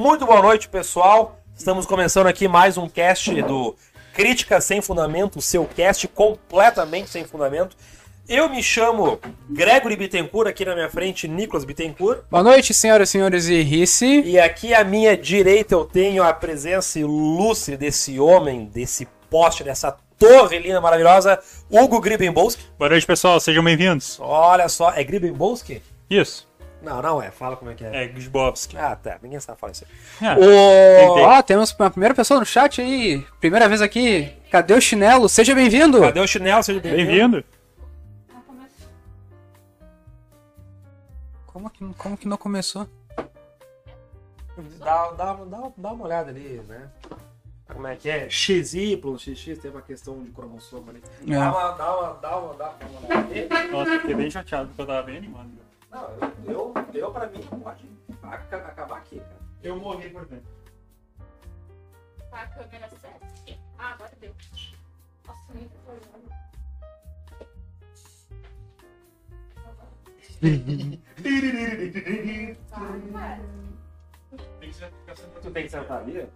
muito boa noite, pessoal. Estamos começando aqui mais um cast do Crítica Sem Fundamento, seu cast completamente sem fundamento. Eu me chamo Gregory Bittencourt, aqui na minha frente, Nicolas Bittencourt. Boa noite, senhoras e senhores e Rice. E aqui à minha direita eu tenho a presença ilustre desse homem, desse poste, dessa torre linda, maravilhosa, Hugo Gribenbowski. Boa noite, pessoal. Sejam bem-vindos. Olha só, é Gribenbowski? Isso. Não, não é. Fala como é que é. É Gzbowski. Ah, tá. Ninguém sabe falar isso aí. É. Ô, tentei. Ó, temos uma primeira pessoa no chat aí. Primeira vez aqui. Cadê o chinelo? Seja bem-vindo. Cadê o chinelo? Seja bem-vindo. Bem-vindo. Como que, como que não começou? Dá, dá, dá, dá uma olhada ali, né? Como é que é? XY, XX, tem uma questão de cromossomo ali. É. Dá uma, dá uma, dá uma, dá uma olhada ali. Nossa, fiquei bem chateado porque eu tava bem animado. Não, eu- deu, deu pra mim, pode aca- acabar aqui, cara. Eu morri por dentro. Tá, a câmera certa. Ah, agora deu. Nossa, nem tô olhando. Tá, ué. Tu tem que sentar ali?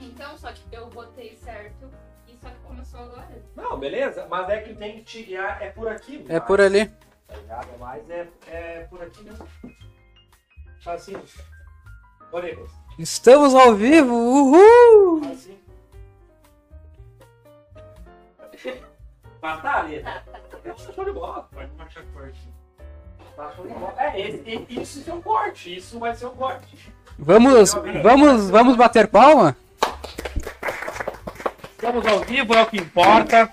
Então, só que eu botei certo e só que começou agora. Não, beleza, mas é que tem que te guiar, é por aqui. É por ali. Tá ligado? Mas é, é por aqui mesmo. Faz assim. Ô, Nicolas, Estamos ao vivo. Uhul! faz assim. Mas tá ali, né? Show de bola. Pode marchar forte. Tá show de bola. É, esse, e- isso é um corte, isso vai ser um corte. Vamos, vamos, vamos bater palma? Estamos ao vivo, é o que importa.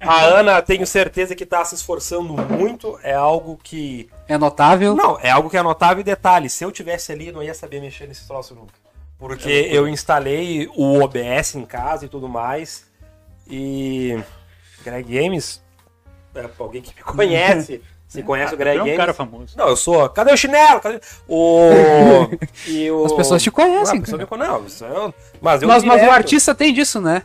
A Ana, tenho certeza que tá se esforçando muito, é algo que É notável. Não, é algo que é notável e detalhe. Se eu tivesse ali, eu não ia saber mexer nesse troço nunca. É Porque eu instalei o OBS em casa e tudo mais. E. Greg Games? É, pra alguém que me conhece. Se conhece o Greg é um Games. cara famoso. Não, eu sou. Cadê o chinelo? Cadê... O... e o- As pessoas te Não, conhecem. a pessoa me conhece. Não, isso eu... Mas eu Mas, mas o direto. artista tem disso, né?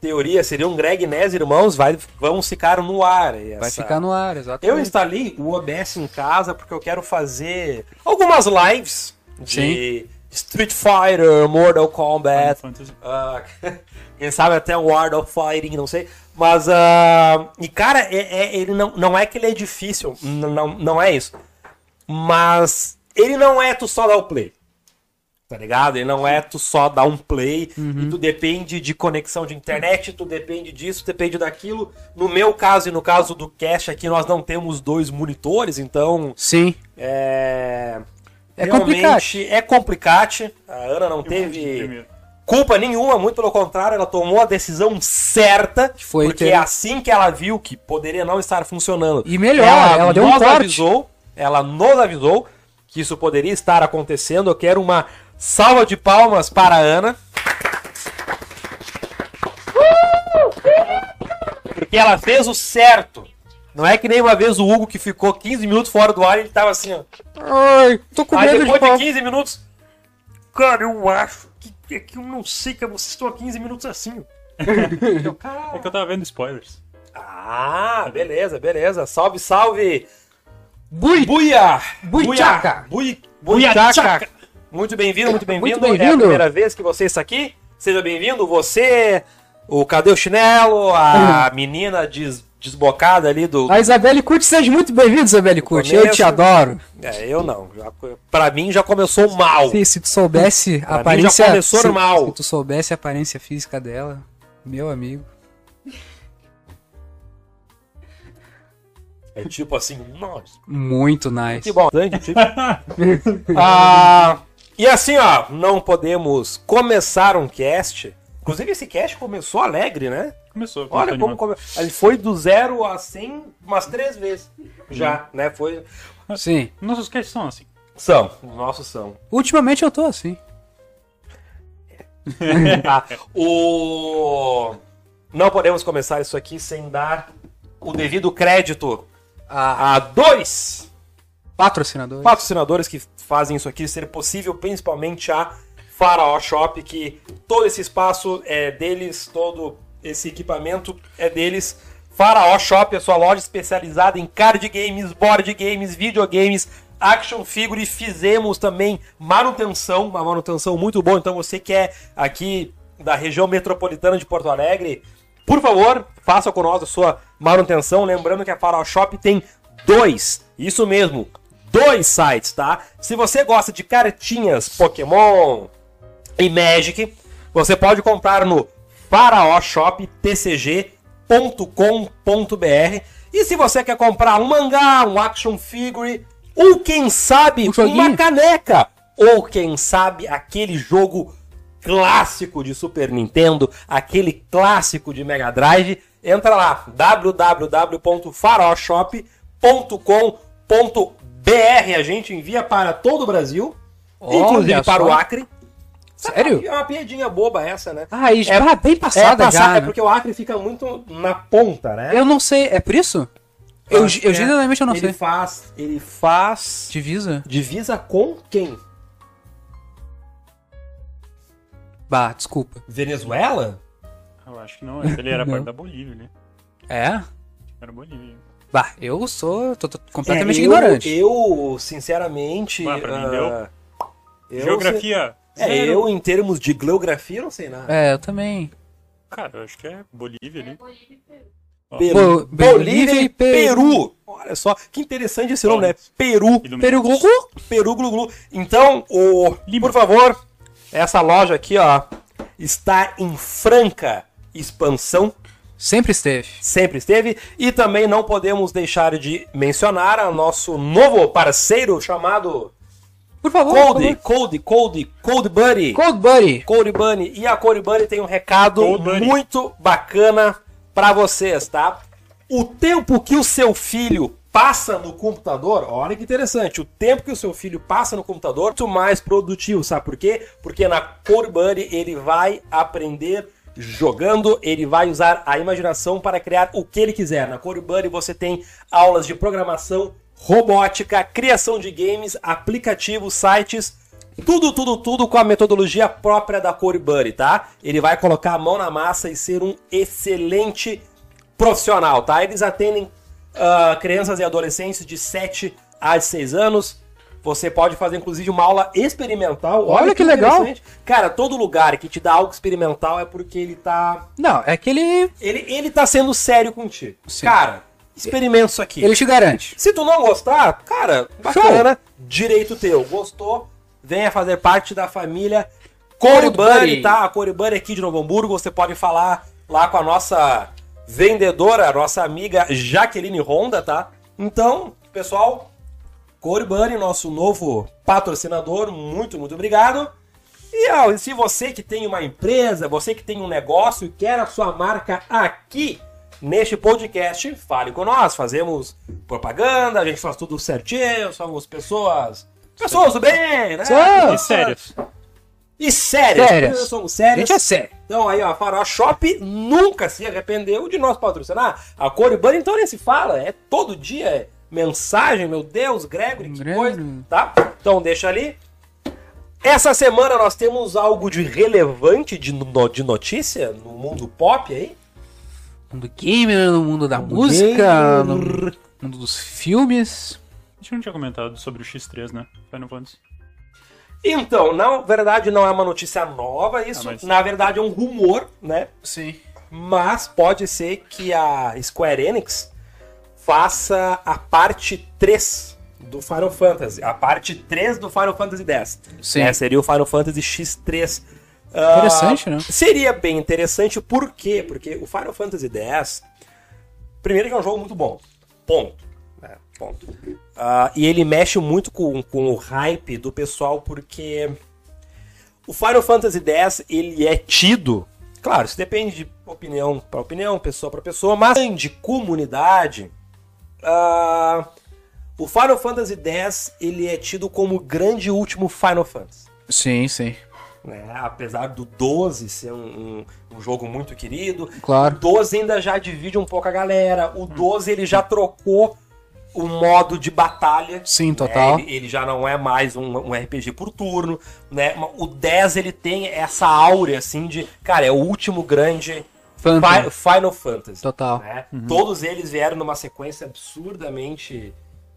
Teoria seria um Greg Ness, irmãos, vai... vamos ficar no ar. e Vai essa- ficar no ar, eu exatamente. instalei o OBS em casa porque eu quero fazer algumas lives de Street Fighter, Mortal Final Kombat, Fantasy. ah, quem sabe até um World of Fighting, não sei. Mas, ah, e cara, é- é- ele não, não é que ele é difícil, n- não, não é isso. Mas ele não é tu só dar o play. Tá ligado? Ele não é tu só dar um play e tu depende de conexão de internet, tu depende disso, depende daquilo. No meu caso e no caso do Cash aqui, nós não temos dois monitores, então Sim. é. É realmente É complicado. A Ana não Eu morri teve primeiro. culpa nenhuma, muito pelo contrário, ela tomou a decisão certa, foi porque ter- é assim que ela viu que poderia não estar funcionando. E melhor, ela deu um nos corte. avisou, ela nos avisou que isso poderia estar acontecendo. Eu quero uma salva de palmas para a Ana. Porque ela fez o certo. Não é que nem uma vez o Hugo que ficou 15 minutos fora do ar e ele tava assim, ó. Ai, tô com Aí medo de depois pau. de 15 minutos. Cara, eu acho que, é que eu não sei que vocês estão há 15 minutos assim. Eu, É "Cara." que eu tava vendo spoilers. ah, beleza, beleza. Salve, salve. Bui. Buia. Buiaca. Bui, Buiaca. buiaca. Muito bem-vindo, muito bem-vindo. Muito bem-vindo. É a primeira vez que você está aqui. Seja bem-vindo, você, o Cadê o Chinelo, a menina des- desbocada ali do... A Isabelle Curti, seja muito bem-vinda, Isabelle Curti. Eu Começo. te adoro. É, eu não. Já, pra mim já começou mal. Sim, se tu soubesse Pra a mim aparência. já começou se, normal. se tu soubesse a aparência física dela, meu amigo. É tipo assim, nossa. Muito nice. Que bom. Ah, e assim, ó, não podemos começar um cast. Inclusive, esse cast começou alegre, né? Começou. eu tô Olha como animado. come... ele foi do zero a 100 umas três vezes. Já, né? Foi. Sim. Nossos casts são assim. São. Os nossos são. Ultimamente eu tô assim. Tá. O... Não podemos começar isso aqui sem dar o devido crédito a, a dois Patrocinador. patrocinadores que fazem isso aqui ser possível, principalmente a Faraó Shop, que todo esse espaço é deles, todo esse equipamento é deles. Faraó Shop é sua loja especializada em card games, board games, videogames, action figure e fizemos também manutenção, uma manutenção muito boa. Então você que é aqui da região metropolitana de Porto Alegre, por favor, faça conosco a sua manutenção. Lembrando que a Farol Shop tem dois, isso mesmo, dois sites, tá? Se você gosta de cartinhas Pokémon, e Magic. Você pode comprar no faraoshoptcg.com.br. E se você quer comprar um mangá, um action figure, ou quem sabe Um joguinho. uma caneca, ou quem sabe aquele jogo clássico de Super Nintendo, aquele clássico de Mega Drive, entra lá www.faroshop.com.br. A gente envia para todo o Brasil, Olha inclusive para o só. Acre. Sério? É uma piadinha boba essa, né? Ah, e É- ah, bem passada é, já. passar, é né? porque o Acre fica muito na ponta, né? Eu não sei, é por isso? Eu, Acho eu que é. genuinamente eu não ele sei. Faz, ele faz Divisa? divisa com quem? Bah, desculpa. Venezuela? Eu acho que não, ele era Não. parte da Bolívia, né? É? Era Bolívia. Bah, eu sou. tô, tô completamente É, eu- ignorante. Eu, sinceramente... Ah, pra mim ah, deu. eu Geografia. sei- é, zero. eu em termos de geografia não sei nada. É, eu também. Cara, eu acho que é Bolívia, né? Bolívia e Peru. Bo- Bolívia e Peru. Olha só, que interessante esse nome, né? Peru. E do Peru México. Peru Glu Glu. Então, o, por favor, essa loja aqui, ó, está em franca expansão, sempre esteve. sempre esteve, e também não podemos deixar de mencionar a nosso novo parceiro chamado Por favor. Cold, por favor. Cold, Cold, Cold Buddy. Cold Buddy. Cold Bunny. E a Cold Bunny tem um recado Cold Bunny. muito bacana pra vocês, tá? O tempo que o seu filho passa no computador, olha que interessante, o tempo que o seu filho passa no computador, é muito mais produtivo, sabe por quê? Porque na Cold Bunny ele vai aprender jogando, ele vai usar a imaginação para criar o que ele quiser. Na Cold Bunny você tem aulas de programação, robótica, criação de games, aplicativos, sites, tudo, tudo, tudo com a metodologia própria da Corey Buddy, tá? Ele vai colocar a mão na massa e ser um excelente profissional, tá? Eles atendem ah, crianças e adolescentes de 7 a 16 anos. Você pode fazer, inclusive, uma aula experimental. Olha que legal. interessante. Cara, todo lugar que te dá algo experimental é porque ele tá. Não, é que ele. Ele, ele tá sendo sério contigo. Sim. Cara, experimenta isso aqui. Ele te garante. Se tu não gostar, cara, bacana, direito teu. Gostou? Venha fazer parte da família Coribani, Coribani. tá? A Coribani aqui de Novo Hamburgo. Você pode falar lá com a nossa vendedora, a nossa amiga Jaqueline Honda, tá? Então, pessoal, Coribani, nosso novo patrocinador, muito, muito obrigado. E ó, se você que tem uma empresa, você que tem um negócio e quer a sua marca aqui neste podcast, fale com nós. Fazemos propaganda, a gente faz tudo certinho, somos pessoas. Pessoas do bem, né? Só- E sérias. E sérias. Sérias. Somos A sérias. gente é sério. Então aí, ó, a Farol Shop nunca se arrependeu de nós patrocinar. A Coribana, então, nem se fala. É todo dia é mensagem, meu Deus, Gregory, que Gregory. coisa. Tá? Então deixa ali. Essa semana nós temos algo de relevante de, no- de notícia no mundo pop aí. No mundo gamer, no mundo da Mundo música, no gamer. mundo dos filmes. A gente não tinha comentado sobre o X3, né? Final Fantasy. Então, na verdade não é uma notícia nova isso. Ah, mas- Na verdade é um rumor, né? Sim. mas pode ser que a Square Enix faça a parte 3 do Final Fantasy, a parte 3 do Final Fantasy X. Sim. É, seria o Final Fantasy X3. Ah, Interessante, né? Seria bem interessante, por quê? Porque o Final Fantasy X, primeiro que é um jogo muito bom, ponto. né? ponto. Ah, e ele mexe muito com, com o hype do pessoal, porque o Final Fantasy X, ele é tido, claro, isso depende de opinião para opinião, pessoa para pessoa, mas de comunidade, ah, o Final Fantasy X, ele é tido como o grande último Final Fantasy Sim, sim. né? Apesar do 12 ser um, um- um jogo muito querido, o Claro. 12 ainda já divide um pouco a galera. O 12 ele já trocou o modo de batalha. Sim, né? total. Ele, ele já não é mais um, um RPG por turno, né? O 10 ele tem essa áurea assim de, cara, é o último grande Fi- Phantom. Final Fantasy Total. Uhum. né? Todos eles vieram numa sequência absurdamente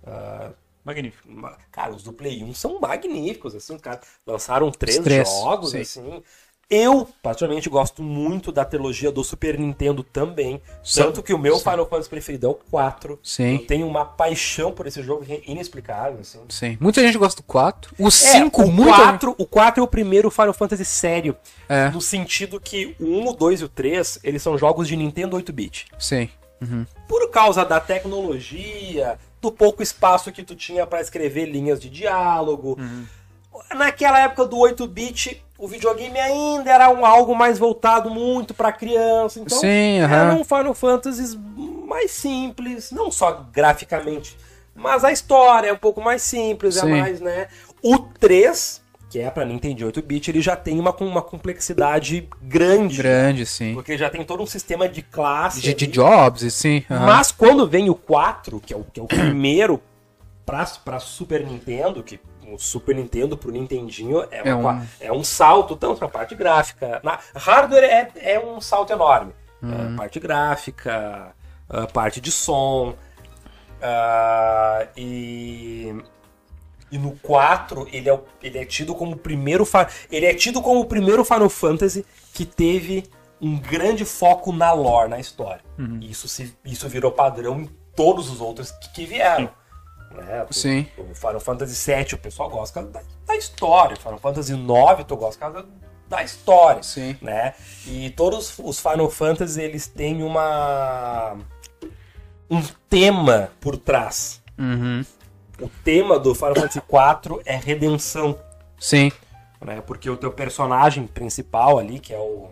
ah, Magnífico. Ma- Cara, os do Play 1 são magníficos, assim, cara. Lançaram três, Os três, jogos, sim. assim. Eu, particularmente, gosto muito da trilogia do Super Nintendo também. Sim, Tanto que o meu Final Fantasy preferido é o 4. Eu Sim, tenho uma paixão por esse jogo que é inexplicável, assim. sim. Muita gente gosta do 4. O É, 5, o muito. né? 4, o 4 é o primeiro Final Fantasy sério. É. No sentido que o 1, o 2 e o 3, eles são jogos de Nintendo 8-bit. Sim. Uhum. Por causa da tecnologia, do pouco espaço que tu tinha pra escrever linhas de diálogo. Uhum. Naquela época do 8-bit, o videogame ainda era um algo mais voltado muito pra criança. Então, Sim, aham. eram Final Fantasies mais simples, não só graficamente, mas a história é um pouco mais simples, é Sim. mais, né? O 3, que é pra Nintendo 8-bit, ele já tem uma, uma complexidade um grande, Grande, sim. porque já tem todo um sistema de classe. De, de ali. Jobs, sim. aham. Mas quando vem o 4, que é o, que é o primeiro pra, pra Super Nintendo, que o Super Nintendo pro Nintendinho é, É uma- um- é um salto, tanto na parte gráfica. Na, hardware é, é um salto enorme. Uhum. É, parte gráfica, é, parte de som. ah, e. E no 4, ele é, o- ele é tido como o primeiro. fa- Ele é tido como o primeiro Final Fantasy que teve um grande foco na lore, na história. Uhum. E isso, se, isso virou padrão em todos os outros que, que vieram. Né? O- Sim. O Final Fantasy VII, o pessoal gosta da, da história. O Final Fantasy IX, tu gosta da, da história. Sim. Né? E todos os Final Fantasy, eles têm uma... Um tema por trás. Uhum. O tema do Final Fantasy IV é redenção, Sim. né? Porque o teu personagem principal ali, que é o.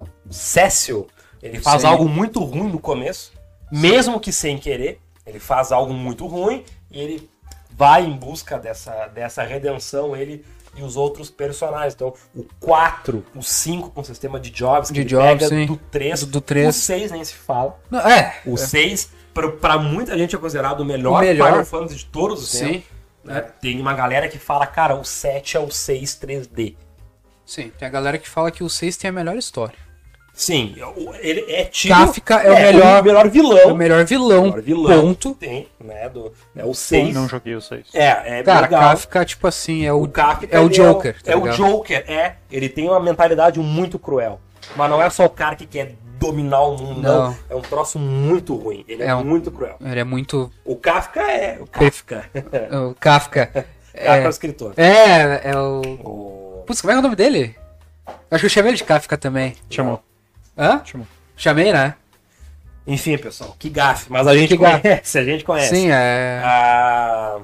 o Cécio, ele faz Sim. algo muito ruim no começo, mesmo que sem querer, ele faz algo muito ruim e ele vai em busca dessa, dessa redenção, ele e os outros personagens. Então, o 4, o 5 com o sistema de jobs, que De ele pega jobs, sim. do 3, Do- do três. o 6 nem se fala. Não, é. O 6, pra, pra muita gente, é considerado o melhor, O melhor. Final Fantasy de todos os Sim. tempos. né? Tem uma galera que fala, cara, o 7 é o 6 3D. Sim. Tem a galera que fala que o 6 tem a melhor história. Então, Sim, o- ele é tido... Kafka é o melhor- o melhor vilão. É o melhor vilão. melhor vilão. Ponto. Tem, né, do, é o Sim. 6. Não joguei o 6. É, é Cara, legal. Kafka, tipo assim, é o, O Kafka, é o ele Joker. É, o Joker, é. Ele tem uma mentalidade muito cruel. Mas não é só o cara que quer dominar o mundo, não. Não. É um troço muito ruim. Ele é, É um- muito cruel. Ele é muito. O Kafka é... O Kafka. O Kafka. Kafka é o é, escritor. é, é o. O- Putz, como é que é o nome dele? Eu Acho que eu chamei ele de Kafka também. Chamou. Hã? Chamou. Chamei, né? Enfim, pessoal, que gafe. Mas a gente Que gafe. conhece, a gente conhece. Sim, é. Ah,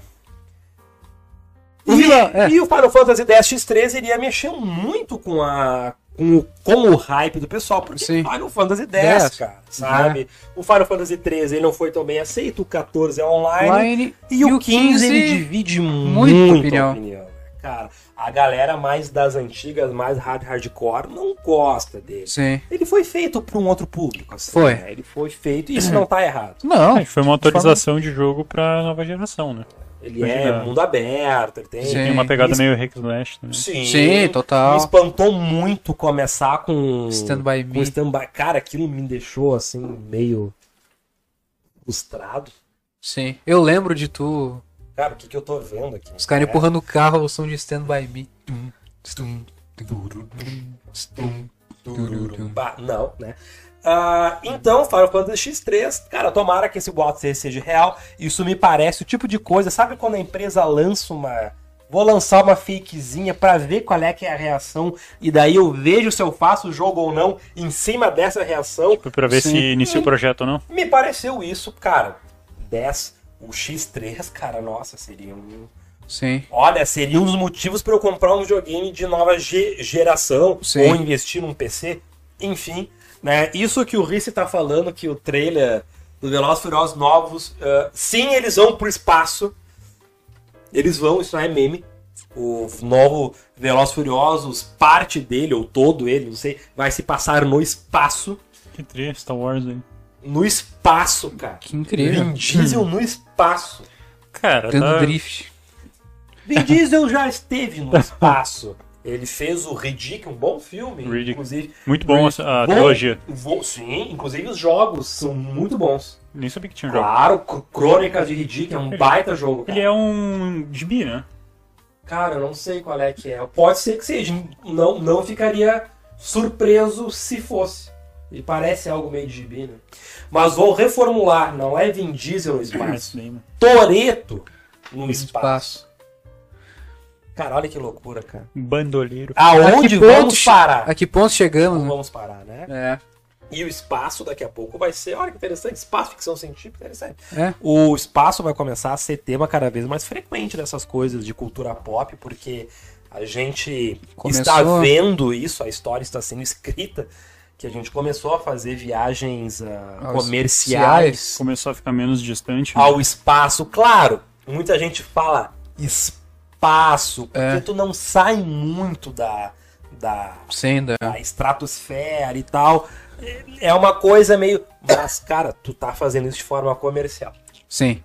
O vilão, e, é. e o Final Fantasy X-13 iria mexer muito com a. Com o, com o hype do pessoal, porque Sim. Final Fantasy X, Dez. É. cara, sabe? O Final Fantasy 13 ele não foi tão bem aceito, o 14 é online, Online e, o 15 ele divide muito, muito opinião. opinião. opinião. né, Cara, a galera mais das antigas, mais hard hardcore, não gosta dele. Sim. Ele foi feito para um outro público. assim, Foi. né? Ele foi feito e isso não tá errado. Não. foi uma atualização de jogo pra nova geração, né? Ele Foi é verdade. mundo aberto, ele tem. Sim. Tem uma pegada Isso- meio hack and slash né? também. Sim, Sim, total. Me espantou muito começar com. Stand by com me. Stand by. Cara, aquilo me deixou assim, meio. frustrado. Sim. Eu lembro de tu. Cara, o que, que eu tô vendo aqui? É Os caras empurrando o carro ao som de Stand By Me. Bah, não, né? Ah, então, Final Fantasy X3, cara, tomara que esse boato se- seja real. Isso me parece o tipo de coisa. Sabe quando a empresa lança uma. Vou lançar uma fakezinha pra ver qual é que é a reação. E daí eu vejo se eu faço o jogo ou não em cima dessa reação. Foi pra ver Sim. se inicia o projeto ou não. Me pareceu isso, cara. 10, o X3, cara, nossa, seria um. Sim. Olha, seria um dos motivos para eu comprar um videogame de nova ge- geração Sim. ou investir num PC. Enfim, né? Isso que o Risse tá falando, que o trailer do Velozes e Furiosos novos, ah, sim, eles vão pro espaço. Eles vão, isso não é meme. O novo Velozes e Furiosos, parte dele ou todo ele, não sei, vai se passar no espaço, Que triste, Star Wars, hein? no espaço, cara. Que incrível. Vin Diesel no espaço. Cara, Tendo tá... drift. Vin Diesel já esteve no espaço. Ele fez o Riddick, um bom filme, Riddick. inclusive. Muito bom essa- a trilogia. Vo- Sim, inclusive os jogos são muito bons. Nem sabia que tinha um jogo. Claro, Cr- Crônicas de Riddick é um baita jogo. Ele Cara. é um gibi, né? Cara, eu não sei qual é que é. Pode ser que seja. Não, não ficaria surpreso se fosse. E parece algo meio de gibi, né? Mas vou reformular, não é Vin Diesel no espaço. Esse daí, né? Toreto no espaço. Espaço. Cara, olha que loucura, cara. Um Bandoleiro. A Aonde que ponto vamos che- parar? A que ponto chegamos? né? Vamos parar, né? É. E o espaço daqui a pouco vai ser, olha que interessante, espaço, ficção científica, interessante. É. O espaço vai começar a ser tema cada vez mais frequente dessas coisas de cultura pop, porque a gente Começou. está vendo isso, a história está sendo escrita, que a gente começou a fazer viagens ah, Aos comerciais Começou a ficar menos distante. né? ao espaço. Claro, muita gente fala espaço, porque É. tu não sai muito da, da Sim, né? da. a estratosfera e tal. É uma coisa meio. Mas, cara, tu tá fazendo isso de forma comercial. Sim.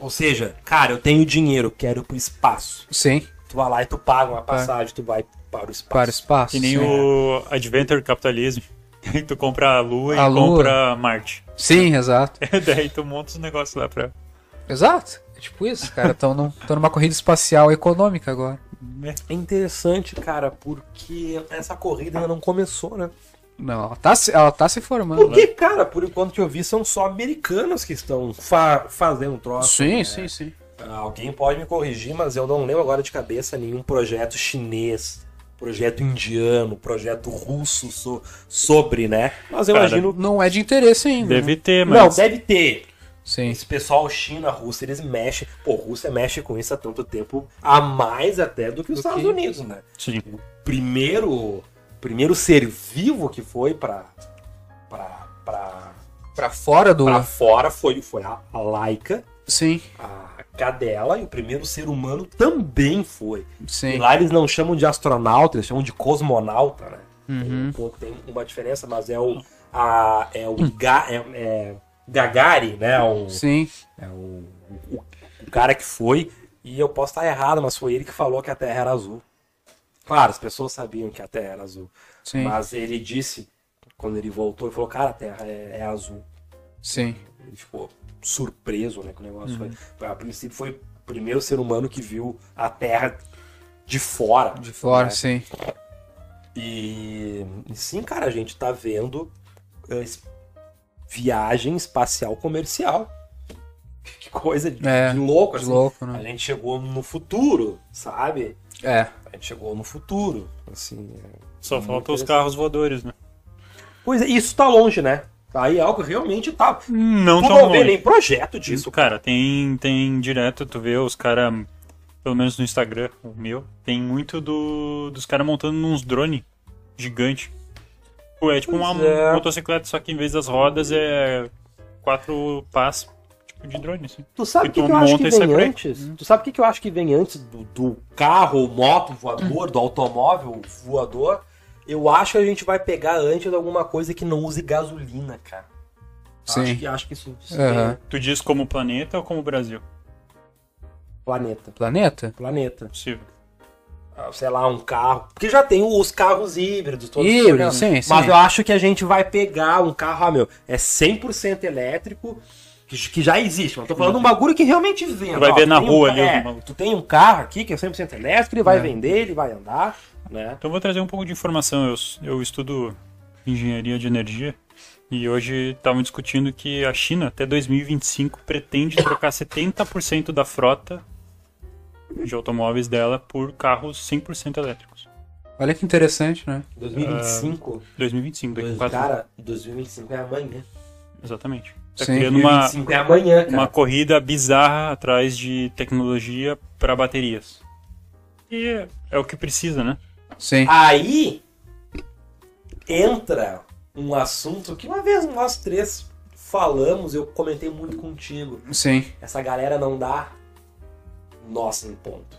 Ou seja, cara, eu tenho dinheiro, quero ir pro espaço. Sim. Tu vai lá e tu paga uma passagem, tu vai para o espaço. Para o espaço. Que nem sim. o Adventure Capitalismo. Aí tu compra a Lua A e Lua. compra Marte. Sim, exato. Daí tu monta os negócios lá pra. Exato. É tipo isso, cara. Estão numa corrida espacial econômica agora. É interessante, cara, porque essa corrida ainda não começou, né? Não, ela tá se, ela tá se formando. Porque, cara, por enquanto que eu vi, são só americanos que estão fa- fazendo um troço. né? Ah, Sim, sim, sim. Alguém pode me corrigir, mas eu não lembro agora de cabeça nenhum projeto chinês, projeto indiano, projeto russo so- sobre, né? Mas eu Cara, imagino. Não é de interesse ainda. Deve ter, mas. Não, deve ter. Sim. Esse pessoal China, Rússia, eles mexem. Pô, Rússia mexe com isso há tanto tempo, a mais até do que os Do Estados que- Unidos, né? Sim. O primeiro, primeiro ser vivo que foi pra. pra. pra. Pra fora do. pra fora foi, foi a, a laica, Sim, a cadela, e o primeiro ser humano também foi. E sim. lá eles não chamam de astronauta, eles chamam de cosmonauta, né? Uhum. Pô, tem uma diferença, mas é o. A, é o Ga, é, é Gagari, né? O, Sim. é o, o, o cara que foi. E eu posso estar errado, mas foi ele que falou que a Terra era azul. Claro, as pessoas sabiam que a Terra era azul. Sim. Mas ele disse, quando ele voltou, ele falou, cara, a Terra é, é azul. Sim. Ele ficou surpreso, né? Com o negócio foi, Uhum. foi- A princípio foi o primeiro ser humano que viu a Terra de fora. De fora, né? sim. E e sim, cara, a gente tá vendo eh, es- viagem espacial comercial. Que coisa de, É, de louco, De assim. louco, A né? gente chegou no futuro, sabe? É. A gente chegou no futuro, assim. é. Só faltam os carros voadores, né? Pois é, isso tá longe, né? Aí é algo que realmente tá. Não tu tão não vê longe. nem projeto disso. Isso, cara, tem, tem direto, tu vê os caras, pelo menos no Instagram, o meu, tem muito do, dos caras montando uns drone gigante. Tipo, É tipo uma Pois é. motocicleta, só que em vez das rodas é quatro pás tipo, de drone, assim. Tu sabe o E que, tu que eu acho monta que e sai vem por aí. antes? Hum. Tu sabe o que, que eu acho que vem antes do, do carro, moto voador, do automóvel voador? Eu acho que a gente vai pegar antes alguma coisa que não use gasolina, cara. Acho Sim. que, acho que isso, isso Aham. vem. Tu diz como planeta ou como Brasil? Planeta. Planeta? Planeta. Possível. Ah, Sei lá, um carro. Porque já tem os carros híbridos, todos Híbrido, sim, sim. Mas eu acho que a gente vai pegar um carro, ah, meu, é 100% elétrico, que, que já existe. Mas tô falando um bagulho que realmente vende. Tu vai ó, ver na tem rua um, mesmo, é, maluco. tu tem um carro aqui que é 100% elétrico, ele vai É. vender, ele vai andar, né? Então eu vou trazer um pouco de informação. Eu, eu estudo engenharia de energia e hoje estavam discutindo que a China até 2025 pretende trocar 70% da frota de automóveis dela por carros 100% elétricos. Olha que interessante, né? 2025. 2025, daqui a dois- quatro anos. cara, 2025 é amanhã. Exatamente. Tá Sim, criando uma, 2025 é amanhã, cara. uma corrida bizarra atrás de tecnologia para baterias. E é o que precisa, né? Sim. Aí entra um assunto que uma vez nós três falamos, eu comentei muito contigo. Sim. Essa galera não dá nossa em ponto.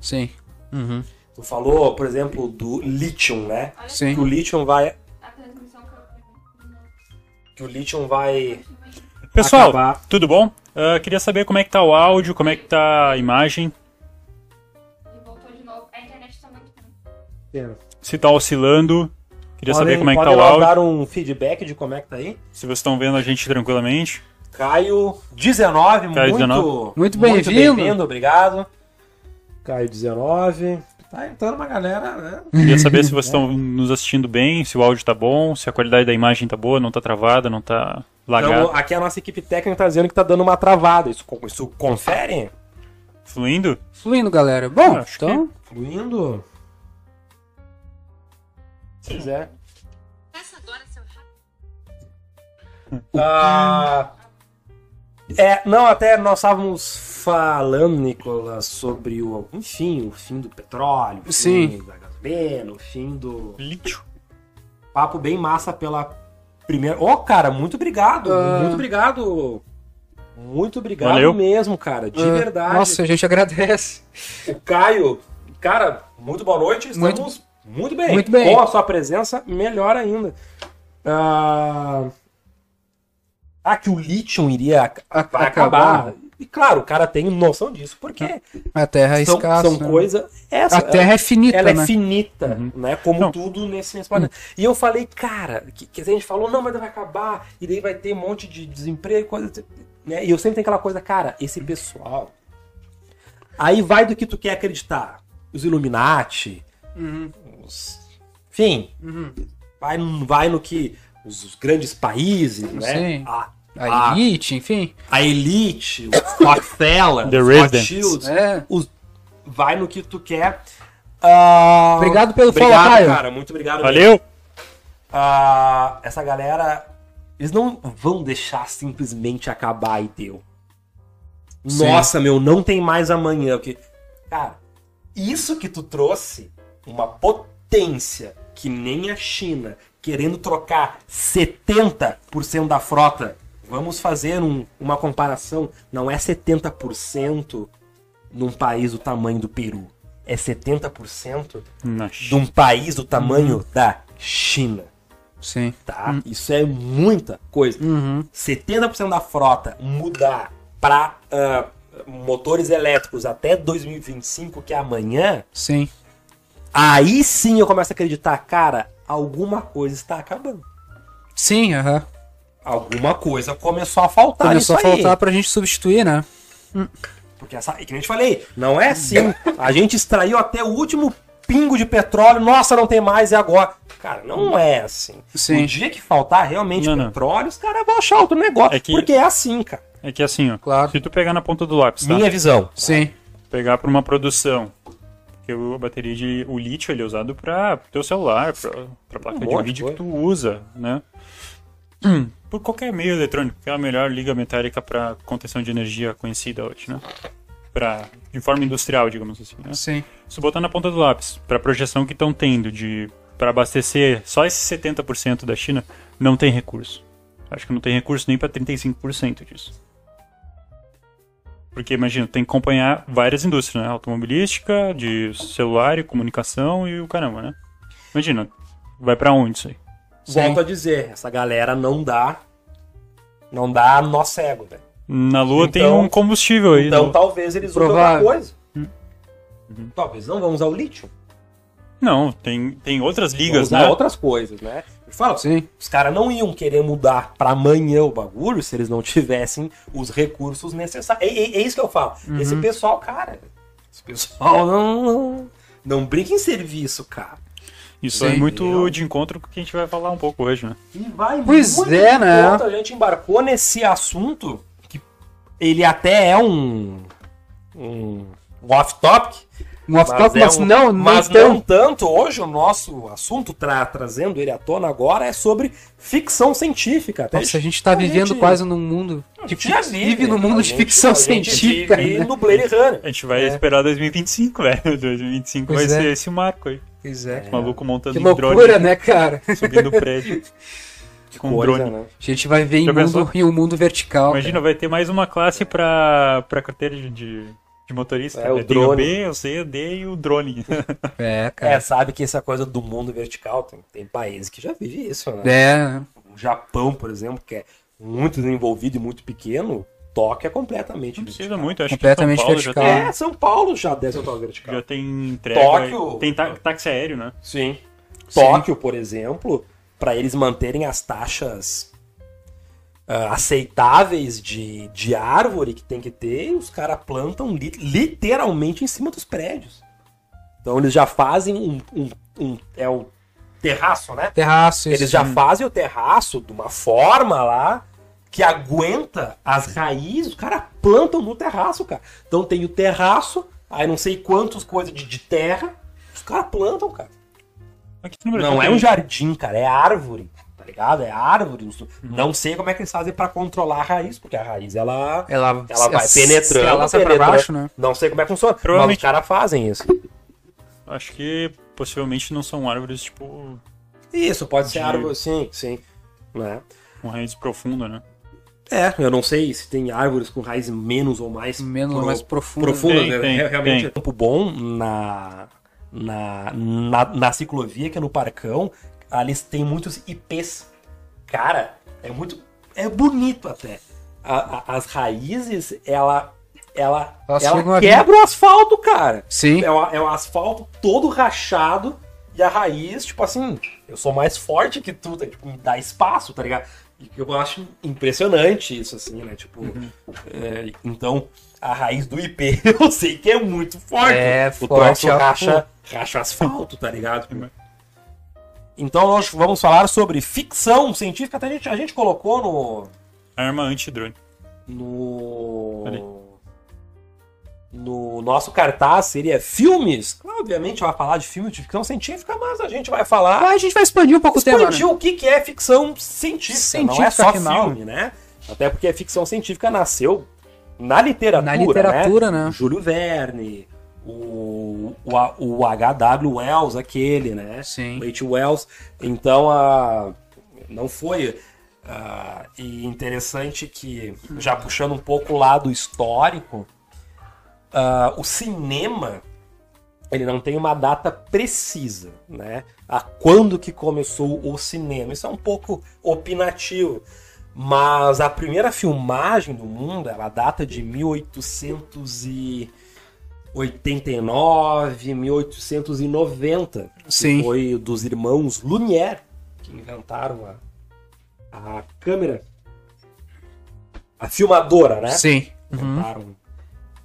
Sim. Uhum. Tu falou, por exemplo, do lítio, né? Olha Sim. Que o lítio vai. a transmissão que eu Que o lítio vai. Pessoal, acabar. tudo bom? Ah, queria saber como é que tá o áudio, como é que tá a imagem. E voltou de novo. A internet tá muito ruim. inteiro. Se tá oscilando, queria saber Podem- como é que tá podem o lá áudio. dar um feedback de como é que tá aí. Se vocês estão vendo a gente tranquilamente. Caio 19, Caio muito, 19. Muito bem-vindo. obrigado. Caio 19. Tá entrando uma galera, né? Queria saber se vocês estão nos assistindo bem, se o áudio tá bom, se a qualidade da imagem tá boa, não tá travada, não tá lagada. Então, aqui a nossa equipe técnica tá dizendo que tá dando uma travada. Isso, co- isso confere? Fluindo? Fluindo, galera. Bom, Acho então. Fluindo? é. Se quiser. Peça agora seu Ah, é, não, até nós estávamos falando, Nicolas, sobre o, enfim, o fim do petróleo, o fim Sim. da gasolina, o fim do é Lítio. papo bem massa pela primeira. Ô, cara, muito obrigado, Ah. muito obrigado. Muito obrigado Valeu. mesmo, cara, de ah, verdade. Nossa, a gente agradece. O Caio, cara, muito boa noite. Estamos muito, bem. muito bem. Com a sua presença, melhor ainda. Ah, ah, que o lítio iria ac- A- vai acabar. acabar. E claro, o cara tem noção disso, porque A terra é são, escassa. são né? coisas. A Essa, terra é finita, ela é né? finita, né? Como Não. tudo nesse, nesse planeta. E eu falei, cara, que, que a gente falou, não, mas vai acabar, e daí vai ter um monte de desemprego, coisa. Né? E eu sempre tenho aquela coisa, cara, esse pessoal. Aí vai do que tu quer acreditar. Os Illuminati, Uhum, os. Enfim, uhum. vai, vai no que. Os, os grandes países, né? Sim. A, A Ah. elite, enfim. a elite, os Rockefeller, The os Residents. Rothschilds, É. vai no que tu quer. Ah, Obrigado pelo follow, obrigado, Caio. cara. Muito obrigado. Valeu! Ah, essa galera, eles não vão deixar simplesmente acabar e deu. Sim. Nossa, meu, não tem mais amanhã. o Que... Cara, isso que tu trouxe, uma potência que nem a China, querendo trocar 70% da frota. Vamos fazer um- uma comparação. Não é 70% num país do tamanho do Peru. É 70% Na de um país do tamanho da China Sim. Uhum. tá? Hum. Isso é muita coisa. 70% da frota mudar para motores elétricos até 2025, que é amanhã, Sim. aí sim eu começo a acreditar, cara, alguma coisa está acabando. Sim, aham. Alguma coisa começou a faltar Começou a nisso Ah, aí. faltar pra gente substituir, né? Porque essa, é que nem eu te falei, não é assim. A gente extraiu até o último pingo de petróleo, nossa, não tem mais, e agora? Cara, não é assim. Sim. O dia que faltar realmente Não, não. petróleo, os caras vão achar outro negócio. É que- Porque é assim, cara. É que assim, ó. Claro. Se tu pegar na ponta do lápis, tá? Minha visão. Sim. Pegar pra uma produção. Porque o- a bateria de. O lítio ele é usado pra pro teu celular, pra, pra placa Um monte de de vídeo coisa. que tu usa, né? Hum, Por qualquer meio eletrônico, que é a melhor liga metálica pra contenção de energia conhecida hoje, né? Pra, de forma industrial, digamos assim. Né? Sim. Se botar na ponta do lápis, pra projeção que estão tendo de para abastecer só esse 70% da China, não tem recurso. Acho que não tem recurso nem pra 35% disso. Porque imagina, tem que acompanhar várias indústrias, né? Automobilística, de celular e comunicação e o caramba, né? Imagina, vai pra onde isso aí? Volto a dizer, essa galera não dá. Não dá nó cego, velho. Na Lua tem Então- um combustível aí. Então no- talvez eles usem outra Provável. coisa. Talvez não vão usar o lítio. Não, tem, tem outras Vão ligas, usar né? outras coisas, né? Eu falo, Sim. os caras não iam querer mudar pra amanhã o bagulho se eles não tivessem os recursos necessários. É, é- é isso que eu falo. Esse pessoal, cara. Esse pessoal não. Não, não brinca em serviço, cara. Isso Sim. é muito de encontro com o que a gente vai falar um pouco hoje, né? E vai Pois muito é, de né? conta, A gente embarcou nesse assunto que ele até é um, um off-topic, Um off-top, é mas um- não, mas não tão. não tanto. Hoje o nosso assunto, tra- trazendo ele à tona agora, é sobre ficção científica. Até Nossa, a gente tá a vivendo gente- quase num mundo. de gente já né? fic- vive num mundo a de gente- ficção a gente científica. Vive né? no Blade Runner. A gente vai esperar 2025, velho. 2025 Pois vai é. ser esse marco aí. Pois é. O maluco montando Que em loucura, drone, né, cara? subindo prédio. com Coisa, drone. né? A gente vai ver em, Já pensou? mundo, em um mundo vertical. Imagina, vai ter mais uma classe pra, pra carteira de, de de motorista. É, o né? Tem drone. o B, o C, o D e o drone. cara. É, É, cara. sabe que essa coisa do mundo vertical, tem, tem países que já vive isso, né? É. o Japão, por exemplo, que é muito desenvolvido e muito pequeno, Tóquio é completamente Não precisa vertical. muito, eu acho Completamente que São Paulo já vertical. tem, É, São Paulo já desce o Tóquio vertical. já tem entrega. Tóquio- Tem tá- táxi aéreo, né? Sim. Tóquio, por exemplo, para eles manterem as taxas ah, aceitáveis de, de árvore que tem que ter, os caras plantam li- literalmente em cima dos prédios. Então eles já fazem um. um- um- é um terraço, né? Terraço, isso. Eles já fazem o terraço de uma forma lá que aguenta as raízes, os caras plantam no terraço, cara. Então tem o terraço, aí não sei quantas coisas de, de terra, os caras plantam, cara. Aqui no Brasil Não é tem- um jardim, cara, é árvore, tá ligado? É árvore. Não sei como é que eles fazem pra controlar a raiz, porque a raiz ela Ela, ela vai penetrando, Ela sai pra penetrando. baixo, né? não sei como é que funciona, mas os Provavelmente- caras fazem isso. Acho que possivelmente não são árvores, tipo, Isso, pode ser De- árvore, sim, sim, né? com raiz profunda, né? É, eu não sei se tem árvores com raiz menos ou mais Menos, pro- mais profundo. profundas, Tem, né? tem, Re- Realmente tem. é campo bom na, na, na, na ciclovia, que é no Parcão. Ali tem muitos IPs. Cara, é muito. É bonito até. A- a- as raízes, ela. Ela, Elas chegam ela ali. quebra o asfalto, cara. Sim. É o, é o asfalto todo rachado e a raiz, tipo assim, eu sou mais forte que tu, tá? tipo, me dá espaço, tá ligado? E que eu acho impressionante isso, assim, né? Tipo, é, então, a raiz do IP eu sei que é muito forte. É, o forte, troço ó. racha, racha o asfalto, tá ligado? Então, nós vamos falar sobre ficção científica. Até a gente, a gente colocou no Arma anti-drone. Peraí. no. No nosso cartaz seria filmes. Claro, Obviamente vai falar de filme de ficção científica, mas a gente vai falar. Ah, a gente vai expandir um pouco o tema. Expandir né? o que, que é ficção científica. não é Científica, só afinal. filme, né? Até porque a ficção científica nasceu na literatura. Na né? literatura, né? O Júlio Verne, o, o, A- o H.W. Wells, aquele, né? Sim. H. Wells. Então, a, não foi. ah, e interessante que, já puxando um pouco o lado histórico, ah, o cinema ele não tem uma data precisa, né? A quando que começou o cinema. Isso é um pouco opinativo. Mas a primeira filmagem do mundo, ela data de 1889, 1890. que Sim. Foi dos irmãos Lumière que inventaram a, a câmera. A filmadora, né? Sim. Uhum. Inventaram.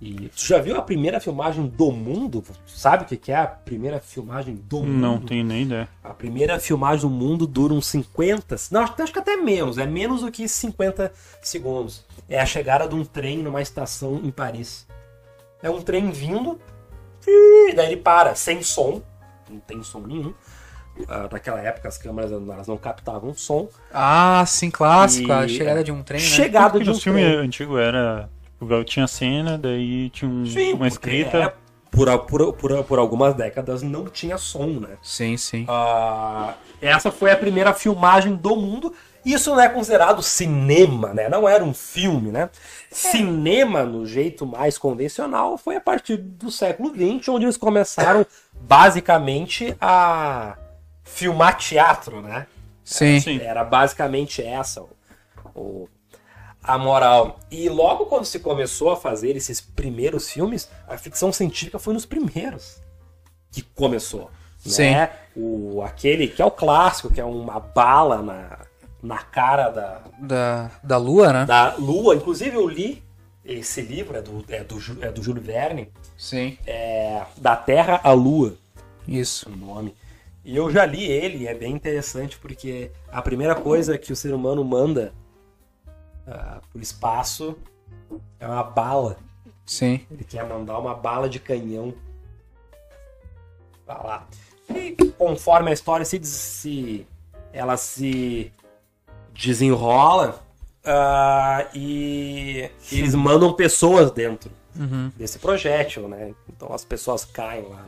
E tu já viu a primeira filmagem do mundo? Tu Sabe o que que é a primeira filmagem do Não mundo? tenho nem ideia. A primeira filmagem do mundo dura uns 50. Não, acho acho que até menos. É menos do que 50 segundos. É a chegada de um trem numa estação em Paris. É um trem vindo. E daí ele para, sem som. Não tem som nenhum. Ah, naquela época as câmeras elas não captavam som. Ah, sim, clássica. E- Chegada de um trem, né? Chegada Porque de um o filme trem. antigo era. Tipo, tinha cena, daí tinha um- Sim, uma porque, escrita. é, por, por, por, por algumas décadas não tinha som, né? Sim, sim. Ah, essa foi a primeira filmagem do mundo. Isso não é considerado cinema, né? Não era um filme, né? Cinema, no jeito mais convencional, foi a partir do século XX, onde eles começaram basicamente a filmar teatro, né? Sim. Sim. Era basicamente essa o- o- a moral. E logo quando se começou a fazer esses primeiros filmes, a ficção científica foi nos primeiros que começou. Né? O, aquele que é o clássico, que é uma bala na, na cara da, Da, da lua, né? da lua. Inclusive eu li esse livro, é do, é do, Ju- é do Júlio Verne, Sim. é Da Terra à Lua Isso. o nome. E eu já li ele, é bem interessante porque a primeira coisa que o ser humano manda ah, pro espaço é uma bala. Sim. Ele quer mandar uma bala de canhão pra lá. E conforme a história se, des- se ela se desenrola ah, e eles mandam pessoas dentro Uhum. desse projétil, né? Então as pessoas caem lá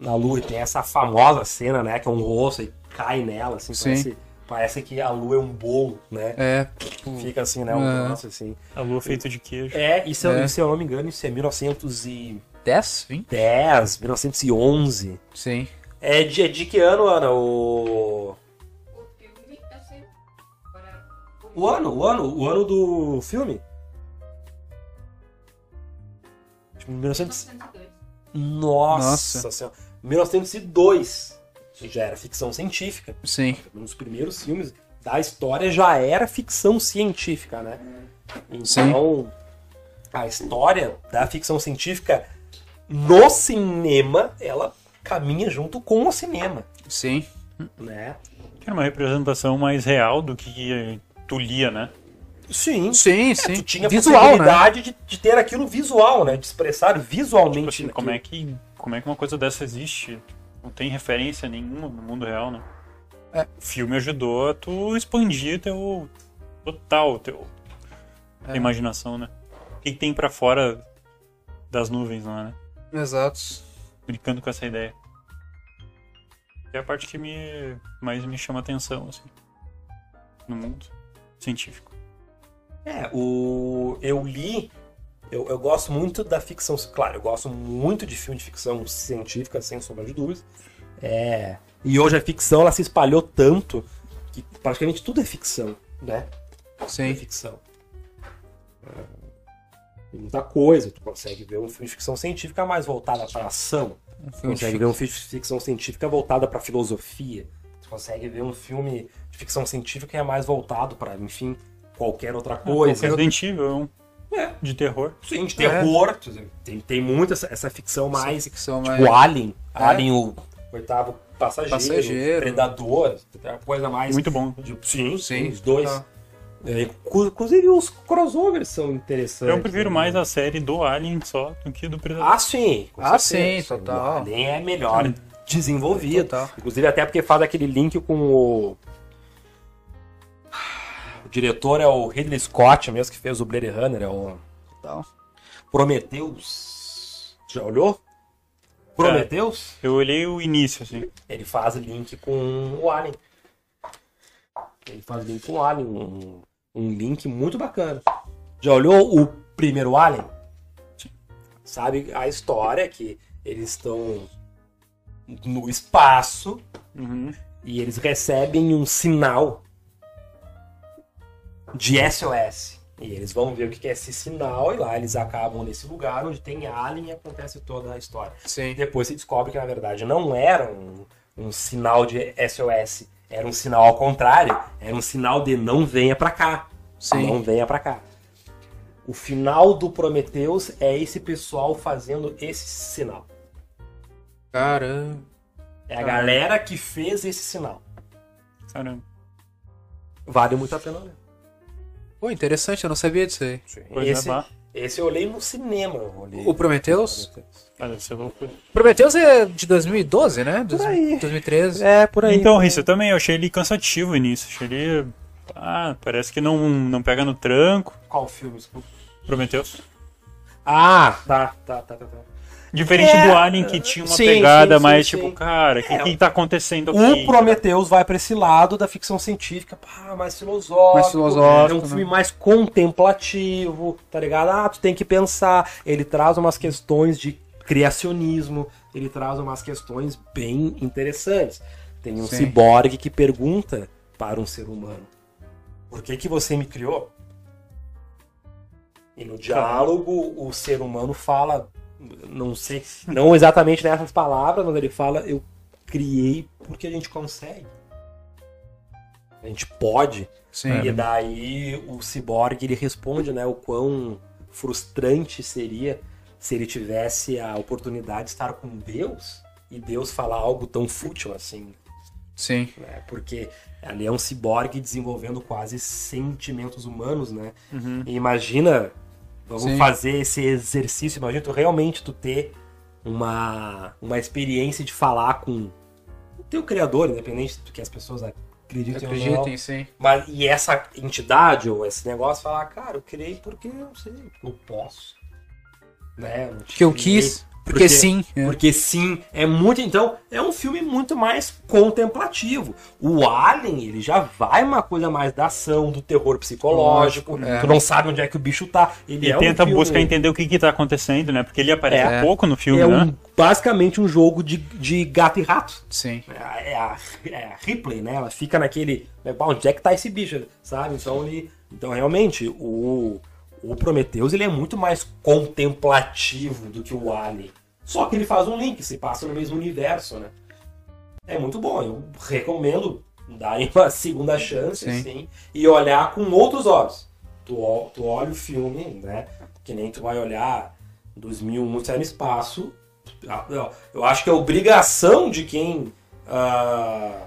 na, na lua e tem essa famosa cena, né? Que é um rosto e cai nela, assim, Sim. parece, parece que a lua é um bolo, né? É. tipo, Fica assim, né? Um É. negócio assim. A lua feita de queijo. É, e se, eu- É. e se eu não me engano, isso é 1910, 10, 20? 1911. Sim. É de, é de que ano, Ana? O, O filme, eu sei. Agora, o ano, o ano, o ano do filme? 1900... 1902. Nossa, Nossa. Senhora. 1902. Isso já era ficção científica. Sim. Um dos primeiros filmes da história já era ficção científica, né? Então, a história da ficção científica no cinema, ela caminha junto com o cinema, Sim. né? Era uma representação mais real do que tu lia, né? Sim. Sim, sim. É, Tu tinha a Visual, né? possibilidade de, de ter aquilo visual, né? De expressar visualmente. Tipo assim, naquilo. como é que como é que uma coisa dessa existe? Não tem referência nenhuma no mundo real, né? É. O filme ajudou a tu expandir teu total, teu É. tua imaginação, né? O que que tem pra fora das nuvens lá, né? Exato. Brincando com essa ideia. É a parte que me mais me chama atenção, assim, no mundo científico. É, o... eu li. Eu, eu gosto muito da ficção. Claro, eu gosto muito de filme de ficção científica, sem sombra de dúvidas. É. E hoje a ficção ela se espalhou tanto que praticamente tudo é ficção, né? Tudo é Sim. ficção. É, Tem muita coisa. Tu consegue ver um filme de ficção científica mais voltada para ação. Tu consegue ver um filme de ficção científica voltada para filosofia. Tu consegue ver um filme de ficção científica que é mais voltado para, enfim, qualquer outra coisa. Resident Evil é um É. de terror. Sim, de terror. Tem, tem muito essa, essa ficção mais. Ficção tipo, mais. Alien. É. Alien, o oitavo passageiro. Passageiro. Predador. tem uma Coisa mais. é Muito bom. de- sim, Sim, Os dois. tá. É, cu- inclusive, os crossovers são interessantes. Eu prefiro né? É mais a série do Alien só do que do Predador. Ah, sim. com Ah, certeza. sim, total. O Alien é melhor desenvolvido. Total. Inclusive, até porque faz aquele link com o. O diretor é o Ridley Scott, mesmo que fez o Blade Runner, é o Tal. Prometheus. Já olhou? Prometheus? Eu olhei o início, assim. É. Ele faz link com o Alien. Ele faz link com o Alien. Um, um link muito bacana. Já olhou o primeiro Alien? Sabe a história é que eles estão no espaço Uhum. e eles recebem um sinal de SOS. E eles vão ver o que que é esse sinal e lá eles acabam nesse lugar onde tem Alien e acontece toda a história. E Sim. depois se descobre que na verdade não era um, um sinal de SOS, era um sinal ao contrário, era um sinal de não venha pra cá. Não Sim. venha pra cá. O final do Prometheus é esse pessoal fazendo esse sinal. Caramba. É a galera que fez esse sinal. Caramba. Vale muito a pena ler. Pô, interessante, eu não sabia disso aí. Coisa Esse, lá. esse eu olhei no cinema. eu olhei. O Prometheus? Ah, deve ser loucura. Prometheus é de 2012, né? Por aí. 2013. É, por Então, isso eu também. Eu achei ele cansativo o início. Achei ele. Ah, parece que não, não pega no tranco. Qual filme? Desculpa. Prometeu. Ah, tá, tá, tá, tá. tá. Diferente É. do Alien, que tinha uma Sim, pegada sim, sim, mais sim. tipo, cara, o que, É, que tá acontecendo aqui? O Prometheus vai pra esse lado da ficção científica, pá, mais filosófico. Mais filosófico, É um né? filme mais contemplativo, tá ligado? Ah, tu tem que pensar. Ele traz umas questões de criacionismo, ele traz umas questões bem interessantes. Tem um Sim. ciborgue que pergunta para um ser humano: Por que que você me criou? E no diálogo o ser humano fala, não sei, não exatamente nessas palavras, mas ele fala: Eu criei porque a gente consegue. A gente pode. Sim. E daí o ciborgue ele responde, né, o quão frustrante seria se ele tivesse a oportunidade de estar com Deus e Deus falar algo tão fútil assim, Sim. né? Porque ali é um ciborgue desenvolvendo quase sentimentos humanos, né? Uhum. E imagina, vamos Sim. fazer esse exercício, imagina tu realmente tu ter uma, uma experiência de falar com o teu criador, independente do que as pessoas acreditem ou Então, não. Acreditem, sim. Mas, e essa entidade ou esse negócio falar, cara, eu criei porque eu não sei, porque eu posso. Né? não te Que eu criei quis, porque, porque- sim. é. Porque sim, é muito. Então, é um filme muito mais contemplativo. O Alien, ele já vai uma coisa mais da ação, do terror psicológico. É. Tu não sabe onde é que o bicho tá. Ele E é tenta um filme, buscar entender o que, que tá acontecendo, né? Porque ele aparece É. pouco no filme, É né? um, basicamente um jogo de, de gato e rato. Sim. É a- é a, é a Ripley, né? Ela fica naquele. né, "Bah, Onde é que tá esse bicho, sabe? Então ele. Então realmente, o, O Prometheus ele é muito mais contemplativo do que o Alien. Só que ele faz um link, se passa no mesmo universo, né? É muito bom, eu recomendo darem uma segunda chance, Sim. assim, e olhar com outros olhos. Tu, ol- tu olha o filme, né? Que nem tu vai olhar 2001 Sai no Espaço. Ah, não, Eu acho que é obrigação de quem ah,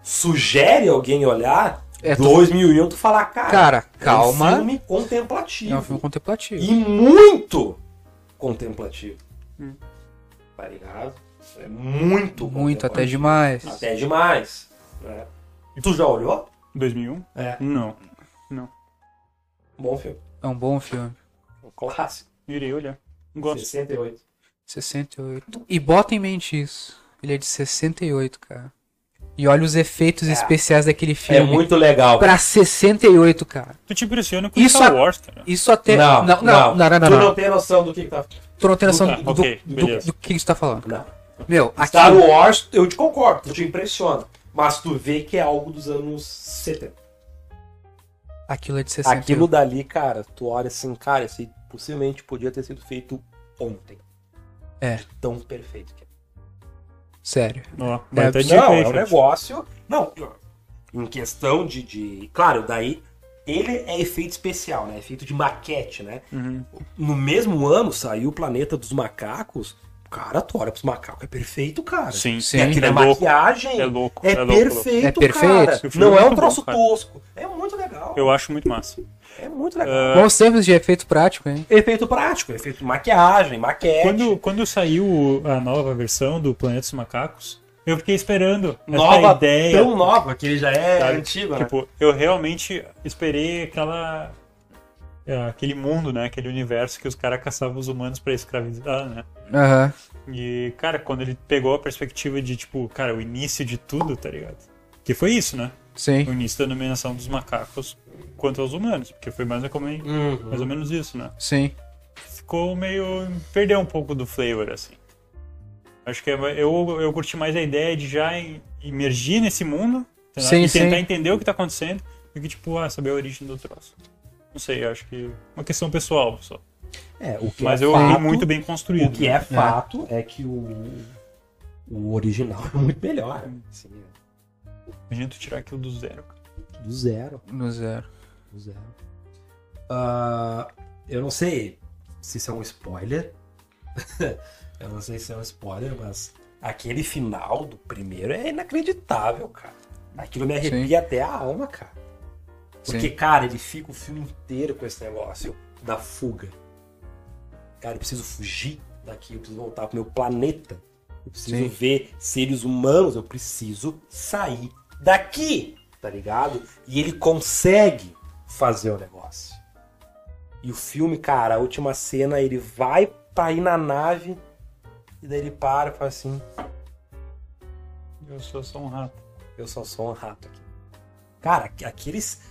sugere alguém olhar É, tu- 2001 tu falar, cara, Cara, é um calma. filme contemplativo. É um filme contemplativo. E muito contemplativo. Hum. Tá ligado? É muito Muito, até contemplativo. demais. Até demais. né? Tu já olhou? 2001? É. Não. Bom filme. É um bom filme. Clássico. Irei olhar. Gosto. 68. 68. E bota em mente isso. Ele é de 68, cara. E olha os efeitos É. especiais daquele É filme. muito legal. Pra 68, cara. Tu te impressiona com Isso Star a- Wars, cara. Isso até. Não, não, não, não, não. Tu não não. tem noção do que, que tá. Tu não tem noção Tá, do, ok, do- beleza. do que você tá falando. Não. Meu, aqui. Star Wars, eu te concordo, tu te impressiona. Mas tu vê que é algo dos anos 70. Aquilo é de 68. Aquilo dali, cara, tu olha assim, cara, isso aí possivelmente podia ter sido feito ontem. É. De tão perfeito que é. Sério. Ó, vai É, até dica Não, aí, é um Fred. negócio. Não, em questão de, de. Claro, daí. Ele é efeito especial, né? Efeito de maquete, né? Uhum. No mesmo ano saiu o Planeta dos Macacos. Cara, tu olha pros macacos, é perfeito, cara. Sim, Sim. E aquilo é, é louco. maquiagem. É louco. É, É, louco, louco. perfeito, É perfeito. cara. O filme Não é é um muito troço bom, cara. tosco. É muito legal. Eu Ah, acho muito massa. É muito legal. Bons tempos de efeito prático, hein? Efeito prático, efeito de maquiagem, maquete. Quando, quando saiu a nova versão do Planeta dos Macacos, eu fiquei esperando É Nova, essa ideia. tão nova que ele já é sabe? antigo, né? Tipo, eu realmente esperei aquela é, aquele mundo, né? Aquele universo que os caras caçavam os humanos pra escravizar, né? Aham. E, cara, quando ele pegou a perspectiva de, tipo, cara, o início de tudo, tá ligado? Que foi isso, né? O Hum. Sim. início da dominação dos macacos quanto aos humanos, porque foi mais, ou men- Uhum. mais ou menos isso, né? Sim. Ficou meio. perdeu um pouco do flavor, assim. Acho que é- eu, eu curti mais a ideia de já em- imergir nesse mundo sei lá, Sim, e tentar sim. entender o que tá acontecendo do que, tipo, ah, saber a origem do troço. Não sei, acho que. Uma questão pessoal só. É, o que Mas é eu fato, vi muito né? bem construído. O que é fato é, que o, o original é muito melhor. né? Assim, né? Imagina tu tirar aquilo do zero, cara. do zero. No zero. Do zero. Ah, eu não sei se isso é um spoiler. eu não sei se é um spoiler, mas aquele final do primeiro é inacreditável, cara. Aquilo me arrepia Sim. até a alma, cara. Porque, Sim. cara, ele fica o filme inteiro com esse negócio da fuga. Cara, eu preciso fugir daqui, eu preciso voltar pro meu planeta. Eu preciso Sim. ver seres humanos, eu preciso sair daqui, tá ligado? E ele consegue fazer o negócio. E o filme, cara, a última cena, ele vai pra ir na nave e daí ele para e fala assim: Eu sou só um rato. eu só sou um rato aqui. Cara, aqu- aqueles.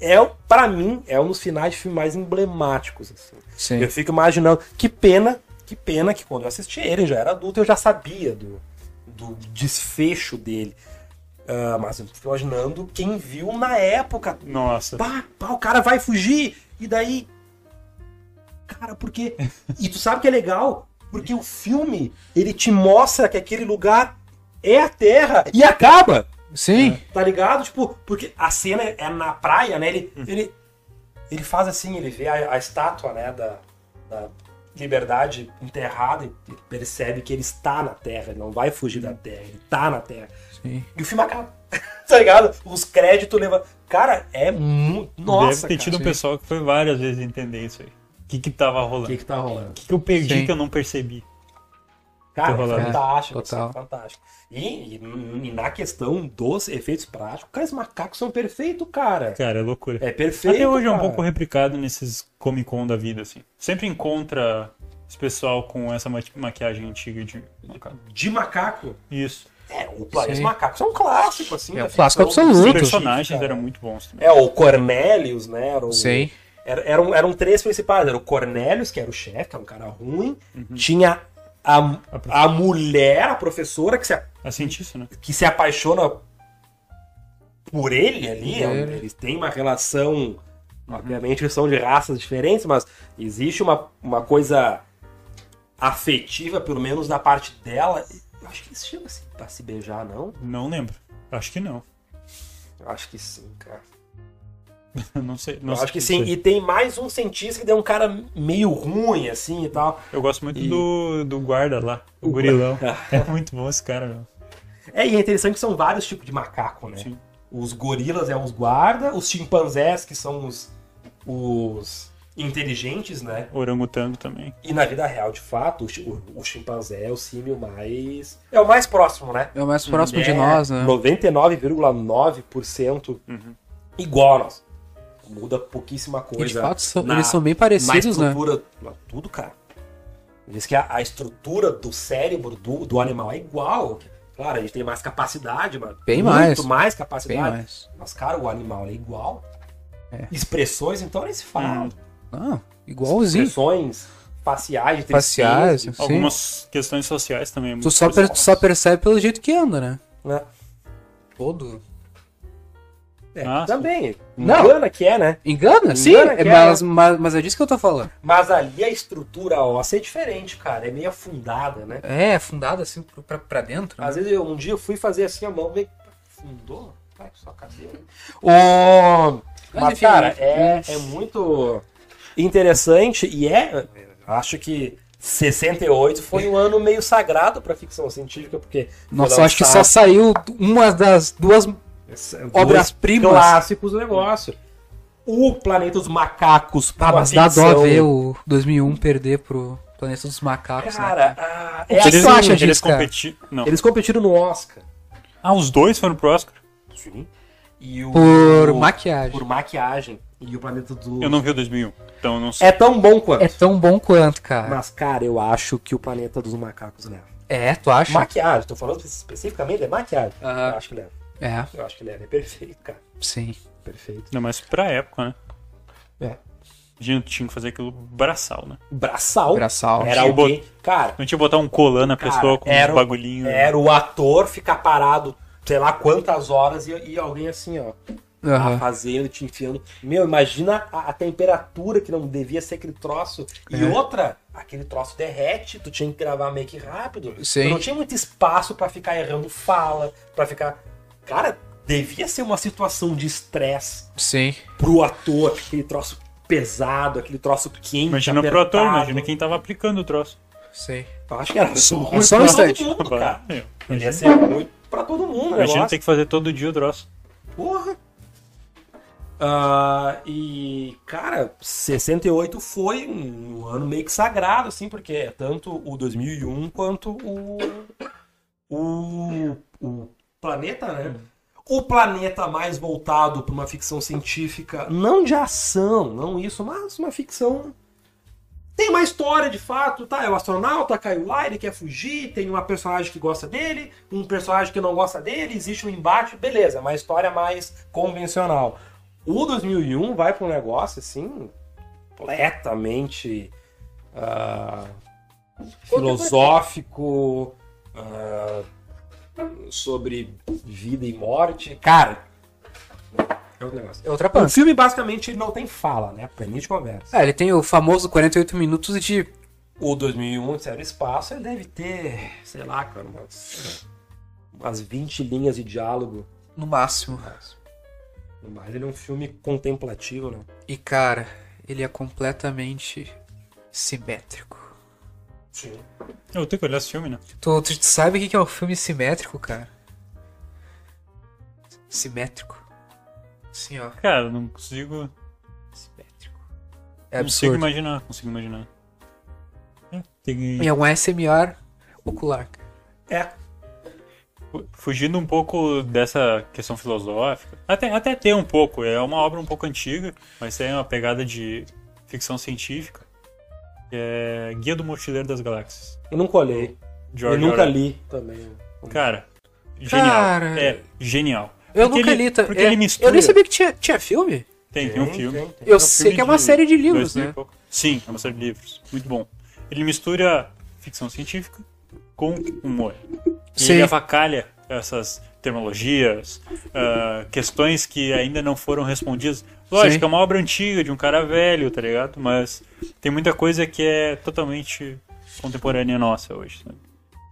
É, o- pra mim, é um dos finais de filme mais emblemáticos, assim. Sim. Eu fico imaginando. Que pena, que pena que quando eu assisti ele, já era adulto, eu já sabia do, do desfecho dele. Ah, mas eu fico imaginando quem viu na época. Nossa. Pá, pá, o cara vai fugir! E daí. Cara, porque. E tu sabe que é legal? Porque o filme, ele te mostra que aquele lugar é a Terra e acaba! Sim. Tá ligado? Tipo, porque a cena é na praia, né? Ele, Uhum. ele, ele faz assim, ele vê a, a estátua, né, da, da liberdade enterrada e ele percebe que ele está na terra, ele não vai fugir da terra, ele tá na terra. Sim. E o filme acaba. tá ligado? Os créditos levam. Cara, é muito. Nossa, Deve cara. ter tido sim. um pessoal que foi várias vezes entender isso aí. O que que tava rolando? O que, tá rolando? que eu perdi Sim. que eu não percebi? Cara, Tá é rolando. fantástico, Total. assim, fantástico. E, e- e na questão dos efeitos práticos, cara, os macacos são perfeitos, cara. Cara, é loucura. É perfeito. Até hoje é um cara. pouco replicado nesses Comic Con da vida, assim. Sempre encontra esse pessoal com essa ma- maquiagem antiga de macaco. De macaco. Isso. É, o Planeta dos Sim. Macacos é um clássico, assim. É da um clássico ficção absoluto. Os Outro. personagens científica. eram muito bons também. É, o Cornelius, né? Era o- Sim. era- eram, eram três principais. Era o Cornelius, que era o chefe, que era um cara ruim. Tinha a, a mulher, a professora, que se, a- A cientista, né? que se apaixona por ele ali. Por é um- ele. Eles têm uma relação Obviamente eles são de raças diferentes, mas existe uma, uma coisa afetiva, pelo menos na parte dela. Eu acho que isso chega assim, pra se beijar, não? Não lembro. Acho que não. Eu acho que sim, cara. não sei. Não Eu sei é. acho que dizer. sim. E tem mais um cientista que deu um cara meio ruim, assim e tal. Eu gosto muito E- do, do guarda lá, o gorilão. É muito bom esse cara, meu. É, e é interessante que são vários tipos de macaco, né? Sim. Os gorilas é os guarda, os chimpanzés, que são os, os inteligentes, né? Orangotango também. E na vida real, de fato, o, chi- o- o chimpanzé é o símio mais. É o mais próximo, né? É o mais próximo de É, nós, né? 99,9% igual a nós. Muda pouquíssima coisa. Uhum. E de fato são- na- eles são bem na parecidos, né? estrutura. na- Tudo, cara. Diz que a, a estrutura do cérebro do, do animal é igual. Claro, a gente tem mais capacidade, mas Bem muito mais. mais Bem capacidade. mais. Mas, cara, o animal é igual. É. Expressões, então, nem se fala. Ah, igualzinho. Expressões faciais, de Faciais, tristeza, sim. Algumas questões sociais também. é Tu muito só, per- presente. tu só percebe pelo jeito que anda, né? né? Todo. É, Ah, sim. também. Não. Engana que é, né? Engana, sim. Engana é, que mas, mas, mas é disso que eu tô falando. Mas ali a estrutura óssea é diferente, cara. É meio afundada, né? É, afundado assim pro- pra, pra dentro. né? Às vezes, eu, um dia eu fui fazer assim a mão, meio que afundou. Vai que só cabelo. Mas, Mas, enfim, cara, né? é, é muito interessante e é... Acho que 68 foi um ano meio sagrado pra ficção científica, porque... Nossa, eu ela acho que tá- só saiu uma das duas Essa- obras-primas. é, clássicos do negócio. O Planeta dos Macacos. Ah, uma mas dá dó ficção- ver o 2001 perder pro Planeta dos Macacos, né? Cara, ah, é que assim, tu acha eles disso, cara? competi- Não. eles competiram no Oscar. Ah, os dois foram pro Oscar? Sim. E o, Por o- maquiagem. Por maquiagem. E o Planeta do... Eu não vi o 2001, então eu não sei. É tão bom quanto. É tão bom quanto, cara. Mas, cara, eu acho que o Planeta dos Macacos leva. É, tu acha? Maquiagem, tô falando especificamente é maquiagem. Aham. Eu acho que leva. É, Eu acho que leva. É perfeito, cara. sim. Perfeito. Ainda mais pra época, né? É. Gente, tinha que fazer aquilo braçal, né? Braçal. Tipo Braçal. Era alguém... Cara, Não tinha que botar um colã na pessoa Cara, com era um o- bagulhinho. era o ator ficar parado sei lá quantas horas e, e alguém assim, ó. Aham. fazendo, te enfiando. Meu, imagina a, a temperatura que não devia ser aquele troço. E É. outra, aquele troço derrete, tu tinha que gravar meio que rápido. Sim. Tu não tinha muito espaço pra ficar errando fala, pra ficar. Cara, devia ser uma situação de estresse Sim. pro ator, aquele troço pesado, aquele troço quente. Imagina pro apertado. ator, imagina quem tava aplicando o troço. Sim. Eu acho que era só, só um pra instante. todo mundo, cara. Vai, meu. Devia ser um muito pra todo mundo, né? Imagina ter que fazer todo dia o troço. Porra! Ah, e, cara, 68 foi um, um ano meio que sagrado, assim, porque é tanto o 2001 quanto o. O, o planeta, né? O planeta mais voltado para uma ficção científica, não de ação, não isso, mas uma ficção. Tem uma história de fato, tá? É o astronauta, cai o ar, ele quer fugir, tem uma personagem que gosta dele, um personagem que não gosta dele, existe um embate, beleza, é uma história mais convencional. O 2001 vai para um negócio assim, completamente ah, filosófico, ah, sobre vida e morte. Cara, é outro negócio. É outra O pança. filme basicamente ele não tem fala, né? Apenas de conversa. É, ele tem o famoso 48 minutos de. O 2001 Zero um Espaço ele deve ter, sei lá, cara, umas, umas 20 linhas de diálogo. No máximo. É. Mas ele é um filme contemplativo, né? E, cara, ele é completamente simétrico. Sim. Eu tenho que olhar esse filme, né? Tu, tu sabe o que que é o filme simétrico, cara? Simétrico. Assim, ó. Cara, não consigo. É Simétrico. É não consigo absurdo. imaginar, consigo imaginar. É, tem que- E é um SMR ocular. É. fu- Fugindo um pouco dessa questão filosófica. Até, até tem um pouco, é uma obra um pouco antiga, mas tem uma pegada de ficção científica. É Guia do Mochileiro das Galáxias. Eu nunca olhei. George eu nunca Orwell. li também. Cara, genial. Cara. É, genial. Eu Porque nunca ele- li. tá- Porque é, ele mistura. Eu nem sabia que tinha, tinha filme. Tem, tem um filme. tem, tem. Eu um sei filme que é uma série de livros, dois mil e né? pouco. Sim, é uma série de livros. Muito bom. Ele mistura ficção científica com humor. E Sim. ele avacalha essas terminologias, ah, questões que ainda não foram respondidas. Lógico, Sim. é uma obra antiga de um cara velho, tá ligado? Mas tem muita coisa que é totalmente contemporânea nossa hoje. sabe?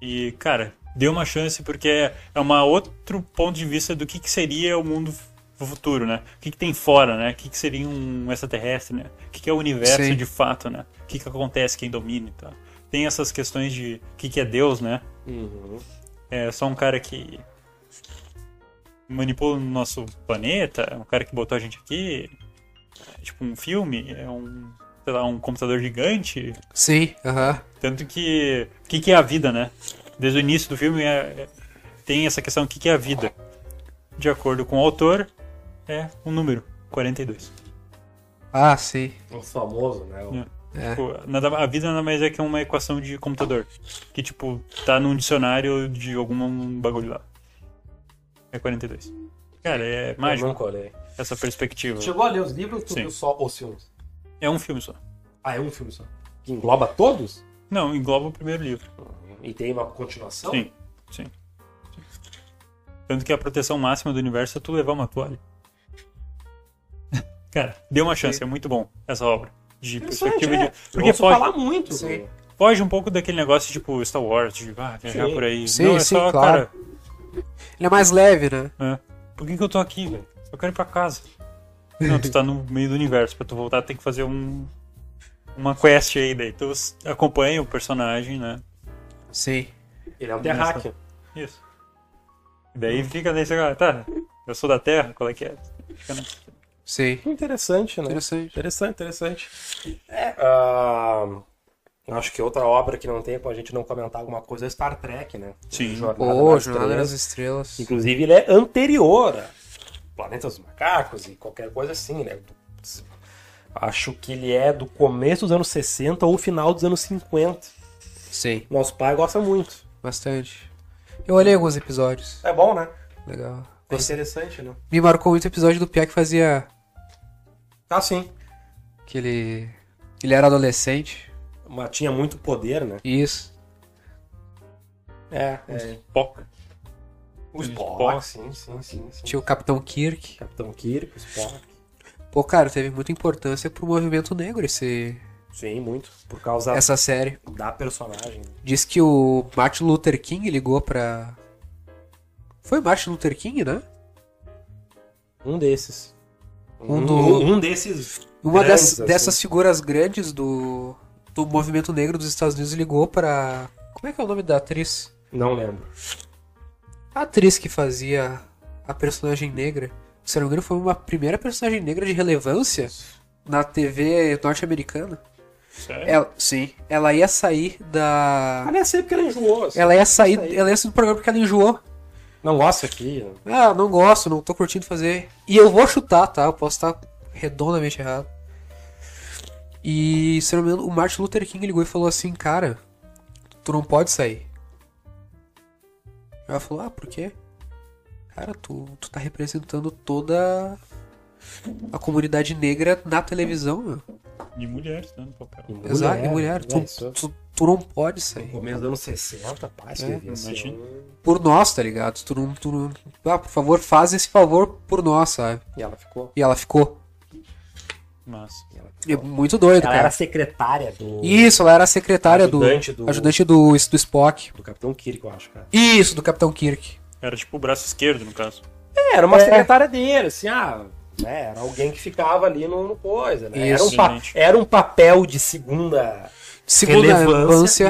E, cara, dê uma chance porque é uma outro ponto de vista do que, que seria o mundo do futuro, né? O que, que tem fora, né? O que, que seria um extraterrestre, né? O que, que é o universo Sim. de fato, né? O que, que acontece, quem domina e tal. Tem essas questões de o que, que é Deus, né? Uhum. É só um cara que manipula o nosso planeta, é um cara que botou a gente aqui. É tipo um filme, é um, sei lá, um computador gigante. Sim, aham. Tanto que. O que, que é a vida, né? Desde o início do filme é- é- tem essa questão: o que, que é a vida? De acordo com o autor, é um número: 42. Ah, sim. O famoso, né? O- É. Tipo, nada- a vida nada mais é que uma equação de computador. Que, tipo, tá num dicionário de algum bagulho lá. É 42. Cara, é Eu mágico nunca olhei. essa perspectiva. Chegou a ler os livros, tu Sim. viu só os filmes? É um filme só. Ah, é um filme só. Que engloba todos? Não, engloba o primeiro livro. E tem uma continuação? Sim, sim. Tanto que a proteção máxima do universo é tu levar uma toalha. Cara, dê uma chance, é muito bom essa obra. De Interessante, perspectiva é. de. Eu Porque ouço foge, falar muito. Sim. foge um pouco daquele negócio tipo Star Wars, de ah, viajar Sim. por aí. Sim, Não, é sim, só, claro. cara. Ele é mais leve, né? é, por que, que eu tô aqui, velho? Eu quero ir pra casa. Não, tu tá no meio do universo. Pra tu voltar, tem que fazer um. Uma quest aí, daí. Tu acompanha o personagem, né? Sim. Ele é um terráqueo. Isso. E daí fica nesse cara, tá, eu sou da Terra, qual é que é? Fica na- Sim. Interessante, né? Interessante. Interessante, interessante. É, ah, eu acho que outra obra que não tem pra gente não comentar alguma coisa é Star Trek, né? Sim. Pô, nas Jornada Estrelas. das Estrelas. Inclusive, ele é anterior a Planeta dos Macacos e qualquer coisa assim, né? Acho que ele é do começo dos anos 60 ou final dos anos 50. Sim. Nosso pai gosta muito. Bastante. Eu olhei alguns episódios. É bom, né? Legal. É Gostei. interessante, né? Me marcou muito o episódio do Pia que fazia. Ah, sim. que ele. ele era adolescente. Mas tinha muito poder, né? Isso. É, é. Poca. O Spock. Spock, sim, sim, sim. sim. Tinha o Capitão Kirk. Capitão Kirk, o Spock. Pô, cara, teve muita importância pro movimento negro esse, Sim, muito. Por causa essa série. da personagem. Diz que o Martin Luther King ligou pra. Foi Martin Luther King, né? Um desses. Um do- um, um desses. Uma grandes, dessas, assim. dessas figuras grandes do, do movimento negro dos Estados Unidos ligou pra. Como é que é o nome da atriz? Não lembro. A atriz que fazia a personagem negra. Se não me engano, foi uma primeira personagem negra de relevância na TV norte-americana. É? Sério? Ela- Sim. Ela ia sair da. Ah, nem sei porque ele enjoou. assim. Ela ia sair, Isso aí. ela ia sair do programa porque ela enjoou. Não gosta aqui. né? Ah, não gosto, não tô curtindo fazer. E eu vou chutar, tá? Eu posso estar redondamente errado. E, se eu não me engano, o Martin Luther King ligou e falou assim, cara, tu não pode sair. Ela falou, ah, por quê? Cara, tu, tu tá representando toda a comunidade negra na televisão, meu. De mulheres, né, no papel. E mulher, Exato, e mulher, né? tu, Isso. tu, tu não pode No sair. começo dos anos 60, pá, isso É, devia ser imagina. um- Por nós, tá ligado? Tu não, tu não... Ah, por favor, faz esse favor por nós, sabe? E ela ficou. E ela ficou. Mas. e ela É ficou. muito doido, Ela cara. era secretária do, Isso, ela era a secretária do Ajudante ajudante do- do, do, Spock. do Capitão Kirk, eu acho, cara. Isso, do Capitão Kirk. Era tipo o braço esquerdo, no caso. É, era uma É. secretária dele, assim, ah, né, era alguém que ficava ali no, no coisa, né? Era um, Isso, pa- gente. era um papel de segunda. Relevância, Segunda Ah, é.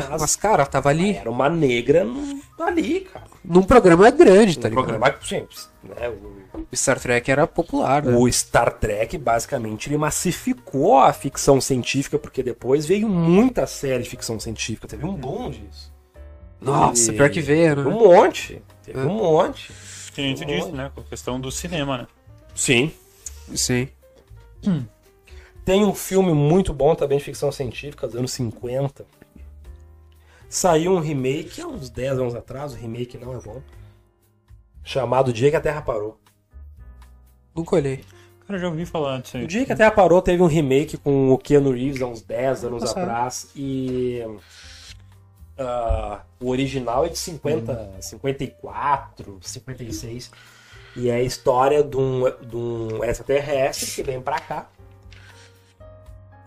relevância, mas- mas... cara, tava ali Era uma negra no- ali, cara. num programa grande, tá Um ligado? programa simples, né? O, Star Trek era popular, né? O Star Trek, basicamente, ele massificou a ficção científica, porque depois veio muita série de ficção científica. Teve um boom disso. Nossa, E- pior que veio, Um né? monte. Teve É. um monte. Que nem tu disse, né? Com a questão do cinema, né? Sim. Sim. Tem um filme muito bom também de ficção científica, dos anos 50. Saiu um remake há uns 10 anos atrás, o remake não é bom. Chamado O Dia que a Terra Parou. Nunca olhei. Cara, eu já ouvi falar disso aí. O Dia que a Terra Parou teve um remake com o Keanu Reeves há uns 10 anos Passado. atrás e. ah, ah, o original é de 50, 54, 56. E é a história de um, de um extraterrestre que vem pra cá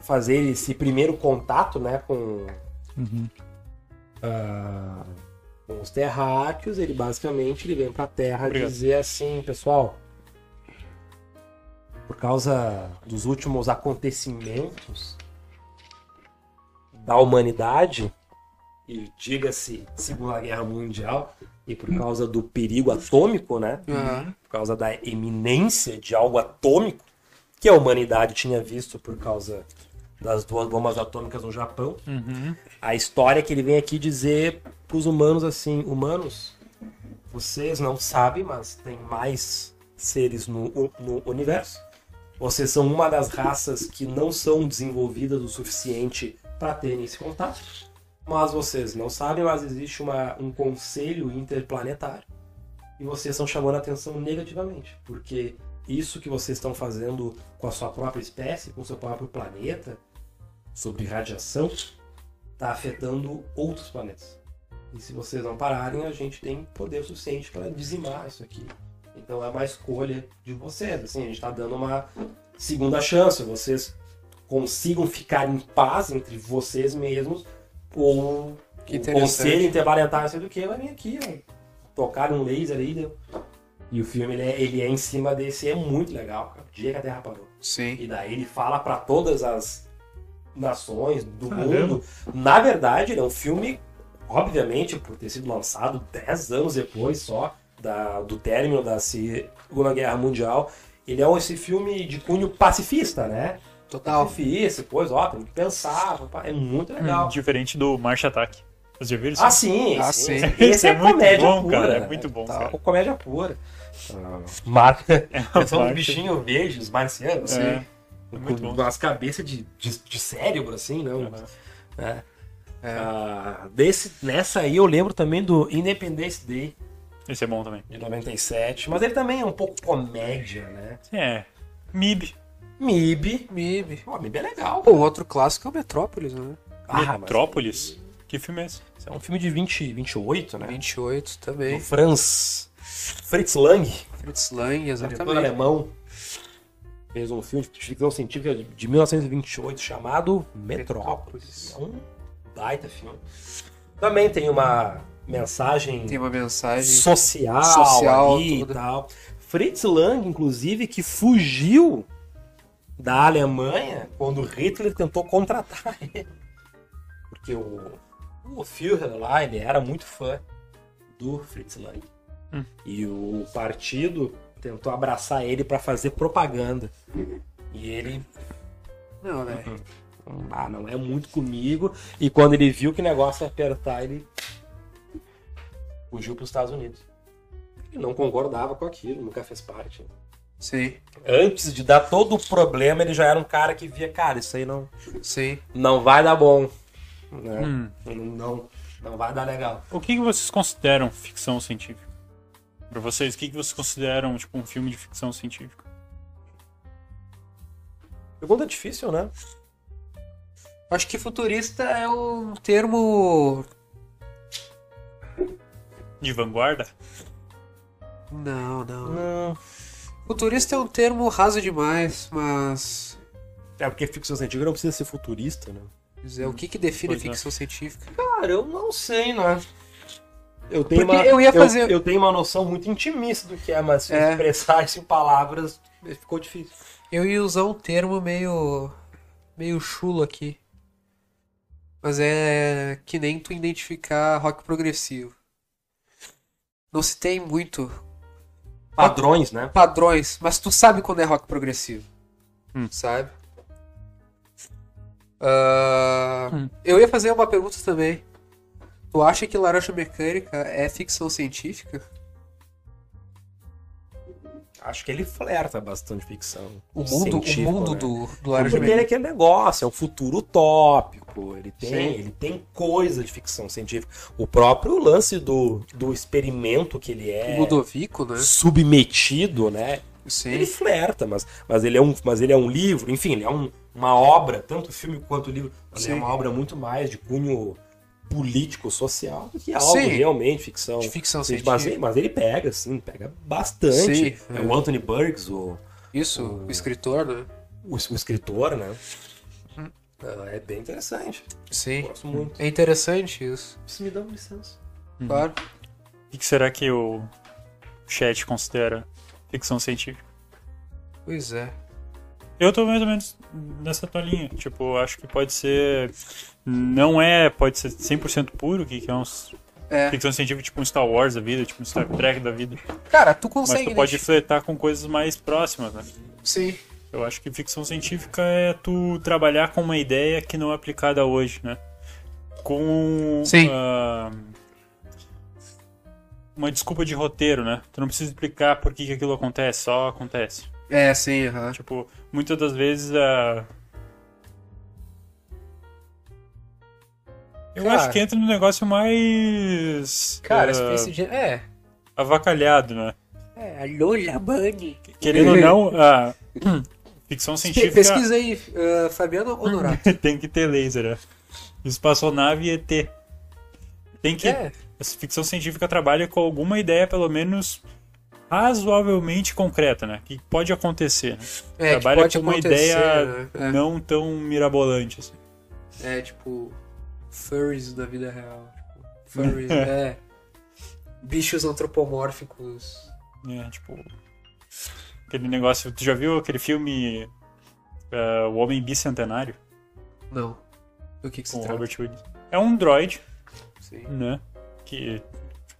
fazer esse primeiro contato né, com, ah, com os terráqueos. Ele basicamente ele vem pra Terra Obrigado. dizer assim, pessoal, por causa dos últimos acontecimentos da humanidade, e diga-se Segunda Guerra Mundial, e por causa do perigo atômico, né? Aham. por causa da eminência de algo atômico que a humanidade tinha visto por causa das duas bombas atômicas no Japão. Uhum. A história que ele vem aqui dizer para os humanos assim, humanos, vocês não sabem, mas tem mais seres no, no universo. Vocês são uma das raças que não são desenvolvidas o suficiente para terem esse contato. Mas vocês não sabem, mas existe uma, um conselho interplanetário e vocês estão chamando a atenção negativamente, porque isso que vocês estão fazendo com a sua própria espécie, com o seu próprio planeta, sobre radiação, está afetando outros planetas. E se vocês não pararem, a gente tem poder suficiente para dizimar isso aqui. Então é uma escolha de vocês. Assim, a gente está dando uma segunda chance. Vocês consigam ficar em paz entre vocês mesmos ou Que o interessante. conselho interplanetário, não sei do que, vai vir aqui, ó tocar um laser aí, deu. E o filme, ele é, ele é em cima desse, é muito legal, cara. O dia que a Terra parou. Sim. E daí ele fala pra todas as nações do Caramba. mundo. Na verdade, ele é um filme, obviamente, por ter sido lançado 10 anos depois só da, do término da Segunda Guerra Mundial. Ele é um- esse filme de cunho pacifista, né? Total. Pacifista, pois, ó, tem que pensar, papá. é muito Hum. legal. Diferente do Marcha Ataque. Vocês já viram isso? Ah, sim, Ah, sim. sim. Esse é, comédia muito bom, pura. cara. né? É muito bom, Tá, cara. comédia pura. Marca. São Marca. um bichinho verde, os marcianos, É. assim, com muito bom. É. umas cabeças de, de, de cérebro, assim, né? Um- né? É. Ah, desse, nessa aí eu lembro também do Independence Day, Esse é bom também. de 97. Mas ele também é um pouco comédia, né? É. MIB. MIB. Mib. Ó, MIB é legal. Pô, o outro clássico é o Metrópolis, né? Ah, mas Metrópolis. Que filme é esse? é um filme de 20, 28, né? 28 Do também. Franz Fritz Lang, Fritz Lang, diretor exatamente. alemão, fez um filme de ficção científica de 1928 chamado Metrópolis. É um baita filme. Também tem uma mensagem Tem uma mensagem. social, social, ali tudo. e tal. Fritz Lang, inclusive, que fugiu da Alemanha quando Hitler tentou contratar ele. Porque o, o Führer lá, ele era muito fã do Fritz Lang. Hum. E o partido tentou abraçar ele para fazer propaganda. E ele Não, né? ah, não é muito comigo. E quando ele viu que o negócio ia apertar, ele fugiu para os Estados Unidos. Ele não concordava com aquilo, nunca fez parte. Sim, Antes de dar todo o problema, ele já era um cara que via, cara, isso aí não, sim. não vai dar bom. né? Hum. Não, não, não vai dar legal. O que, que vocês consideram ficção científica? Pra vocês, o que, que vocês consideram tipo, um filme de ficção científica? Pergunta difícil, né? Acho que futurista é um termo. De vanguarda? Não, não. Não. Futurista é um termo raso demais, mas. É porque ficção científica não precisa ser futurista, né? Dizer, o que, que define Pois é. ficção científica? Cara, eu não sei, né? Eu tenho, Porque uma, eu ia fazer- eu, tenho uma noção muito intimista do que é, mas se É. expressar isso em palavras ficou difícil. Eu ia usar um termo meio. meio chulo aqui. Mas é que nem tu identificar rock progressivo. Não se tem muito Padrões, né? padrões, mas tu sabe quando é rock progressivo. Hum. Sabe? Ah, Hum. Eu ia fazer uma pergunta também. Tu acha que Laranja Mecânica é ficção científica? Acho que ele flerta bastante ficção. O mundo, o científica, mundo né? do, do É Laranja Porque ele é Mecânica. aquele negócio, é um futuro utópico, ele tem, Sim. ele tem coisa de ficção científica. O próprio lance do, do experimento que ele é Ludovico, né? submetido, né? Ele Sim. flerta, mas, mas, ele é um, mas ele é um livro, enfim, ele é um- uma obra, tanto filme quanto livro, mas ele é Sim. uma obra muito mais de cunho político-social do que algo Sim. realmente ficção. De ficção Assim, Sim, científica. mas, ele- mas ele pega, assim, pega bastante. Sim, é. é. O Anthony Burgess, o, Isso, o escritor, né? o, o escritor, né? Ah, é bem interessante. Sim. Gosto muito. É interessante isso. Isso me dá um uma licença. Claro. O que que será que o chat considera ficção científica? Pois é. Eu tô mais ou menos nessa tua linha. Tipo, eu acho que pode ser. Não é. Pode ser 100% puro, que que é um. É. Ficção científica, tipo um Star Wars da vida, tipo um Star Trek da vida. Cara, tu Mas consegue. tu pode identificar- flertar com coisas mais próximas, né? Sim. Eu acho que ficção científica é tu trabalhar com uma ideia que não é aplicada hoje, né? Com Sim. ah, uma desculpa de roteiro, né? Tu não precisa explicar por que, que aquilo acontece, só acontece. É, sim, aham. Tipo, muitas das vezes ah, a. Eu Cara. acho que entra no negócio mais. Cara, ah, Space Jam. É. avacalhado, né? É, a Lola Bunny. Querendo ou não, a ficção científica. Uhum. Pesquisa aí, ah, Fabiano Honorato. tem que ter laser, né? Espaçonave e ET. Tem que. É. A ficção científica trabalha com alguma ideia, pelo menos razoavelmente concreta, né? Que pode acontecer. né? É, que trabalha pode com uma acontecer, ideia né? É. não tão mirabolante. Assim. É tipo. Furries da vida real. tipo, Furries, é. Bichos antropomórficos. É, tipo. Aquele negócio. Tu já viu aquele filme ah, O Homem Bicentenário? Não. Do que, que se Com o trata? Robert Williams. É um droid, Sim. né? Que.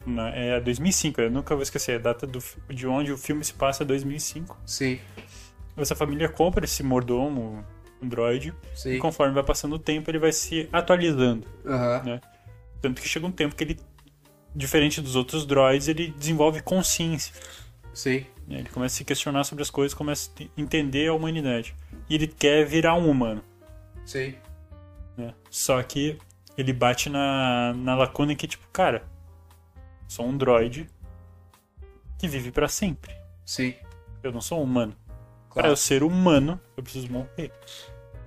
na- é 2005, eu nunca vou esquecer. A data do, fi- de onde o filme se passa é 2005. Sim, Essa família compra esse mordomo, um droid, e sim. conforme vai passando o tempo, ele vai se atualizando. Aham. né? Tanto que chega um tempo que ele, diferente dos outros droids, ele desenvolve consciência. Sim. né? Ele começa a se questionar sobre as coisas, começa a te- entender a humanidade. E ele quer virar um humano. Sim. né? Só que ele bate na, na lacuna que, tipo, cara, sou um droid que vive pra sempre. Sim. Eu não sou um humano. Para Claro. eu ser humano, eu preciso morrer.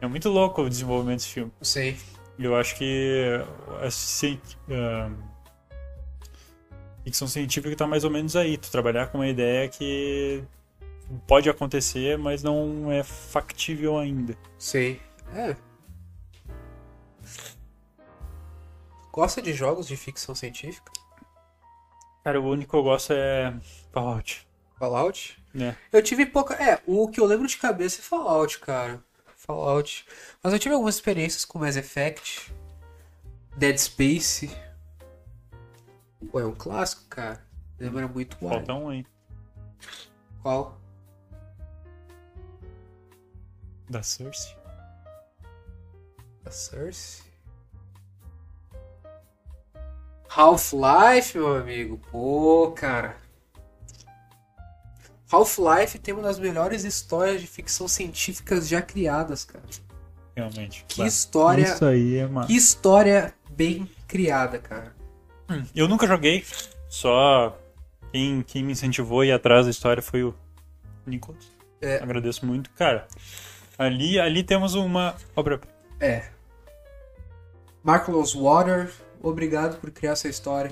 É muito louco o desenvolvimento desse filme. Sim. E Eu acho que é, a ci- a ficção científica tá mais ou menos aí. Tu trabalhar com uma ideia que pode acontecer, mas não é factível ainda. Sim. É. Gosta de jogos de ficção científica? Cara, o único que eu gosto é Fallout. Fallout? Né? Eu tive pouca. É, o que eu lembro de cabeça é Fallout, cara. Fallout. Mas eu tive algumas experiências com Mass Effect, Dead Space. Pô, é um clássico, cara. Lembra muito o Falta um aí. Qual? Da Source. A Cersei? Half-Life, meu amigo. Pô, cara. Half-Life tem uma das melhores histórias de ficção científicas já criadas, cara. Realmente. Que Bah, história. Isso aí é massa. Que história bem criada, cara. Eu nunca joguei, só quem, quem me incentivou a ir atrás da história foi o Nicolas. É. Agradeço muito. Cara, ali, ali temos uma obra. É. Marcos Water, obrigado por criar essa história.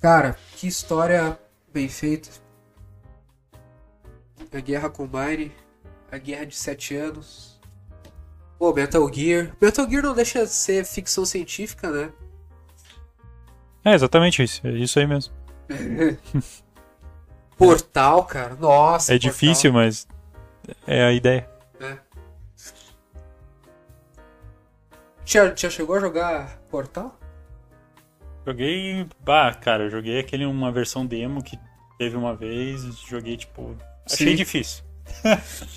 Cara, que história bem feita. A guerra com Mine, a guerra de sete anos. Pô, Metal Gear. Metal Gear não deixa de ser ficção científica, né? É, exatamente isso. É isso aí mesmo. Portal, cara. Nossa. É Portal. difícil, mas é a ideia. né? Já, já chegou a jogar Portal? Joguei. Bah, cara, eu joguei aquele uma versão demo que teve uma vez. Joguei, tipo. Achei Sim. difícil.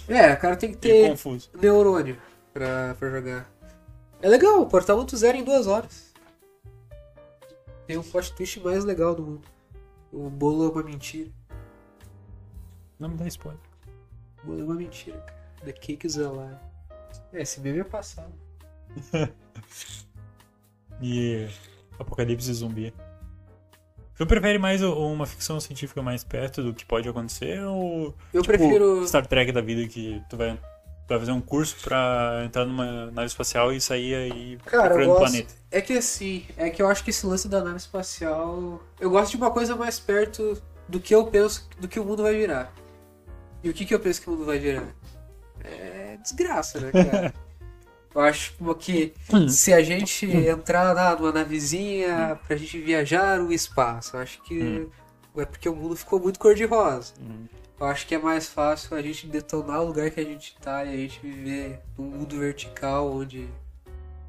É, o cara tem que Fiquei ter. confuso. neurônio pra, pra jogar. É legal, o Portal 1 zero em duas horas. Tem o plot twist mais legal do mundo. O bolo é uma mentira. Não me dá spoiler. O bolo é uma mentira, cara. The cake is a lie. É, esse meme é passado. E Apocalipse Zumbi. Tu prefere mais o- uma ficção científica mais perto do que pode acontecer ou Eu tipo, prefiro. Star Trek da vida que tu vai Pra fazer um curso pra entrar numa nave espacial e sair aí Cara, eu procurando o gosto. planeta. É que assim, é que eu acho que esse lance da nave espacial. Eu gosto de uma coisa mais perto do que eu penso do que o mundo vai virar. E o que, que eu penso que o mundo vai virar? É desgraça, né, cara? eu acho que se a gente entrar lá numa navezinha pra gente viajar o espaço, eu acho que é porque o mundo ficou muito cor-de-rosa. Eu acho que é mais fácil a gente detonar o lugar que a gente tá e a gente viver num mundo vertical onde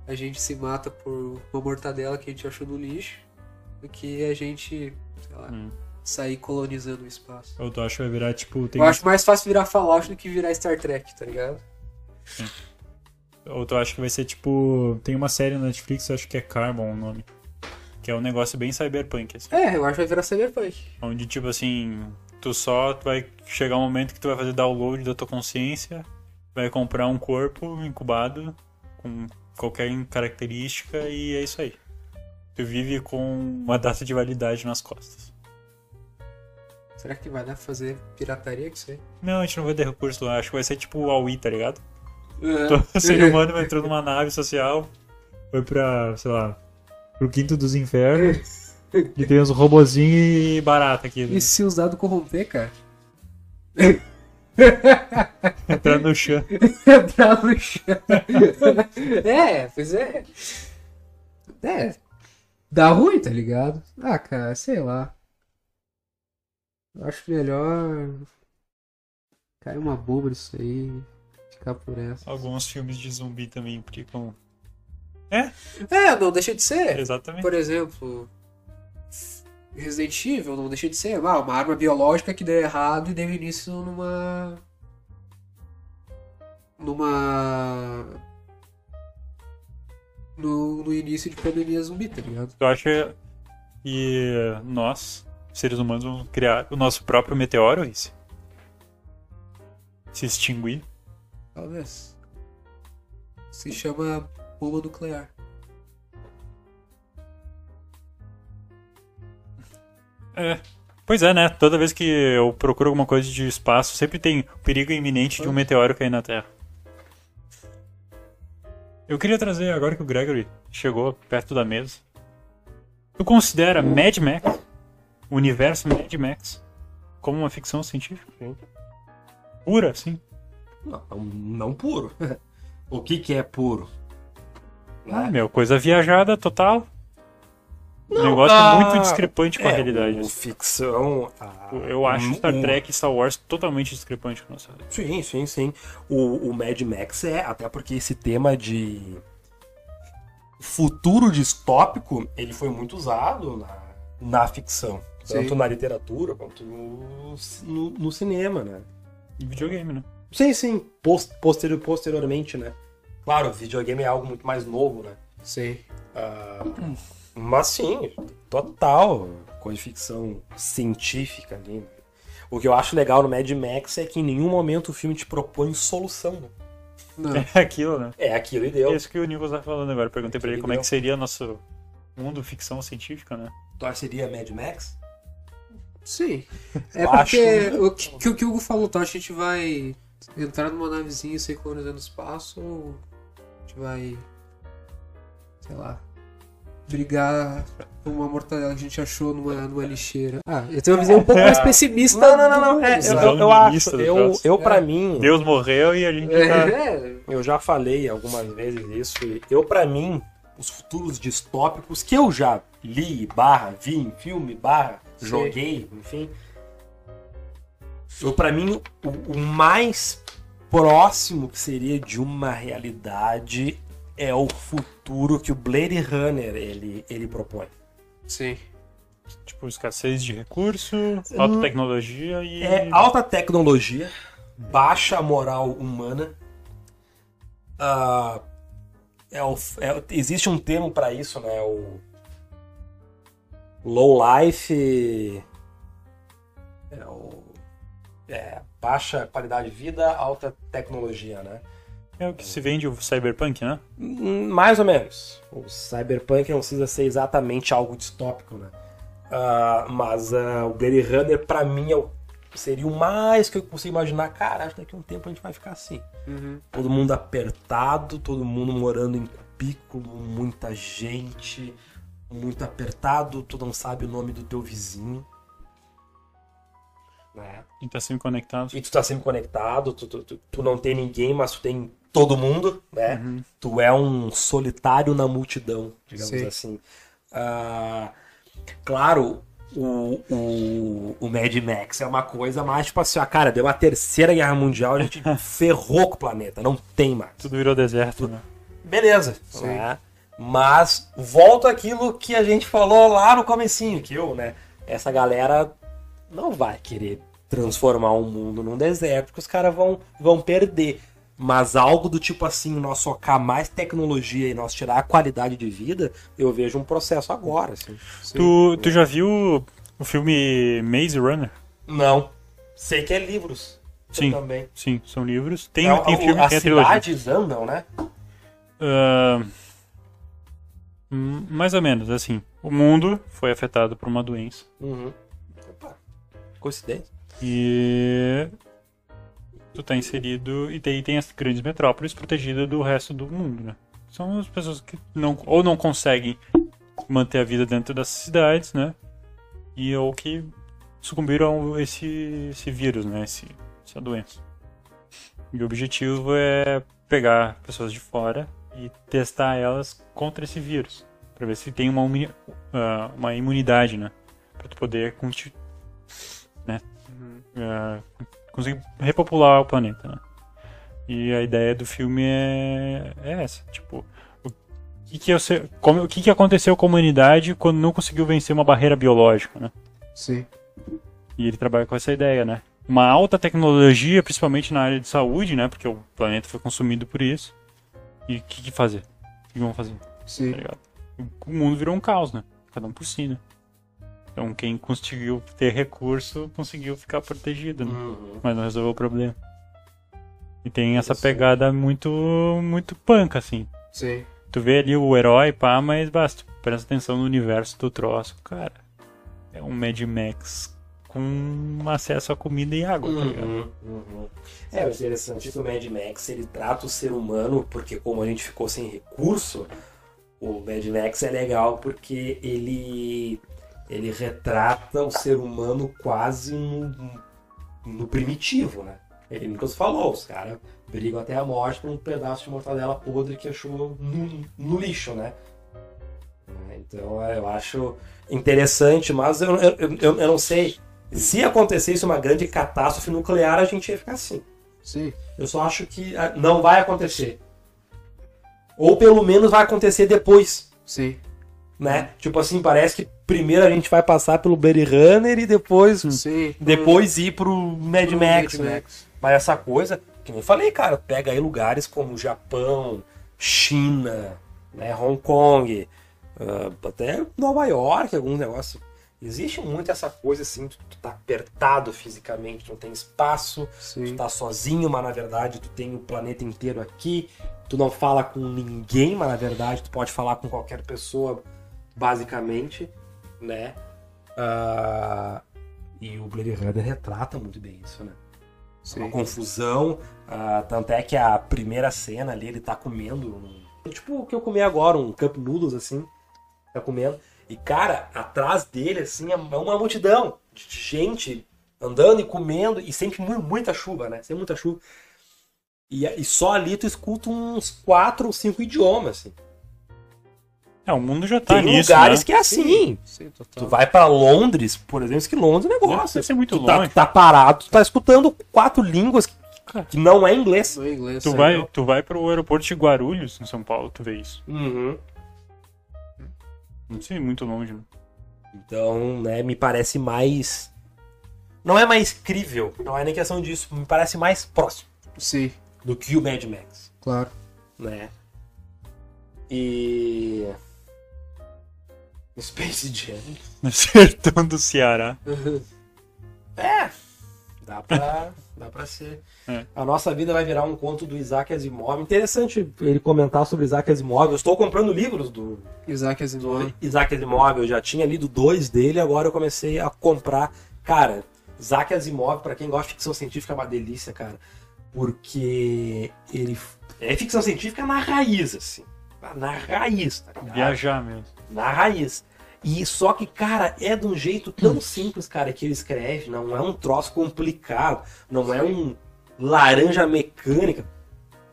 a gente se mata por uma mortadela que a gente achou no lixo do que a gente, sei lá, Hum. sair colonizando o espaço. Eu acho que vai virar, tipo, tem Eu acho mais fácil virar Fallout do que virar Star Trek, tá ligado? Ou tu acha que vai ser tipo. Tem uma série na Netflix, eu acho que é Carbon o nome. Que é um negócio bem cyberpunk, assim. É, eu acho que vai virar Cyberpunk. Onde, tipo assim, tu só tu vai chegar um momento que tu vai fazer download da tua consciência, vai comprar um corpo incubado com qualquer característica e é isso aí. Tu vive com uma data de validade nas costas. Será que vai dar pra fazer pirataria com isso aí? Não, a gente não vai ter recurso lá, acho que vai ser tipo o Aui, tá ligado? Todo ser humano vai entrando numa nave social, foi pra, sei lá, pro quinto dos infernos. E tem uns robozinhos e barata aqui. né? E se os dados corromper, cara? Entrando no chão. Entrar É, tá no chão. é, pois é. É. Dá ruim, tá ligado? Ah, cara, sei lá. Eu acho melhor. Cair uma bomba nisso aí. Ficar por essa. Alguns filmes de zumbi também implicam. É, não deixa de ser. Exatamente. Por exemplo. Resident Evil, não deixa de ser. Ah, uma arma biológica que deu errado e deu início numa. Numa. No, no início de pandemia zumbi, tá ligado? Eu acho que nós, seres humanos, vamos criar o nosso próprio meteoro, esse. Se extinguir. Talvez. Se chama bomba nuclear. É. Pois é, né? Toda vez que eu procuro alguma coisa de espaço, sempre tem o perigo iminente de um meteoro cair na Terra. Eu queria trazer, agora que o Gregory chegou perto da mesa, tu considera Hum. Mad Max, o universo Mad Max, como uma ficção científica? Sim. Pura, sim. é Não, um não puro. o que que é puro? Ah, meu, coisa viajada total. Um negócio ah, muito discrepante com a É, realidade. assim. o um, ficção. ah, a- Eu acho Star o- Trek e Star Wars totalmente discrepante com a nossa realidade. Sim, sim, sim. O, o Mad Max é, até porque esse tema de futuro distópico, ele foi muito usado na, na ficção. Tanto Sim. na literatura quanto no, ci- no, no cinema, né? E videogame, né? Sim, sim. Pos- posteri- posteriormente, né? Claro, videogame é algo muito mais novo, né? Sei. Ah, mas sim, total. Coisa de ficção científica ali. né? O que eu acho legal no Mad Max é que em nenhum momento o filme te propõe solução, né? Não. É aquilo, né? É aquilo e É deu. isso que o Nicolas tá falando agora. Perguntei pra ele como é que Entendeu? seria nosso mundo ficção científica, né? Torceria Mad Max? Sim. É Eu porque acho- um o que, que o que o Hugo falou, tu acha que a gente vai entrar numa navezinha e sair colonizando o espaço ou a gente vai, sei lá, brigar por uma mortadela que a gente achou numa, numa lixeira? Ah, eu tenho uma visão um pouco mais pessimista. Não, não, não, não. do É, eu, mundo, sabe? eu, eu acho. Eu, eu pra É. mim, Deus morreu e a gente tá. É, eu já falei algumas vezes isso. e Eu pra mim, os futuros distópicos que eu já li, barra, vi em filme, barra, Sim. joguei, enfim. Eu pra mim, o, o mais próximo que seria de uma realidade é o futuro que o Blade Runner ele, ele propõe. Sim. Tipo, escassez de recurso, alta tecnologia e. É alta tecnologia, baixa moral humana. Ah, é o- é o- existe um termo pra isso, né? O low life. É, o, é, baixa qualidade de vida, alta tecnologia, né? É o que se vende o cyberpunk, né? Hum, Mais ou menos. O cyberpunk não precisa ser exatamente algo distópico, né? Ah, mas ah, o Blade Runner, pra mim, é o seria o mais que eu consigo imaginar. Cara, acho que daqui a um tempo a gente vai ficar assim. Todo mundo apertado, todo mundo morando em cubículo, muita gente, muito apertado, tu não sabe o nome do teu vizinho. Né? E tá sempre conectado. E tu tá sempre conectado, tu, tu, tu, tu não tem ninguém, mas tu tem todo mundo, né? Tu é um solitário na multidão, digamos Sim. assim. Ah, claro, o, o, o Mad Max é uma coisa mais, tipo assim, ó, cara, deu a terceira guerra mundial, a gente ferrou com o planeta, não tem mais. Tudo virou deserto, né? Beleza. Tá. né? Mas volta aquilo que a gente falou lá no comecinho, que eu, né? Essa galera não vai querer transformar o mundo num deserto, porque os caras vão, vão perder. Mas algo do tipo assim, nós socar mais tecnologia e nós tirar a qualidade de vida, eu vejo um processo agora, assim. Tu, tu já viu o filme Maze Runner? Não. Sei que é livros. Sim. Também. Sim, são livros. Tem, É, tem o- filme, as tem a trilogia. cidades andam, né? Ah, hum, mais ou menos, assim. O mundo foi afetado por uma doença. Uhum. Opa. Coincidência. E tu tá inserido e daí tem as grandes metrópoles protegidas do resto do mundo, né? São as pessoas que não ou não conseguem manter a vida dentro das cidades, né? E ou que sucumbiram a esse esse vírus, né, esse, essa doença. E o objetivo é pegar pessoas de fora e testar elas contra esse vírus, Pra ver se tem uma uni- ah, uma imunidade, né, Pra tu poder conti- é, conseguir repopular o planeta, né? E a ideia do filme é, é essa, tipo, o que que, eu sei- como- o que que aconteceu com a humanidade quando não conseguiu vencer uma barreira biológica, né? Sim. E ele trabalha com essa ideia, né? Uma alta tecnologia, principalmente na área de saúde, né? Porque o planeta foi consumido por isso. E o que, que fazer? O que vão fazer? Sim. tá ligado? O mundo virou um caos, né? Cada um por si, né? Então quem conseguiu ter recurso conseguiu ficar protegido, né? Uhum. Mas não resolveu o problema. E tem essa pegada muito muito punk, assim. Sim. Tu vê ali o herói, pá, mas basta. Presta atenção no universo do troço, cara. É um Mad Max com acesso a comida e água, tá ligado? Uhum, uhum. É, o interessante do Mad Max, ele trata o ser humano, porque como a gente ficou sem recurso, o Mad Max é legal porque ele ele retrata o ser humano quase no, no primitivo, né? Ele Nicolas falou, os caras brigam até a morte por um pedaço de mortadela podre que achou no, no lixo, né? Então eu acho interessante, mas eu, eu, eu, eu não sei. Se acontecesse uma grande catástrofe nuclear, a gente ia ficar assim. Sim. Eu só acho que ah, não vai acontecer. Ou pelo menos vai acontecer depois, Sim. né? Tipo assim, parece que primeiro a gente vai passar pelo Berry Runner e depois Sim. depois ir pro Mad Pro Hum. Max, Mad né? Max. Mas essa coisa, que nem eu falei, cara, pega aí lugares como Japão, China, né, Hong Kong, ah, até Nova York, alguns negócios. Existe muito essa coisa assim, tu, tu tá apertado fisicamente, tu não tem espaço, tu Sim. tá sozinho, mas na verdade tu tem o planeta inteiro aqui, tu não fala com ninguém, mas na verdade tu pode falar com qualquer pessoa, basicamente, né? Ah, e o Blade Runner retrata muito bem isso, né? uma Sim. confusão. ah, tanto é que a primeira cena ali, ele tá comendo. um- tipo o que eu comi agora, um Cup Noodles, assim. Tá comendo. E, cara, atrás dele, assim, é uma multidão de de gente andando e comendo. E sempre mu- muita chuva, né? Sempre muita chuva. E, e só ali tu escuta uns quatro ou cinco idiomas, assim. É, o mundo já tá Tem nisso, lugares né? que é assim. Sim, total. Tu vai pra Londres, por exemplo, que Londres é um negócio. Deve ser muito Tu tá, longe. tu tá parado, tu tá escutando quatro línguas que, que não é inglês. No inglês. Tu sei vai, não. tu vai pro aeroporto de Guarulhos, em São Paulo, tu vê isso. Uhum. Não sei, muito longe, né? Então, né, me parece mais. Não é mais crível, não é nem questão disso, me parece mais próximo Sim, do que o Mad Max, claro. né? E. Space Jam. No sertão do Ceará. É! Dá pra, dá pra ser. É. A nossa vida vai virar um conto do Isaac Asimov. Interessante ele comentar sobre Isaac Asimov. Eu estou comprando livros do, Isaac Asimov. do Isaac Asimov, eu já tinha lido dois dele, agora eu comecei a comprar. Cara, Isaac Asimov, pra quem gosta de ficção científica, é uma delícia, cara. Porque ele f- é ficção científica na raiz, assim. Na raiz, tá ligado? Viajar mesmo. na raiz. E só que, cara, é de um jeito tão simples, cara, que ele escreve. Não é um troço complicado. Não é um laranja mecânica.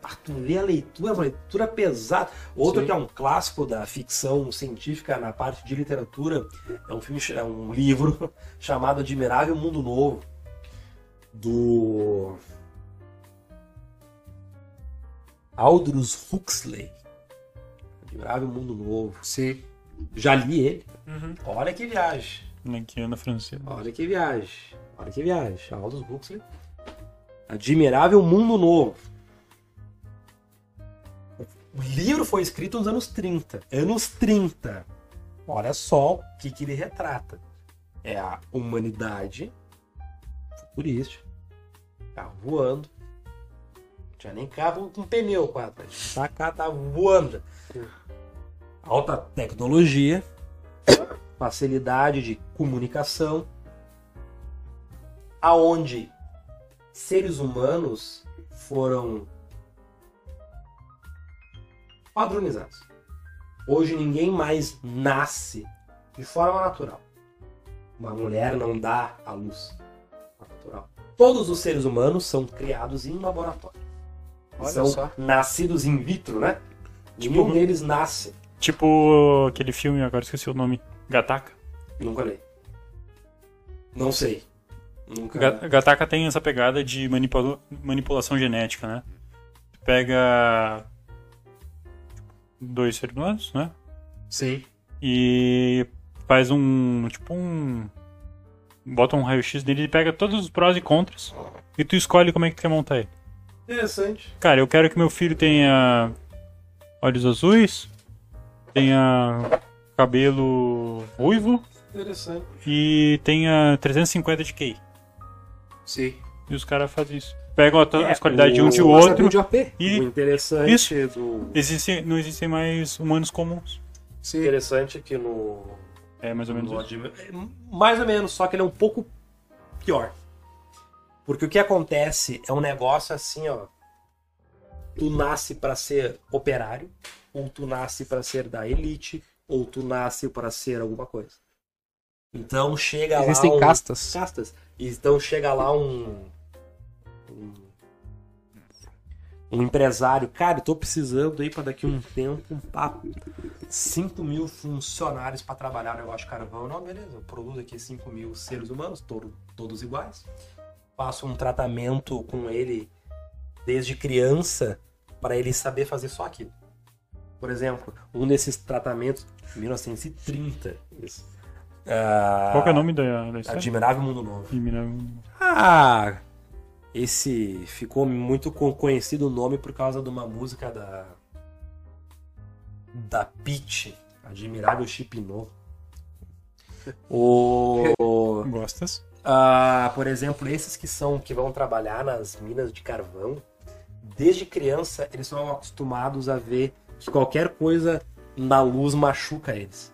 Ah, tu lê a leitura, é uma leitura pesada. Outro Sim. que é um clássico da ficção científica na parte de literatura é um filme, é um livro chamado Admirável Mundo Novo do Aldous Huxley. Admirável Mundo Novo. Sim. Já li ele. Uhum. Olha que viagem. Aqui Ana Francesa. Olha que viagem. Olha que viagem. Aldous Huxley. Admirável Mundo Novo. O livro foi escrito nos anos 30. Anos 30. Olha só o que, que ele retrata. É a humanidade futurista. Carro voando. Não tinha nem carro com pneu quase. Tá cá, tá voando. Alta tecnologia facilidade de comunicação, aonde seres humanos foram padronizados. Hoje ninguém mais nasce de forma natural. Uma mulher não dá à luz de forma natural. Todos os seres humanos são criados em laboratório. Olha são só. Uhum. nascidos in vitro, né? Tipo- Nenhum deles nasce. Tipo aquele filme, agora esqueci o nome. Gataca. Nunca li. Não sei. Nunca. Ga- Gataca tem essa pegada de manipula- manipulação genética, né? Tu pega tipo, dois seres humanos, né? Sim. E faz um, tipo um bota um raio-x nele e pega todos os prós e contras e tu escolhe como é que tu quer montar ele. Interessante. Cara, eu quero que meu filho tenha olhos azuis, tenha cabelo ruivo Interessante. e tenha 350 de QI. Sim. E os caras fazem isso. Pegam a- É, as qualidades de um o- de Mas é outro de OP? O e interessante Isso. do. existem, não existem mais humanos comuns. Sim. Interessante que no. É mais ou menos No isso. Admi- Mais ou menos, só que ele é um pouco pior. Porque o que acontece é um negócio assim, ó. Tu nasce pra ser operário, ou tu nasce pra ser da elite, ou tu nasce pra ser alguma coisa. Então chega Existem lá. um- castas. castas. Então chega lá um. Um, um empresário, cara, eu tô precisando aí pra daqui Hum. um tempo, pá, 5 mil funcionários pra trabalhar o negócio de carvão. Não, beleza, eu produzo aqui 5 mil seres humanos, todo- todos iguais. Faço um tratamento com ele desde criança pra ele saber fazer só aquilo. Por exemplo, um desses tratamentos, 1930. Isso. Ah, Qual que é o nome da, da história? Admirável Mundo Novo. Admirável. Ah, esse ficou muito co- conhecido o nome por causa de uma música da da Peach, Admirável Chip Novo. O Gostas? ah, por exemplo, esses que são que vão trabalhar nas minas de carvão, desde criança eles são acostumados a ver que qualquer coisa na luz machuca eles.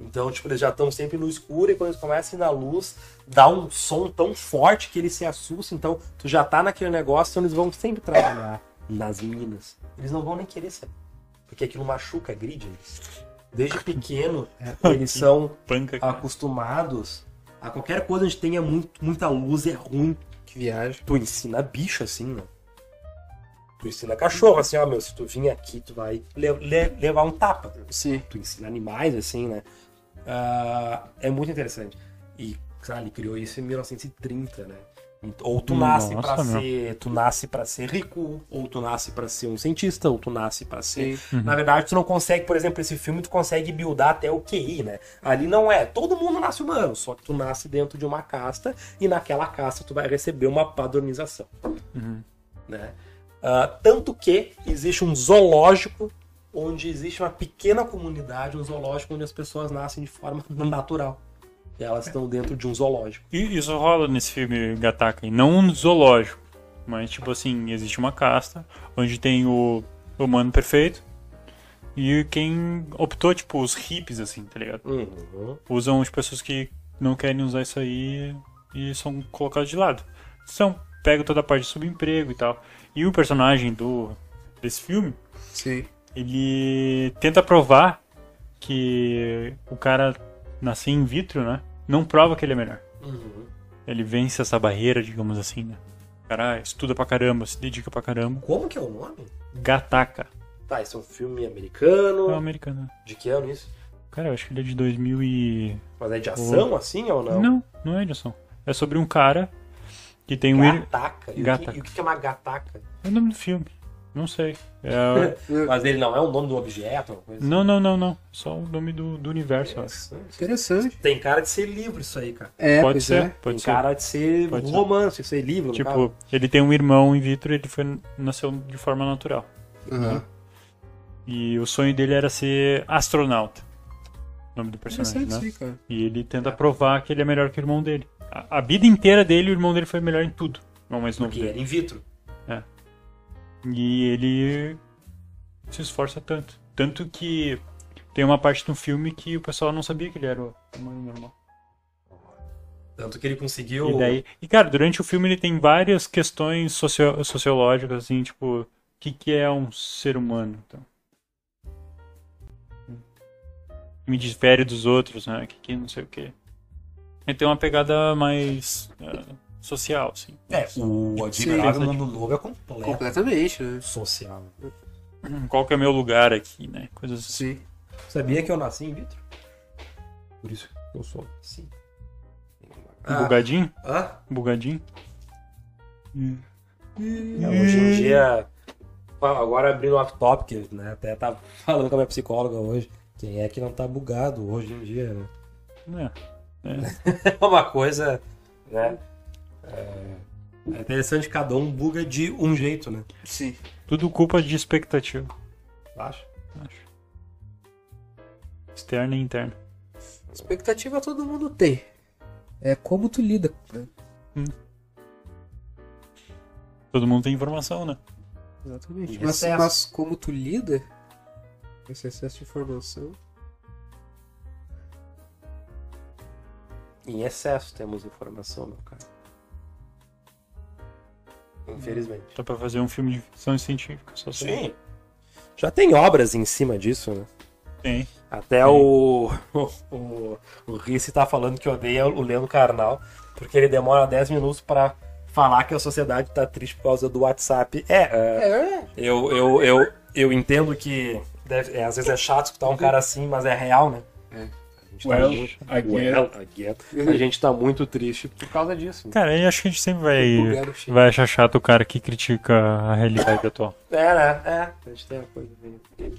Então, tipo, eles já estão sempre no escuro e quando eles começam a ir na luz, dá um som tão forte que eles se assustam. Então, tu já tá naquele negócio, então eles vão sempre trabalhar nas minas. Eles não vão nem querer saber, porque aquilo machuca, gride eles. Desde pequeno, eles são Panca. cara. acostumados a qualquer coisa onde tenha muito, muita luz é ruim. Que viagem. Tu ensina bicho assim, né? Tu ensina cachorro assim, ó, meu, se tu vir aqui, tu vai le- le- levar um tapa. Sim. Tu ensina animais assim, né? Ah, é muito interessante. E, sabe, ele criou isso em 1930, né? Ou tu nasce Nossa, pra meu. ser, tu nasce para ser rico, ou tu nasce pra ser um cientista, ou tu nasce pra ser Sim. na verdade, tu não consegue, por exemplo, esse filme, tu consegue buildar até o QI, né? Ali não é. Todo mundo nasce humano, só que tu nasce dentro de uma casta e naquela casta tu vai receber uma padronização, Uhum. né? Ah, tanto que existe um zoológico onde existe uma pequena comunidade, um zoológico onde as pessoas nascem de forma natural. E elas estão dentro de um zoológico. E isso rola nesse filme Gataca, e não um zoológico, mas tipo assim, existe uma casta onde tem o humano perfeito e quem optou, tipo, os hippies, assim, tá ligado? Uhum. Usam as pessoas que não querem usar isso aí e são colocados de lado. São, pegam toda a parte de subemprego e tal. E o personagem do desse filme, Sim. ele tenta provar que o cara nascer in vitro, né? Não prova que ele é melhor. Uhum. Ele vence essa barreira, digamos assim, né? O cara estuda pra caramba, se dedica pra caramba. Como que é o nome? Gataca. Tá, esse é um filme É um americano. americano. De que ano isso? Cara, eu acho que ele é de 2000 e... Mas é de ação assim ou não? Não, não, é Edson. É sobre um cara que tem Tá. um... ir- Gataca. E, O Gataca. que, e o que é uma gataca? É o nome do filme. Não sei. É- Mas ele não é um nome de um objeto, uma coisa assim? não, é não, não, não. Só o nome do, do universo. ó. Interessante. Interessante. Tem cara de ser livro isso aí, cara. É, pode pois ser, é. pode Tem ser. Um cara de ser um Pode ser. romance, isso aí, livro. no Tipo, caso. ele tem um irmão in vitro e ele foi, nasceu de forma natural. Aham. E o sonho dele era ser astronauta. O nome do personagem, Interessante né? isso aí, cara. E ele tenta provar que ele é melhor que o irmão dele. A, a vida inteira dele, o irmão dele foi melhor em tudo. Não mais novo porque dele. era in vitro. E ele se esforça tanto. Tanto que tem uma parte do filme que o pessoal não sabia que ele era o tamanho normal. Tanto que ele conseguiu. E daí. E cara, durante o filme ele tem várias questões socio- sociológicas, assim, tipo, o que, que é um ser humano? Então. Me difere dos outros, né? Que, que não sei o quê. Ele tem uma pegada mais ah, social, assim. É, o Admirável no Ano Novo é completo Completamente, né? social. Qual que é o meu lugar aqui, né? Coisas assim. Sim. Sabia que eu nasci in vitro? Por isso que eu sou assim. Bugadinho? Ah, Bugadinho? é, hoje em dia. Agora abrindo off topic, né? Até tava falando com a minha psicóloga hoje. Quem é que não tá bugado hoje em dia, né? É. É uma coisa, né? É, é interessante, cada um buga de um jeito, né? Sim. Tudo culpa de expectativa, Acho. acho. Externa e interna. Expectativa todo mundo tem. É como tu lida. né? Todo mundo tem informação, né? Exatamente. E Mas, excesso. mas como tu lida com esse excesso de informação? Em excesso temos informação, meu cara. Infelizmente. Dá pra fazer um filme de ficção científica, só sei. Sim. Já tem obras em cima disso, né? Tem. Até o, o, o Risse tá falando que odeia o Leandro Carnal, porque ele demora 10 minutos pra falar que a sociedade tá triste por causa do WhatsApp. É, é, É, eu, eu, eu, eu entendo que deve- é, às vezes é chato escutar um cara assim, mas é real, né? A gente tá Well, muito- again. well, again. A gente tá muito triste por causa disso. Cara, eu acho que a gente sempre vai, Bugado, cheio. vai achar chato o cara que critica a realidade atual. É, né? É, a gente tem uma coisa meio-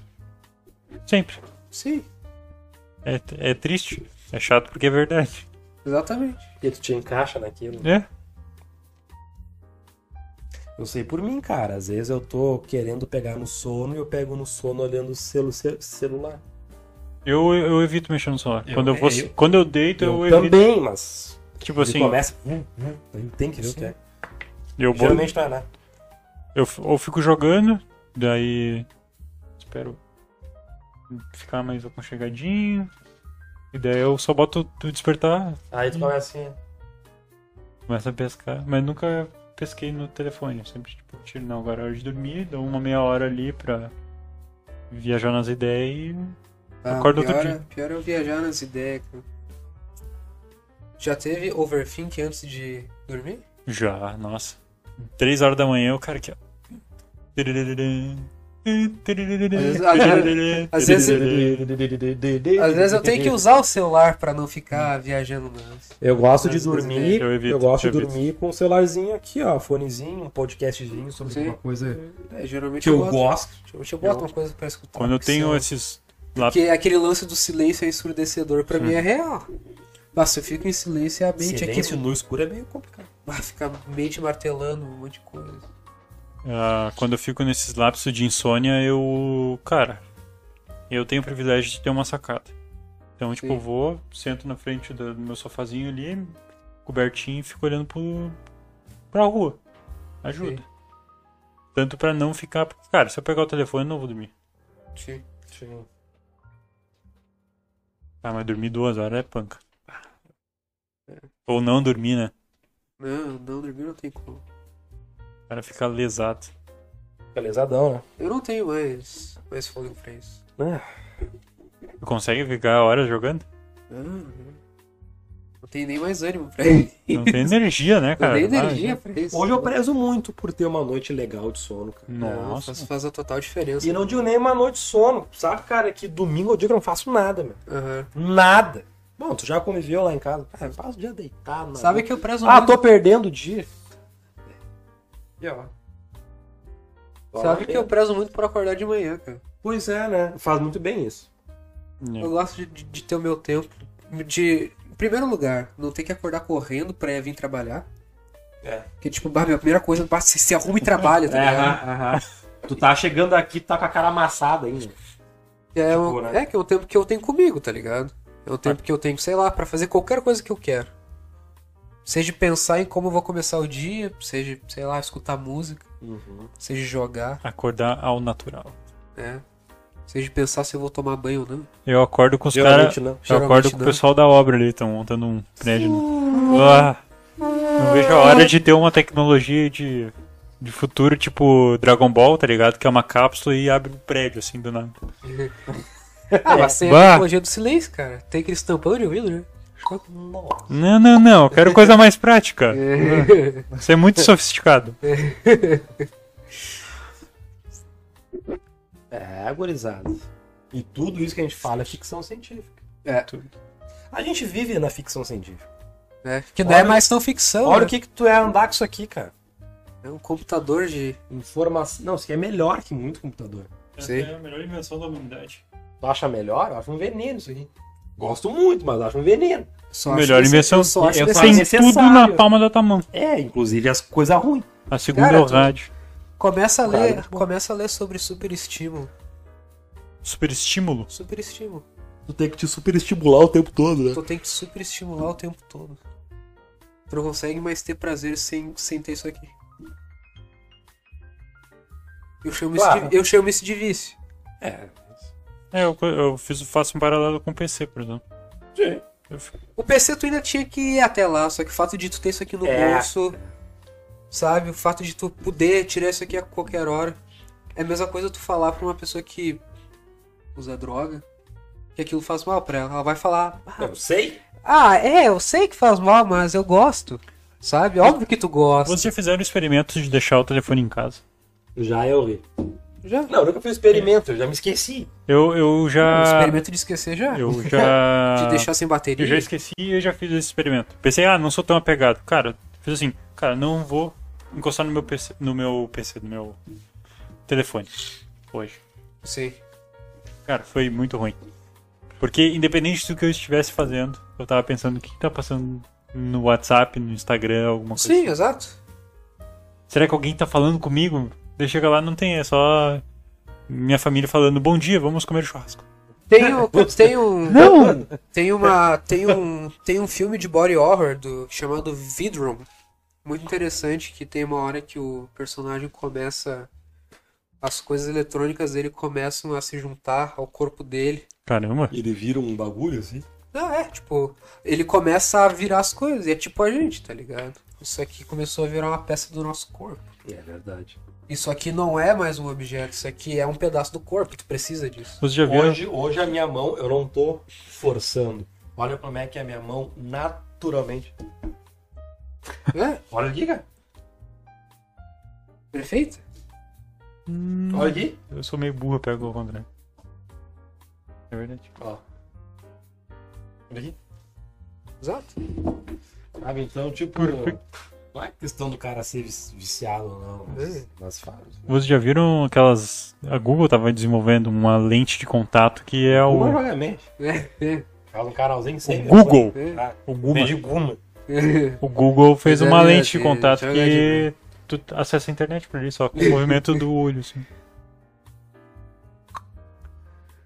Sempre. Sim, É, é triste, é chato porque é verdade. exatamente. E tu te encaixa naquilo. É? Eu sei por mim, cara. Às vezes eu tô querendo pegar no sono e eu pego no sono olhando o celu- ce- celular. Eu, eu evito mexer no celular. Eu- é, quando, eu vou, eu- quando eu deito, eu, Eu, evito. também, mas. Tipo assim, ele começa. Hum, hum, ele tem que ver o que é. eu, vou, Geralmente não é, né? eu, f- ou fico jogando, daí espero ficar mais aconchegadinho. E daí eu só boto o despertar, Aí tu Uhum. começa assim. começa a pescar, mas nunca pesquei no telefone, eu sempre tipo, tiro, não, agora é hora de dormir, dou uma meia hora ali pra viajar nas ideias e. Ah, Acorda outro pior, é- pior é eu viajar nas ideias, cara. Já teve overthink antes de dormir? Já, nossa. Três horas da manhã o cara aqui, ó. vezes- às vezes- às vezes- Às vezes eu tenho que usar o celular pra não ficar viajando nas. Eu gosto de Às vezes dormir. eu Eu, evito, gosto eu de evito. dormir com o celularzinho aqui, ó. Fonezinho, um podcastzinho sobre Sim. alguma coisa É, geralmente que eu boto, gosto. Geralmente eu boto uma coisa pra escutar. Quando eu que tenho são- esses. Lá... Porque aquele lance do silêncio é ensurdecedor pra mim é real. Nossa, eu fico em silêncio e a mente Silêncio aqui no escuro é meio complicado. vai ficar mente martelando um monte de coisa. Ah, quando eu fico nesses lapsos de insônia, eu. Cara, eu tenho o privilégio de ter uma sacada. Então, tipo, Sim. eu vou, sento na frente do do meu sofazinho ali, cobertinho, e fico olhando pro, pra rua. Ajuda. Sim. Tanto pra não ficar. porque, Cara, se eu pegar o telefone, eu não vou dormir. Sim. Ah. Ah, mas dormir duas horas é panca. Ou não dormir, né? Não, não, Underground não tem como. O cara fica lesado. Belezaadão, né? Eu não tenho mais, mais fôlego pra isso. Tu Consegue ficar horas jogando? Não, não. Uhum. Não tenho nem mais ânimo pra isso. Não tem energia, né, Não cara? tenho Ah, energia pra isso. Hoje eu prezo Prezo muito por ter uma noite legal de sono, cara. Hum. Não, Nossa. faz, faz a total diferença. E não digo nem uma noite de sono. Sabe, cara, que domingo é o dia que eu não faço nada, meu. Aham. Nada. Bom, tu já conviveu lá em casa. Ah, eu passo o dia deitado. na Sabe que eu prezo Ah, muito. tô perdendo o dia. E, ó. Sabe que eu prezo muito por acordar de manhã, cara. Pois é, né? Faz muito bem isso. É. Eu gosto de, de- de ter o meu tempo. De. Em primeiro lugar, não ter que acordar correndo pra vir trabalhar. É. Porque, tipo, bah, minha primeira coisa, bah, se, se arruma e trabalha, tá ligado? Tu tá chegando aqui, tá com a cara amassada ainda. É, Tipo, um- né? Ah. é que é o tempo que eu tenho comigo, tá ligado? É o tempo que eu tenho, sei lá, pra fazer qualquer coisa que eu quero. Seja pensar em como eu vou começar o dia, seja, sei lá, escutar música, Uhum. seja jogar, Acordar ao natural. né? Seja pensar se eu vou tomar banho ou não. Eu acordo com os caras. Geralmente não. Eu Geralmente acordo com o não. pessoal da obra ali, estão montando um prédio. no- Ah, não vejo a hora de ter uma tecnologia de, de futuro, tipo Dragon Ball, tá ligado? Que é uma cápsula e abre um prédio, assim, do nada. É. Ah, mas tem Bah. a tecnologia do silêncio, cara. Tem aquele estampão de ouvido, né? Não, não, não, eu quero coisa mais prática. Isso é muito sofisticado. É, gurizada. E tudo isso que a gente fala é ficção científica. É. A gente vive na ficção científica. né? Que não é Olha- mais tão ficção, Olha né? o que, que tu é andar com isso aqui, cara. É um computador de... Informação. Não, isso aqui é melhor que muito computador. Sim. é a melhor invenção da humanidade. Tu acha melhor? Eu acho um veneno isso aqui. Gosto muito, mas acho um veneno. Só acho Melhor que- invenção. eu só acho eu que- é só- Tem necessário. tudo na palma da tua mão. É, inclusive as coisas ruins. A segunda Cara, é o tu- rádio. Começa a Cara, ler, muito bom. começa a ler sobre superestímulo. Superestímulo. Superestímulo. Tu tem que te superestimular o tempo todo, né? Tu tem que superestimular o tempo todo. Tu não consegue mais ter prazer sem, sem ter isso aqui. Eu chamo, isso Claro. de, eu chamo isso de vício. É. É, eu, eu fiz, faço um paralelo com o PC, por exemplo. Sim. Eu fico- O PC tu ainda tinha que ir até lá, só que o fato de tu ter isso aqui no É. bolso, sabe? O fato de tu poder tirar isso aqui a qualquer hora. É a mesma coisa tu falar pra uma pessoa que usa droga, que aquilo faz mal pra ela. Ela vai falar, "Ah, Eu sei. Ah, é, eu sei que faz mal, mas eu gosto. Sabe? Óbvio que tu gosta. Vocês já fizeram o experimento de deixar o telefone em casa? Já é eu vi. Já? Não, eu nunca fiz experimento, eu já me esqueci. Eu, eu O já. experimento de esquecer já. Ah, Eu já. De deixar sem Eu já bateria. esqueci e eu já fiz esse experimento. Pensei, ah, não sou tão apegado. Cara, fiz assim, cara, não vou encostar no meu PC, no meu PC, no meu telefone hoje. Sim. Cara, foi muito ruim. Porque independente do que eu estivesse fazendo, eu tava pensando o que que tá passando no WhatsApp, no Instagram, alguma coisa. assim. Sim, exato. Será que alguém tá falando comigo? Daí chega lá, não tem, é só minha família falando bom dia, vamos comer churrasco. Tem um, tem um, Não! tem uma, tem um, tem um filme de body horror do, chamado Vidrum, muito interessante que tem uma hora que o personagem começa, as coisas eletrônicas dele começam a se juntar ao corpo dele. Caramba, Ele vira um bagulho assim? Não, é, tipo, ele começa a virar as coisas, e é tipo a gente, tá ligado? Isso aqui começou a virar uma peça do nosso corpo. É verdade. Isso aqui não é mais um objeto, isso aqui é um pedaço do corpo, tu precisa disso. vocês já viram? Hoje, hoje a minha mão, eu não tô forçando. Olha como é que é a minha mão naturalmente. É, Olha aqui, cara. perfeito? Olha aqui. Eu sou meio burro, eu pego o contrário. É verdade. Ó. Olha aqui. Exato. Sabe, então, tipo. Não é questão do cara ser vici- viciado ou não, mas, É. mas faz. Vocês já viram aquelas. A Google tava desenvolvendo uma lente de contato que é o. Provavelmente. É, é, Faz um canalzinho sem. O Google! é. Ah, O Guma. Google, de Guma. É. o Google fez Mas é uma verdade, lente de contato é que verdade, tu acessa a internet por ali só, com o movimento do olho, assim.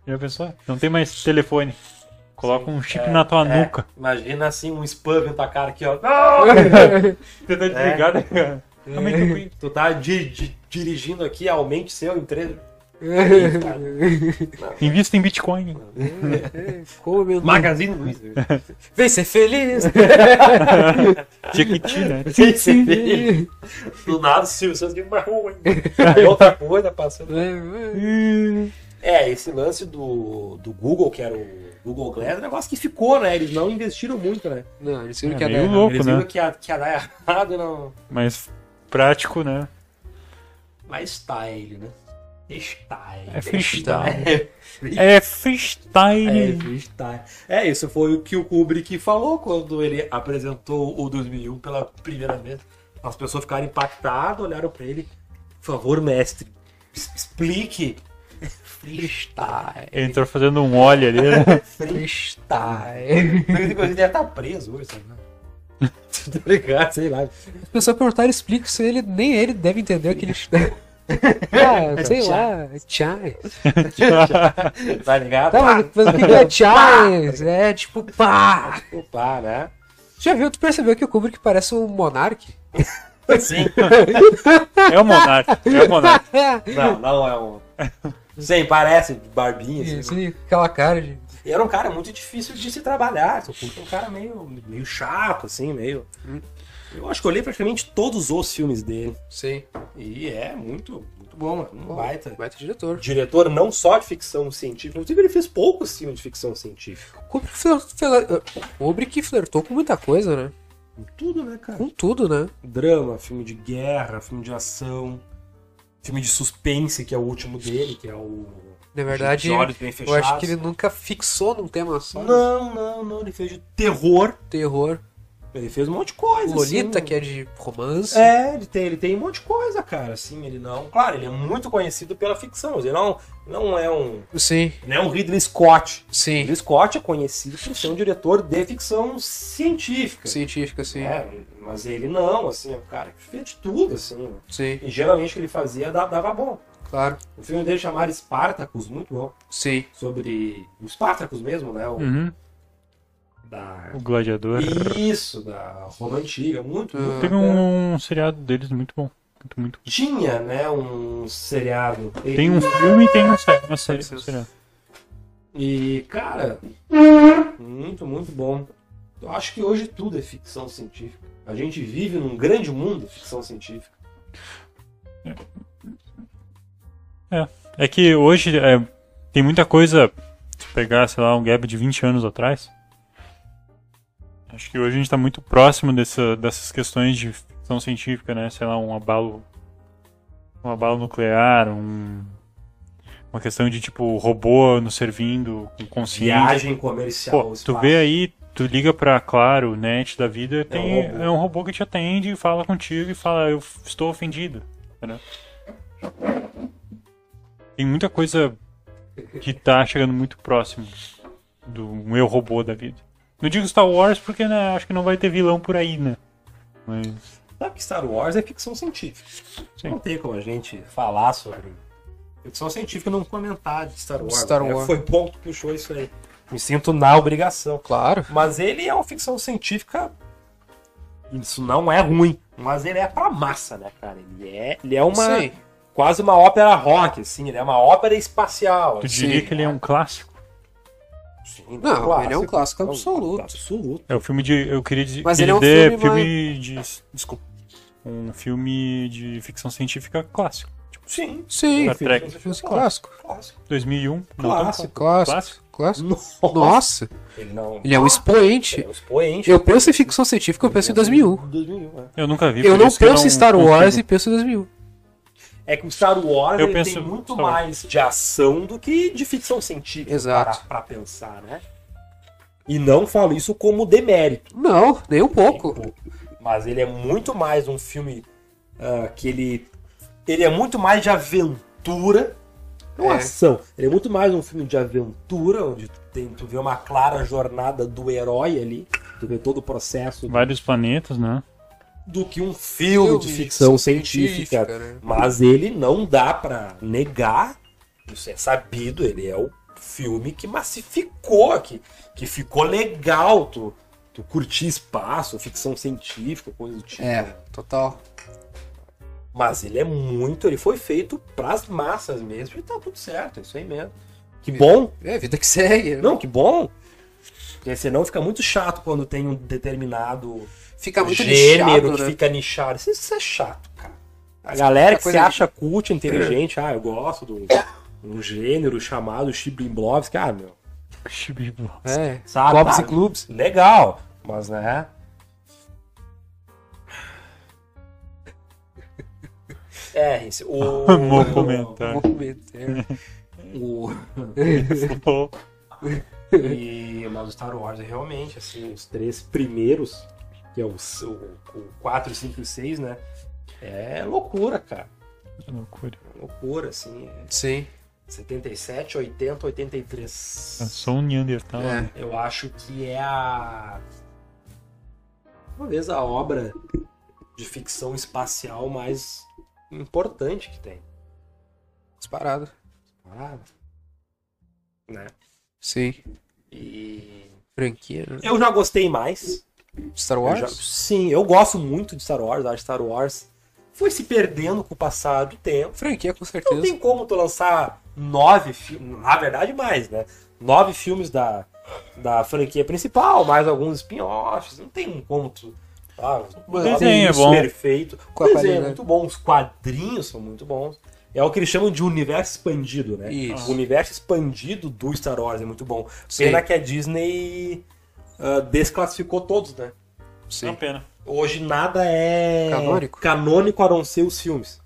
Já pensou? Não tem mais telefone. Coloca um chip É, na tua é. nuca. Imagina assim um spam na tua cara aqui, ó. Você tá desligado, cara. Realmente, eu fui- Tu tá di- di- dirigindo aqui, aumente seu emprego. Invista em Bitcoin. Como meu nome? Magazine Luiza. Vem ser feliz! Jequiti, né? Sim, sim. Do nada, Silvio Santos de uma ruim. Aí outra coisa passando. É, esse lance do, do Google, que era o Google Glass, é um negócio que ficou, né? Eles não investiram muito, né? Não, eles viram É que ia dar meio errado. louco, Eles viram né? que ia, que ia dar errado, não. Mas prático, né? Mas tá ele, né? Style. É freestyle. É, É é, freestyle. freestyle. É, isso foi o que o Kubrick falou quando ele apresentou o 2001 pela primeira vez. As pessoas ficaram impactadas, olharam pra ele. Por favor, mestre, es- explique. Freestyle. Ele entrou fazendo um óleo ali, né? Freestyle. Inclusive, ele ia estar preso hoje, sabe? tá ligado? Sei lá. As pessoas perguntaram, explica se ele, nem ele deve entender o que ele. ah, sei lá, Chai. Tá ligado? Tá, mas, mas o que que é Chai? É tipo, pá! Opa, né? Já viu, tu percebeu que o Kubrick parece um monarque? Sim. É o Monark. É o Monark. Não, não é um. Sim, parece, de barbinha. assim. Isso, e aquela cara de. E era um cara muito difícil de se trabalhar. Só porque um cara meio, meio chato, assim, meio. Hum. Eu acho que eu olhei praticamente todos os filmes dele. Sim, E é muito, muito bom, é um baita. baita diretor. Diretor não só de ficção científica, inclusive ele fez poucos filmes de ficção científica. Kubrick, fler- fler- Kubrick flertou com muita coisa, né? Tudo, né, cara? Com tudo, né? drama, filme de guerra, filme de ação, filme de suspense, que é o último dele, que é o. Na verdade, de olhos bem eu acho fechados. que ele nunca fixou num tema só. né? Não, não, não, ele fez de terror. Terror. Ele fez um monte de coisa. Lolita, assim. que é de romance. É, ele tem, ele tem um monte de coisa, cara, assim, ele não. Claro, ele é muito conhecido pela ficção, mas ele não, não é um. Sim, Não é um Ridley Scott. sim. Ridley Scott é conhecido por ser um diretor de ficção científica. Científica, sim. né? mas ele não, assim, é um cara que fez de tudo, assim. Sim, E geralmente o que ele fazia da- dava bom. claro. O filme dele chamado Spartacus, muito bom. Sim. Sobre o Spartacus mesmo, né? O, Uhum. da... O gladiador. Isso, da Roma Antiga, muito, muito Teve bom. Hum. um, seriado deles muito bom. Muito, muito bom. Tinha, né, um seriado. E- Tem um filme e tem uma série. Uma série um seriado. E, cara, muito, muito bom. Eu acho que hoje tudo é ficção científica. A gente vive num grande mundo de ficção científica. É que hoje é, tem muita coisa. Se pegar, sei lá, um gap de 20 anos atrás. Acho que hoje a gente tá muito próximo dessa- dessas questões de ficção científica, né? Sei lá, um abalo. Um abalo nuclear, um. Uma questão de tipo robô nos servindo com consciência. Viagem Então, comercial. Pô, ao tu espaço. vê aí, tu liga pra Claro, Net da vida, tem, robô. é um robô que te atende e fala contigo e fala, eu f- estou ofendido. entendeu? Tem muita coisa que tá chegando muito próximo do meu robô da vida. Não digo Star Wars porque né, acho que não vai ter vilão por aí, né? Mas Sabe que Star Wars é ficção científica. Sim. Não tem como a gente falar sobre ficção científica e não comentar de Star Wars. Star né? Wars. Foi bom que tu puxou isso aí. Me sinto na obrigação. Claro. Mas ele é uma ficção científica. Isso não é ruim. Mas ele é pra massa, né, cara? Ele é, ele é uma. Sim. Quase uma ópera rock, assim. Ele é uma ópera espacial. tu assim. diria que ele é um clássico. Sim, né? Não, ele é um clássico absoluto. Absoluto. É o filme de. Eu queria dizer. Mas ele queria é um dizer filme de. Desculpa. Um filme de ficção científica clássico. Sim. Sim. Star Trek. Filme clássico. Clássico. 2001. não tão Clássico. Clássico. Clássico. Nossa. Nossa, Ele não. ele é um Ele expoente. é um expoente. Eu penso em ficção científica, eu penso em 2001. 2001, é. Eu nunca vi. Eu por não isso que um penso em Star consigo. Wars e penso em 2001. É que o Star Wars Eu ele penso tem em muito Star Wars. mais de ação do que de ficção científica Exato. Pra, pra pensar, né? E não falo isso como demérito. Não, nem um pouco. Tipo, Mas ele é muito mais um filme ah, que ele. Ele é muito mais de aventura. Não É. ação. Ele é muito mais um filme de aventura, onde tu, tem, tu vê uma clara jornada do herói ali. Tu vê todo o processo Vários planetas, né? do que um filme, de ficção científica. né? Mas ele não dá pra negar, isso é sabido, ele é o filme que massificou, que, que ficou legal tu, tu curtir espaço, ficção científica, coisa do tipo. É, total. Mas ele é muito, ele foi feito pras massas mesmo e tá tudo certo, é isso aí mesmo. Que bom, É, vida que segue. não, que bom. Porque senão fica muito chato quando tem um determinado Fica muito gênero lixado, que né? fica nichado. Isso, isso é chato, cara. A galera que Coisa se de- acha cult, inteligente, ah, eu gosto do um gênero chamado Chiblimblowski, ah, meu, É, Sabe, clubes sabe. e clubes. legal, mas né, é, esse, o... Vou Vou comentar. comer. É. o... Vou- E, mas o Star Wars é realmente, assim, os três primeiros, que é os, o, o 4, 5 e 6, né? É loucura, cara. Que loucura. É Loucura, assim. é Sim. 77, 80, 83. Eu sou um Neandertal. É. né? Eu acho que é a. Talvez a obra de ficção espacial mais importante que tem. Disparado. Ah, né? Sim. E. Franquia, né? Eu já gostei mais. Star Eu Wars? já- sim, eu gosto muito de Star Wars, acho que Star Wars foi se perdendo com o passar do tempo. Franquia, com certeza. Não tem como tu lançar nove filmes, na verdade mais, né? Nove filmes da, da franquia principal, mais alguns spin-offs, não tem como tu... Ah, O nove desenho é filmes bom. Perfeito. Com O a desenho é qualidade. muito bom, os quadrinhos são muito bons. É o que eles chamam de universo expandido, né? Isso. O universo expandido do Star Wars é muito bom. Sim, Pena que a Disney ah, desclassificou todos, né? É uma sim. pena. Hoje nada é Canônico? canônico a não ser os filmes.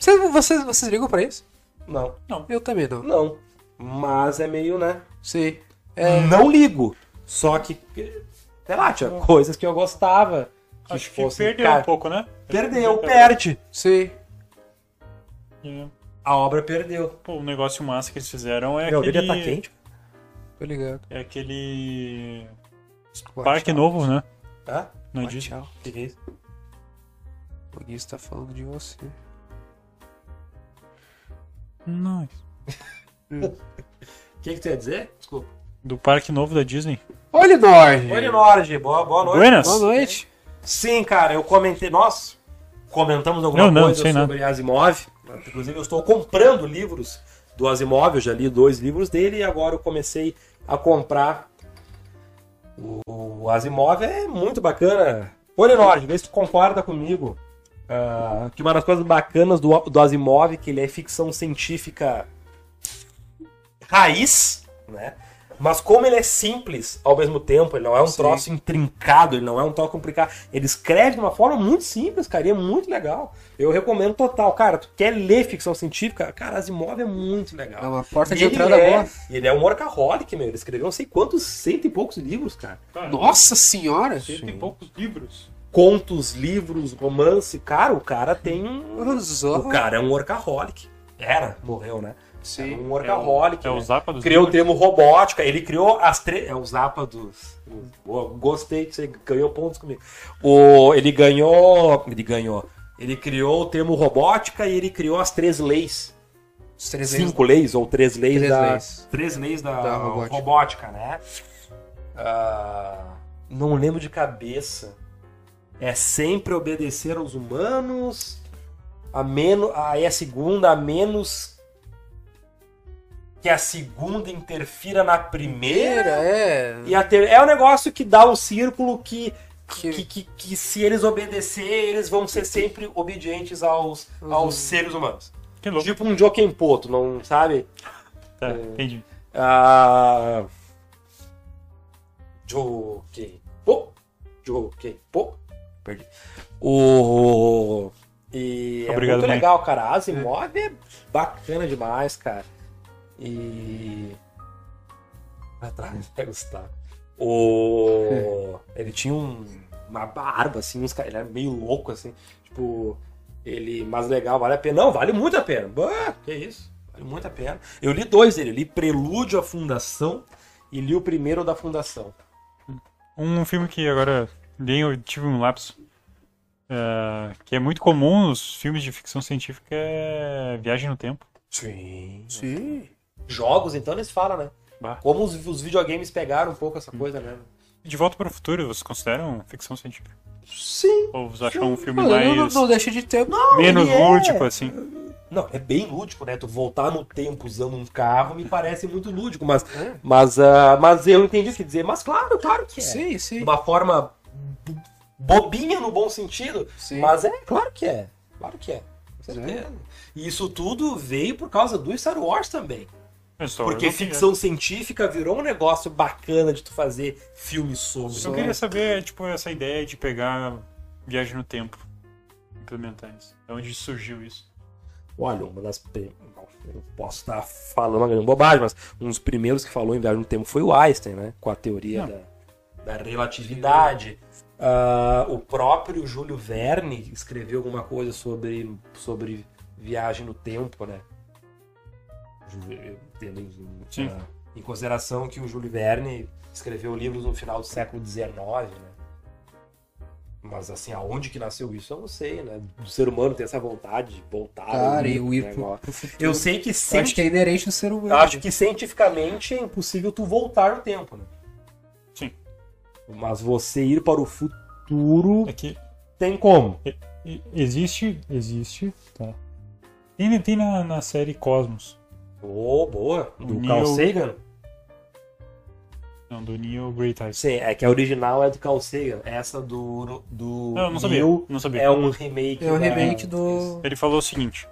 Vocês, vocês, vocês ligam pra isso? Não. Eu também não. Não. Mas é meio, né? Sim. É, Não ligo. Só que, sei lá, tinha coisas que eu gostava. Que Acho que fossem- perdeu cara, um pouco, né? Perdeu, perde. sim. É. A obra perdeu. Pô, o negócio massa que eles fizeram é Meu, aquele... dedo tá quente. Tô ligado. É aquele... Boa, Parque tchau. novo, né? Hã? Não é Boa, disso? Tchau. O que que é isso? O Gui está falando de você. Nice. O que, que tu ia dizer? Desculpa. Do Parque Novo da Disney. Olha, Norge! Oi, Norge. Boa, boa noite. Buenas. Boa noite. Sim, cara, eu comentei. Nós comentamos alguma Não, não, coisa sei nada. sobre Asimov. Inclusive, eu estou comprando livros do Asimov. Eu já li dois livros dele e agora eu comecei a comprar. O Asimov é muito bacana. Olha, Nord, vê se tu concorda comigo. ah, que uma das coisas bacanas do, do Asimov é que ele é ficção científica raiz, né? Mas como ele é simples ao mesmo tempo, ele não é um Sim. troço intrincado, ele não é um troço complicado. Ele escreve de uma forma muito simples, cara, e é muito legal. Eu recomendo total. Cara, tu quer ler ficção científica? Cara, Asimov é muito legal. É uma porta E de ele entrada é, boa. e Ele é um workaholic, meu. Ele escreveu não sei quantos, cento e poucos livros, cara. Nossa senhora! Sim. Tem poucos livros. Contos, livros, romance. Cara, o cara tem um. O Zorro. cara é um workaholic. Era, morreu, né? Era Sim. um workaholic. É o né? Zapa dos Criou o livros. termo robótica, ele criou as três. É o Zapa dos. Boa, gostei que você ganhou pontos comigo. O... Ele ganhou. Ele ganhou. Ele criou o termo robótica e ele criou as três leis. Os três cinco leis ou três leis Três da leis. três leis da, Da robótica. robótica. né? Ah, não lembro de cabeça. É sempre obedecer aos humanos. A menos, aí é a segunda a menos que a segunda interfira na Primeira, primeira. é. E a ter... é um negócio que dá um círculo que Que- que, que, que, que se eles obedecerem, eles vão ser sempre obedientes aos, aos seres humanos. Que louco. Tipo um Joken Poto, não sabe? Tá, entendi. Ah. Joken Po. Joken Po. Perdi. O. E Obrigado, é muito mãe. legal, cara. A Asimov é bacana demais, cara. E. Atrás, vai gostar. O. Ele tinha um- uma barba, assim, uns caras. Ele era meio louco, assim. Tipo, ele. Mas legal, vale a pena. Não, vale muito a pena. Bah, que isso. Vale muito a pena. Eu li dois dele. Eu li Prelúdio à Fundação e li o primeiro da Fundação. Um filme que agora li, eu tive um lapso, é, que é muito comum nos filmes de ficção científica, é Viagem no Tempo. Sim. Sim. Jogos, então eles falam, né? Bah. Como os, os videogames pegaram um pouco essa coisa, né? De Volta para o Futuro, vocês consideram ficção científica? Sim. Ou você achar um filme Mano, não, mais. não deixa de ter. menos ele é. lúdico, assim. Não, é bem lúdico, né? Tu voltar no tempo usando um carro me parece muito lúdico, mas, É. mas, ah, mas eu entendi o que dizer. Mas claro, claro que é. Sim, De sim. uma forma bo- bobinha no bom sentido, sim. mas é, claro que é. Claro que é. Com Pois é. certeza. E isso tudo veio por causa do Star Wars também. Eu só- Porque então, eu não- ficção científica virou um negócio bacana de tu fazer filme sobre. Eu queria saber, tipo, essa ideia de pegar viagem no tempo. Implementar isso. De onde surgiu isso? Olha, uma das. pri- Bom, Eu posso estar falando uma grande bobagem, mas um dos primeiros que falou em viagem no tempo foi o Einstein, né? Com a teoria da, da relatividade. Ah, o próprio Júlio Verne escreveu alguma coisa sobre, sobre viagem no tempo, né? Ju- eu- Tendo em, Sim. ah, em consideração que o Júlio Verne escreveu livros no final do século XIX, né? Mas assim, aonde que nasceu isso, eu não sei, né? O ser humano tem essa vontade de voltar. Cara, e eu ir pro, negócio. pro futuro. Eu sei que Eu acho que é cienti... inerente no ser eu humano. acho, que cientificamente é impossível tu voltar no tempo, né? Sim. Mas você ir para o futuro É que tem como. e- existe. Existe. Tá. Tem, tem na, na série Cosmos. Oh, boa. Do Neil- Carl Sagan? Não, do Neil Great Eyes. Sim, é que a original é do Carl Sagan. Essa do, do Não, Ah, eu não sabia. Neil Não sabia. é um remake. É o da- remake do. Ele falou o seguinte: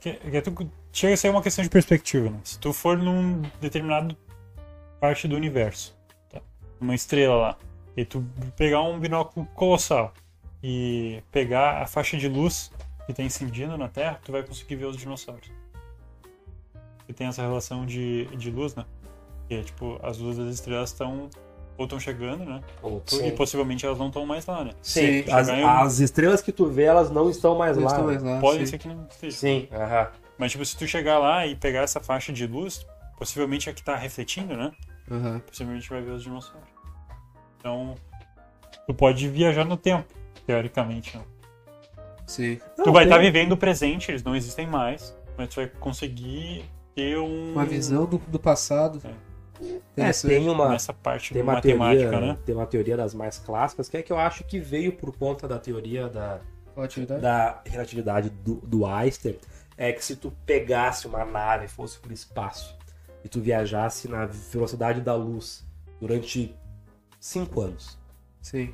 que, que tu- chega a ser uma questão de perspectiva, né? Se tu for num determinado parte do universo, tá? uma estrela lá, e tu pegar um binóculo colossal e pegar a faixa de luz que tá incendiando na Terra, tu vai conseguir ver os dinossauros. E tem essa relação de, de luz, né? Que é tipo, as luzes das estrelas estão ou estão chegando, né? E Sim. possivelmente elas não estão mais lá, né? Sim, Sim. as, Chegar em um- as estrelas que tu vê, elas não estão mais lá. Eles estão né? mais lá, Pode Ah, sim. ser que não esteja. Sim, aham. Mas, tipo, se tu chegar lá e pegar essa faixa de luz, possivelmente é que tá refletindo, né? Aham. Possivelmente vai ver os dinossauros. Então, tu pode viajar no tempo, teoricamente. Né? Sim. tu vai tá tem- estar vivendo o presente, eles não existem mais, mas tu vai conseguir ter um... Uma visão do, do passado. Hum. É, Interessante. tem uma, Ah, nessa parte tem de uma né? matemática, teoria, né? tem uma teoria das mais clássicas, que é que eu acho que veio por conta da teoria da, Qual a atividade? da relatividade do, do Einstein, é que se tu pegasse uma nave, e fosse pro espaço, e tu viajasse na velocidade da luz durante cinco anos, Sim.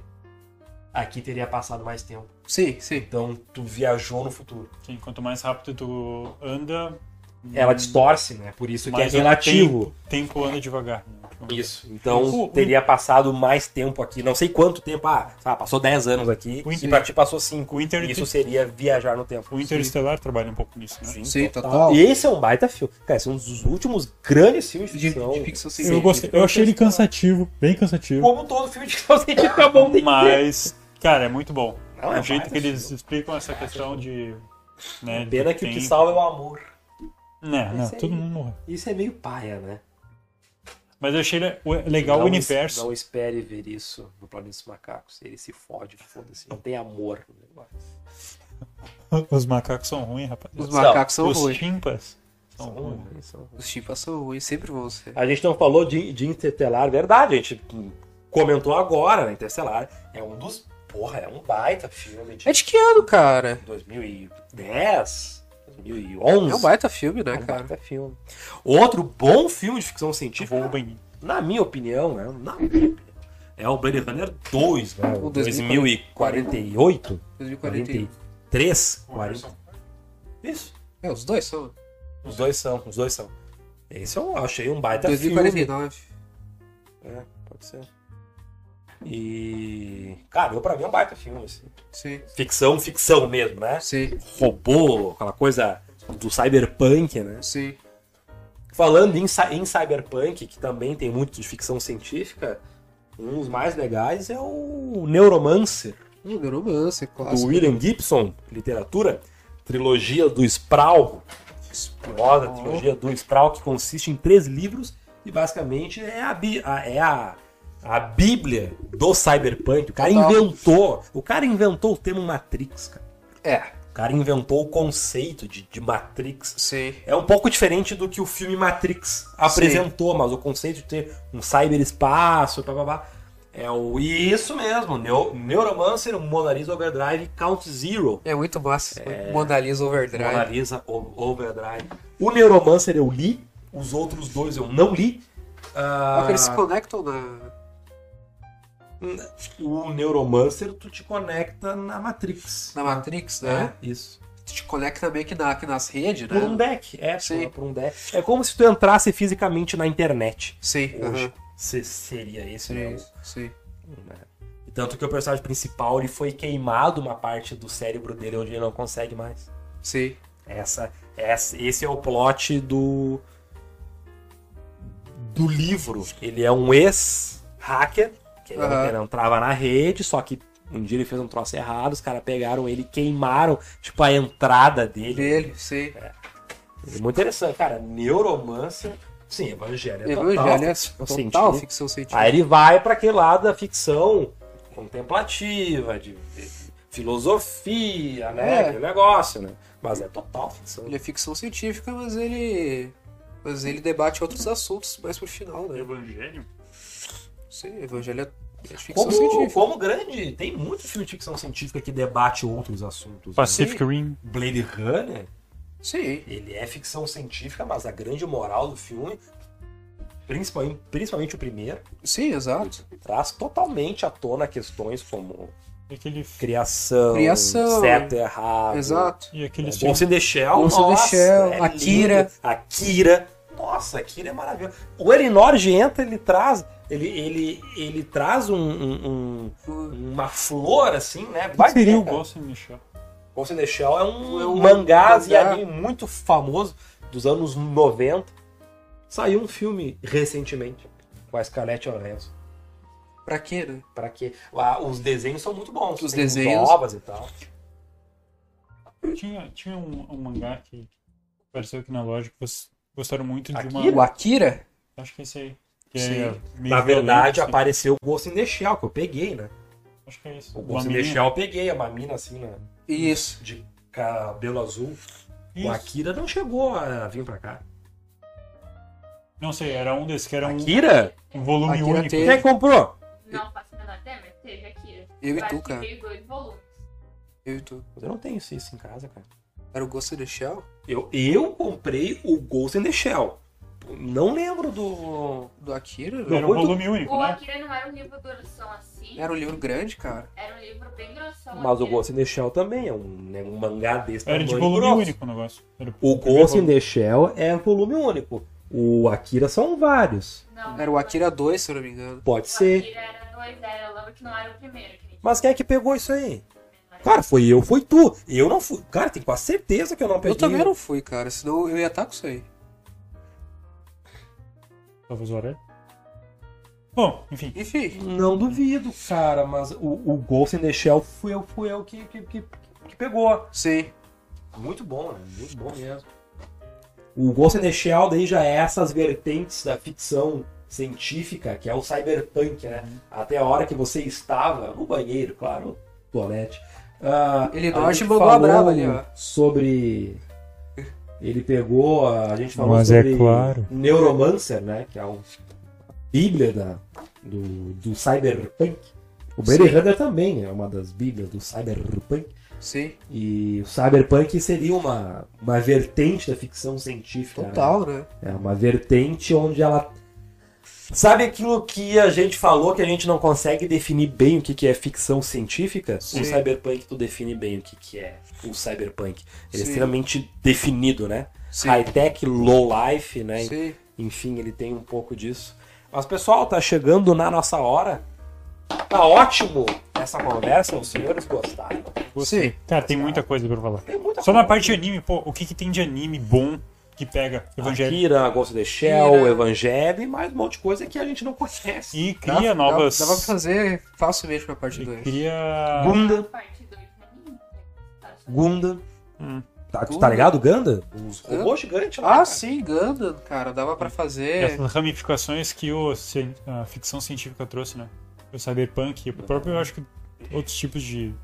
aqui teria passado mais tempo. Sim, sim. Então tu viajou no futuro. Sim, quanto mais rápido tu anda... Ela distorce, né? Por isso que é mais o relativo. Tempo, tempo anda devagar. né? Isso. Então O- o- teria passado mais tempo aqui. Não sei quanto tempo. Ah, sei lá, passou 10 anos aqui. O E Inter- pra ti passou 5. O, Inter... Isso seria viajar no tempo. o Interestelar trabalha um pouco nisso, né? Sim, total. E esse é um baita filme. Cara, esse é um dos últimos grandes filmes de De, ficção. de ficção Eu, gostei, eu achei ele cansativo, bem cansativo. Como todo filme de ficção científica é bom tem que ser. Mas, cara, é muito bom. Não, é um o jeito mais, que eles explicam essa questão de. Né, Pena do que o que tempo. salva é o amor. Né, não, Isso aí. todo mundo morreu. Isso é meio paia, né? Mas eu achei le- o- legal o Não es- universo. Não espere ver isso no Planeta dos Macacos. Ele se fode, foda-se. Não tem amor no negócio. Os macacos são ruins, rapaz. Os macacos são Os ruins. chimpas são São ruins. ruins, são ruins. Os chipas são ruins, sempre vão ser. A gente não falou de, de Interstellar, verdade. A gente comentou agora, né? Interstellar é um dos. Porra, é um baita filme É de de que ano, cara? 2010, É um 2011. baita filme, É né, um cara? baita filme. Outro bom filme de ficção Eu científica, vou ao banheiro. na minha opinião, né? Na minha opinião, é o Blade Runner 2, né? O 2048, 2040. 43, 40. Isso. É, os dois são. Os dois são, os dois são. Esse eu achei um baita filme. 2049. É, pode ser. E. Cara, eu pra mim é um baita filme. assim. Sim. Ficção, ficção mesmo, né? Sim, Robô, aquela coisa do cyberpunk, né? sim. Falando em, cy- em cyberpunk, que também tem muito de ficção científica, um dos mais legais é o Neuromancer, Um romance, do clássico. William Gibson, literatura, trilogia do Sprawl, famosa trilogia do Sprawl, que consiste em três livros e basicamente é a, bi- a- é a, a bíblia do cyberpunk. O cara Total. inventou, o cara inventou o termo Matrix, cara. É, O cara inventou o conceito de, de Matrix. sim. É um pouco diferente do que o filme Matrix apresentou, mas o conceito de ter um cyberespaço, pá, pá, pá, É o. e Isso mesmo, Neo- Neuromancer, Monalisa Overdrive, Count Zero. É muito massa. Mona Lisa Overdrive. Monalisa Overdrive. O Neuromancer eu li, os outros dois eu não li. Ah, Ah, que eles se conectam na. o Neuromancer tu te conecta na Matrix. É, Na Matrix, Ah. né? Isso. Tu te conecta meio que na, aqui nas redes, né? Por um deck, é, Sim. por, por um deck. É como se tu entrasse fisicamente na internet Sim, hoje. aham. Se- seria esse Sim, né? sim. E Tanto que o personagem principal ele foi queimado uma parte do cérebro dele onde ele não consegue mais. Sim. Essa, essa- esse é o plot do do livro. Ele é um ex-hacker que ele é um Aham. não entrava na rede, só que um dia ele fez um troço errado, os caras pegaram ele e queimaram, tipo, a entrada dele. Dele, sim. É muito interessante, cara. Neuromancer, sim, evangelho é Evangelho total, é ficção total científica. ficção científica. Aí ele vai para aquele lado da ficção contemplativa, de de filosofia, né? É. Aquele negócio, né? Mas é total ficção. Ele é ficção científica, mas ele. Mas ele debate outros assuntos mais pro final, É. né? Evangelho? Sim, Evangelho é é ficção Como, científica. como grande, tem muito filme de ficção científica que debate outros assuntos. né? Pacific Rim. Blade Runner, Sim. ele é ficção científica, mas a grande moral do filme, principalmente, principalmente o primeiro, Sim, exato. traz totalmente à tona questões como E aquele, criação, Criação. certo Ah, errado, Exato. e aquele Aqueles filme- Ghost in the Shell, Ghost in the nossa, Shell, é Akira. lindo. Akira. Nossa, Akira é maravilhoso. O Erinord entra, ele traz, ele, ele, ele traz um- um- um- uma flor assim, né? Qual seria Seria o Ghost in the Shell? Ghost in the Shell é um, É um mangá e mangá. anime muito famoso dos anos 90. Saiu um filme recentemente com a Scarlett Johansson. Pra quê, né? Pra quê? Lá, os desenhos são muito bons. Os tem desenhos. ovas e tal. Tinha, tinha um, um mangá que apareceu aqui na loja que vocês gostaram muito de uma. O Akira? Acho que é esse aí. Que Sim. é meio Na verdade, violento, apareceu o Ghost in the Shell, que eu peguei, né? assim. Acho que é isso. O Uma Ghost in the menina- Shell eu peguei, é uma mina assim, né? Isso. De cabelo azul. Isso. O Akira não chegou a vir pra cá. Não sei, era um desses que era um, Akira? um volume Akira único. teve- Quem comprou? Não faço a menor ideia, mas teve Akira. Eu e acho tu, que cara. veio dois volumes. Eu e tu. Eu não tenho isso isso em casa, cara. Era o Ghost in the Shell? Eu, eu comprei o Ghost in the Shell. Não lembro do. Do Akira? né? Era um Quanto- volume único, O né? Akira não era um livro grossão assim. Era um livro grande, cara. Era um livro bem grossão. Mas o Akira. Ghost in the Shell também é um, né, um mangá desse Era de tamanho volume grosso. único o negócio. Era O primeiro Ghost in volume. the Shell é volume único. O Akira são vários. Não, Era o Akira 2, se eu não me engano. Pode O Akira ser. era dois, era. Eu lembro que não era o primeiro. Que nem Mas quem é que pegou isso aí? Cara, foi eu, foi tu. Eu não fui. Cara, tenho quase certeza que eu não peguei. Eu também não fui, cara. Senão eu ia estar com isso aí. Talvez o Aranha. é. Bom, enfim. Enfim. Não duvido, cara, mas o, o Ghost in the Shell fui eu, fui eu que, que, que, que pegou. Sim. Muito bom, né? Muito bom mesmo. O Ghost in the Shell daí já é essas vertentes da ficção científica, que é o cyberpunk, né? Até a hora que você estava no banheiro, claro, toalete. Ah, Ele a não gente te mandou a falou brava ali, ó. Sobre... Ele pegou, a gente falou Mas é sobre claro. Neuromancer, né? Que é um bíblia da, do, do cyberpunk. O Blade Sim. Runner também é uma das bíblias do cyberpunk. Sim. E o cyberpunk seria uma, uma vertente da ficção científica. né? Total, né? É uma vertente onde ela. Sabe aquilo que a gente falou que a gente não consegue definir bem o que, que é ficção científica? Sim. O cyberpunk tu define bem o que, que é o cyberpunk. Ele é Sim. extremamente definido, né? Sim. High-tech, low-life, né? Sim. Enfim, ele tem um pouco disso. Mas, pessoal, tá chegando na nossa hora. Tá ótimo essa conversa, os senhores gostaram. Sim. Cara, Tá, tem muita coisa pra falar. Tem muita Só na coisa. parte de anime, pô, o que, que tem de anime bom que pega Evangelho Akira, Ghost in the Shell, Akira. Evangelho e mais um monte de coisa que a gente não conhece. e Dá- cria dá- novas. Dá, pra fazer facilmente pra parte e 2. cria. Gunda. Parte 2 não é nenhum. Tá só- Gunda. Hum. Tá, tu Gundam. tá ligado, Ganda? Os robôs gigantes Ah, sim, Gundam, cara. Dava pra é. fazer. essas ramificações que o, ci- a ficção científica trouxe, né? O cyberpunk, e Uhum. o próprio, eu acho que outros tipos de,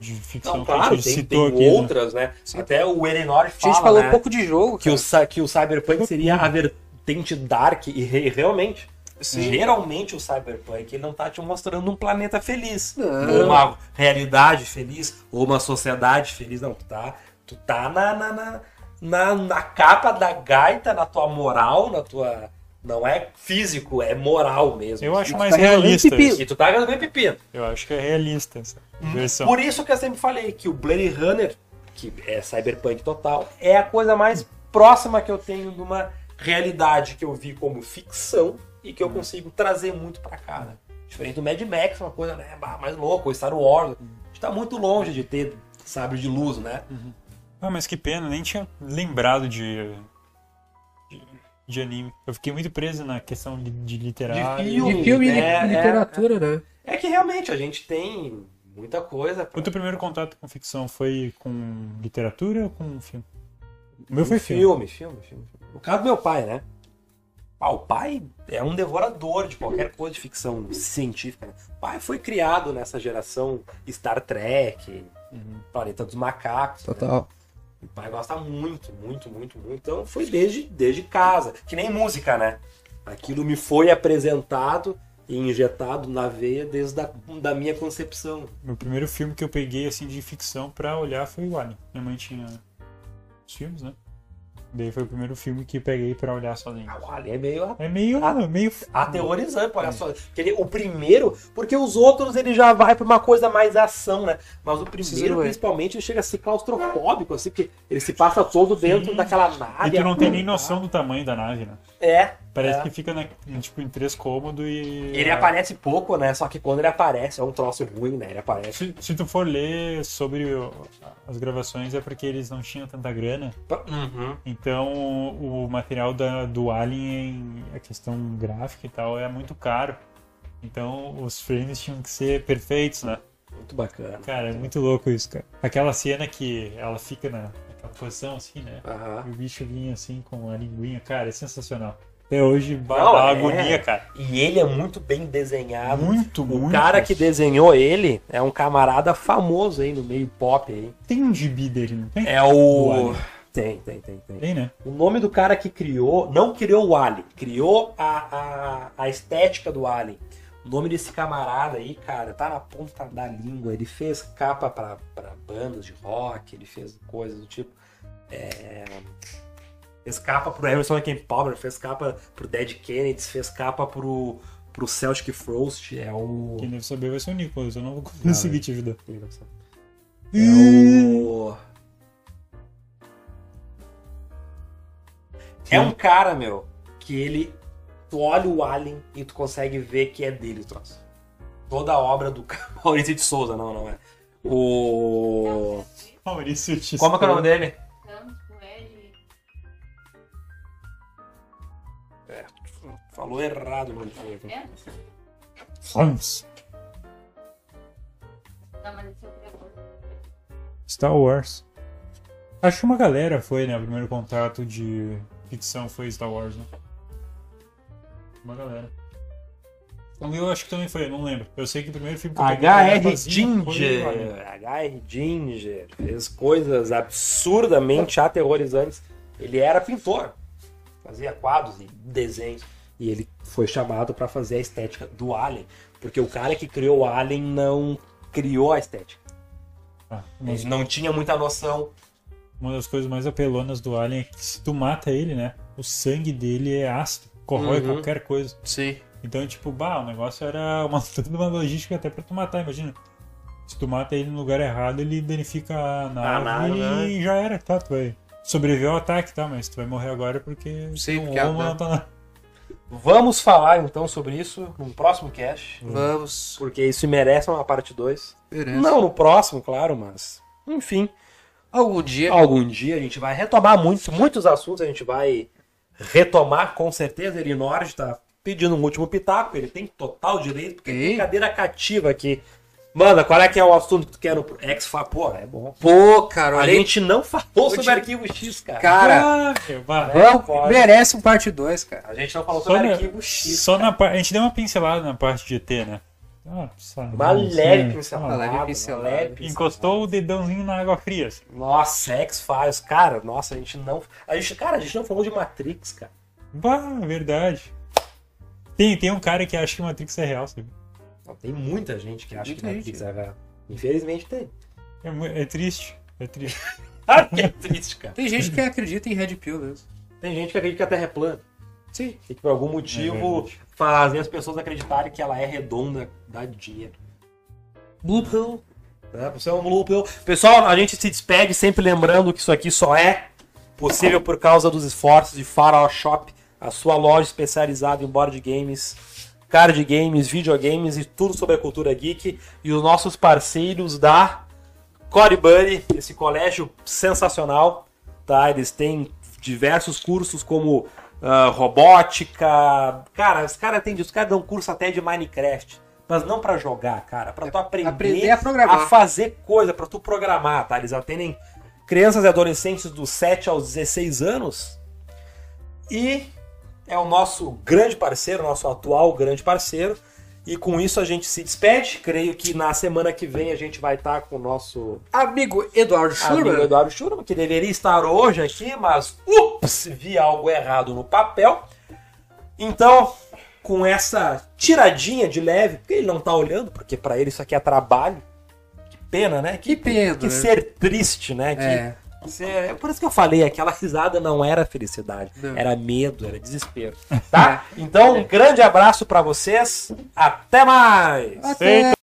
de ficção Não, que a claro, gente tem, citou tem aqui. né? outras, né? Até o Elenor A fala, gente falou né, um pouco de jogo, que, cara. o, cy- que o Cyberpunk seria a vertente dark e re- realmente Sim. Geralmente o cyberpunk ele não tá te mostrando um planeta feliz, Não. ou uma realidade feliz, ou uma sociedade feliz. Não, tu tá, tu tá na, na, na, na, na capa da gaita, na tua moral, na tua. Não é físico, é moral mesmo. Eu acho E- mais tá ganhando realista pipi. isso. E Uhum. tu tá ganhando bem pepino. Eu acho que é realista essa versão. Por isso que eu sempre falei que o Blade Runner, que é cyberpunk total, é a coisa mais próxima que eu tenho de uma realidade que eu vi como ficção e que eu consigo trazer muito pra cá, né? Diferente do Mad Max, uma coisa né, bah, mais louca, ou Star Wars. A gente tá muito longe de ter sabre de luz, né? Ah, mas que pena, nem tinha lembrado de, de, de anime. Eu fiquei muito preso na questão de, de literário. De De filme e li- É, é. literatura, né? É que realmente a gente tem muita coisa. pra- O teu primeiro contato com ficção foi com literatura ou com filme? O meu foi filme. filme, filme, filme. O caso do meu pai, né? Ah, o pai é um devorador de qualquer coisa de ficção científica. né? O pai foi criado nessa geração Star Trek, Uhum. Planeta dos Macacos. né? Total. O pai gosta muito, muito, muito, muito. Então foi desde, desde casa. Que nem música, né? Aquilo me foi apresentado e injetado na veia desde a da minha concepção. Meu primeiro filme que eu peguei assim de ficção pra olhar foi o Alien. Minha mãe tinha os filmes, né? Daí foi o primeiro filme que eu peguei pra olhar sozinho. Ah, o Alien é meio É meio. Ah, meio... aterrorizante, olha só. Porque ele- é o primeiro, porque os outros ele já vai pra uma coisa mais ação, né? Mas o Precisa primeiro, ver. principalmente, ele chega a ser claustrofóbico, assim, porque ele se passa todo dentro Sim. daquela nave. E tu não tem nem noção do tamanho da nave, né? É. Parece É. que fica na, tipo, em três cômodos e. Ele aparece pouco, né? Só que quando ele aparece, é um troço ruim, né? Ele aparece. É, Se, se tu for ler sobre o- as gravações, é porque eles não tinham tanta grana. Uhum. Então, o o material da- do Alien, em- a questão gráfica e tal, é muito caro. Então, os frames tinham que ser perfeitos, né? Muito bacana. Cara, é muito louco isso, cara. Aquela cena que ela fica na, naquela posição assim, né? Aham. E o bicho vinha assim com a linguinha. Cara, é sensacional. Até hoje, dá Não, é. uma agonia, cara. E ele é muito bem desenhado. Muito, o muito. cara que desenhou ele é um camarada famoso aí no meio pop aí. Tem um gibi dele, não tem? É Do o. Alien. Tem, tem, tem, tem. Tem, né? O nome do cara que criou, não criou o Alien, criou a, a, a estética do Alien. O nome desse camarada aí, cara, tá na ponta da língua. Ele fez capa pra, pra bandas de rock, ele fez coisas do tipo. é, Fez capa pro Emerson Palmer, fez capa pro Dead Kennedys, fez capa pro, pro Celtic Frost. É o. Quem deve saber vai ser o Nicolas. Eu não vou conseguir te ajudar. É o. É um cara, meu, que ele. Tu olha o Alien e tu consegue ver que é dele o troço. Toda a obra do Maurício de Souza, não, não é. O. Maurício te Como é que é o nome dele? Tanto ele. Falou errado o nome dele. É? Hans. Não, mas esse é o criador. Star Wars. Acho que uma galera foi, né? O primeiro contato de ficção foi Star Wars, né? Uma galera. O meu acho que também foi, eu não lembro. Eu sei que o primeiro filme que eu peguei pra olhar HR sozinho foi Ginger. o Alien. HR Ginger. Fez coisas absurdamente aterrorizantes. Ele era pintor. Fazia quadros e desenhos. E ele foi chamado para fazer a estética do Alien. Porque o cara que criou o Alien não criou a estética. Ah, mas Ele não tinha muita noção. uma das coisas mais apelonas do Alien é que se tu mata ele, né? O sangue dele é ácido, corrói Uhum. qualquer coisa. Sim. Então, tipo, bah, o negócio era uma, toda uma logística até pra tu matar, imagina. Se tu mata ele no lugar errado, ele danifica a nave, nave, e já era, tá? Tu vai sobreviver ao ataque, tá? Mas tu vai morrer agora porque Sim, tu porque a ou nave- não tá na- Vamos falar então sobre isso num próximo cast. Vamos. Porque isso merece uma parte 2. Merece. Não no próximo, claro, mas. Enfim. Algum dia. Algum dia a gente vai retomar muito, muitos assuntos, a gente vai retomar com certeza. Ele Norte tá pedindo um último pitaco, ele tem total direito, porque tem Sim. cadeira cativa aqui. Manda, qual é que é o assunto que tu quer no ex fa Pô, é bom. Pô, cara, A olha aí. gente não falou Vou sobre te- arquivo X, cara. Cara, né? Ah, meu, bah. vamos- pode. merece um parte 2, cara. A gente não falou Só sobre na- arquivo X. Só na parte. A gente deu uma pincelada na parte de ET, né? Ah, sabe, Uma leve assim, pincelada. Uma leve uma pincelada. Encostou o dedãozinho na água fria. assim. Nossa, X-Files, cara, nossa, a gente não. A gente, cara, a gente não falou de Matrix, cara. Bah, verdade. Tem, tem um cara que acha que Matrix é real, sabe? Não, tem muita gente que acha Muita que Matrix é real. Infelizmente tem. É, mu- é triste. É triste. Ah, que é triste, cara. Tem gente Uhum. que acredita em Red Pill mesmo. Tem gente que acredita que a Terra é plana. Sim. E que por algum motivo fazem as pessoas acreditarem que ela é redonda, dá dinheiro. Blue pill. Né? Você é um blue pill. Pessoal, a gente se despede sempre lembrando que isso aqui só é possível por causa dos esforços de Faraó Shop, a sua loja especializada em board games, card games, videogames e tudo sobre a cultura geek. E os nossos parceiros da Core Buddy, esse colégio sensacional, tá? Eles têm diversos cursos como ah, robótica. Cara, os caras têm os caras dão curso até de Minecraft, mas não pra jogar, cara, Pra tu aprender, É, aprender a programar. a fazer coisa, pra tu programar, tá? Eles atendem crianças e adolescentes dos 7 aos 16 anos. E é o nosso grande parceiro, nosso atual grande parceiro. E com isso a gente se despede. Creio que na semana que vem a gente vai estar com o nosso Amigo Eduardo amigo Schurman. Eduardo Schurman, que deveria estar hoje aqui, mas ups, vi algo errado no papel. Então, com essa tiradinha de leve, porque ele não tá olhando, porque para ele isso aqui é trabalho. Que pena, né? Que pena. que né? ser triste, né? Que- É. isso é- é por isso que eu falei, aquela risada não era felicidade, Não. É. era medo, era desespero, tá? Então, um grande abraço pra vocês, até mais! Até.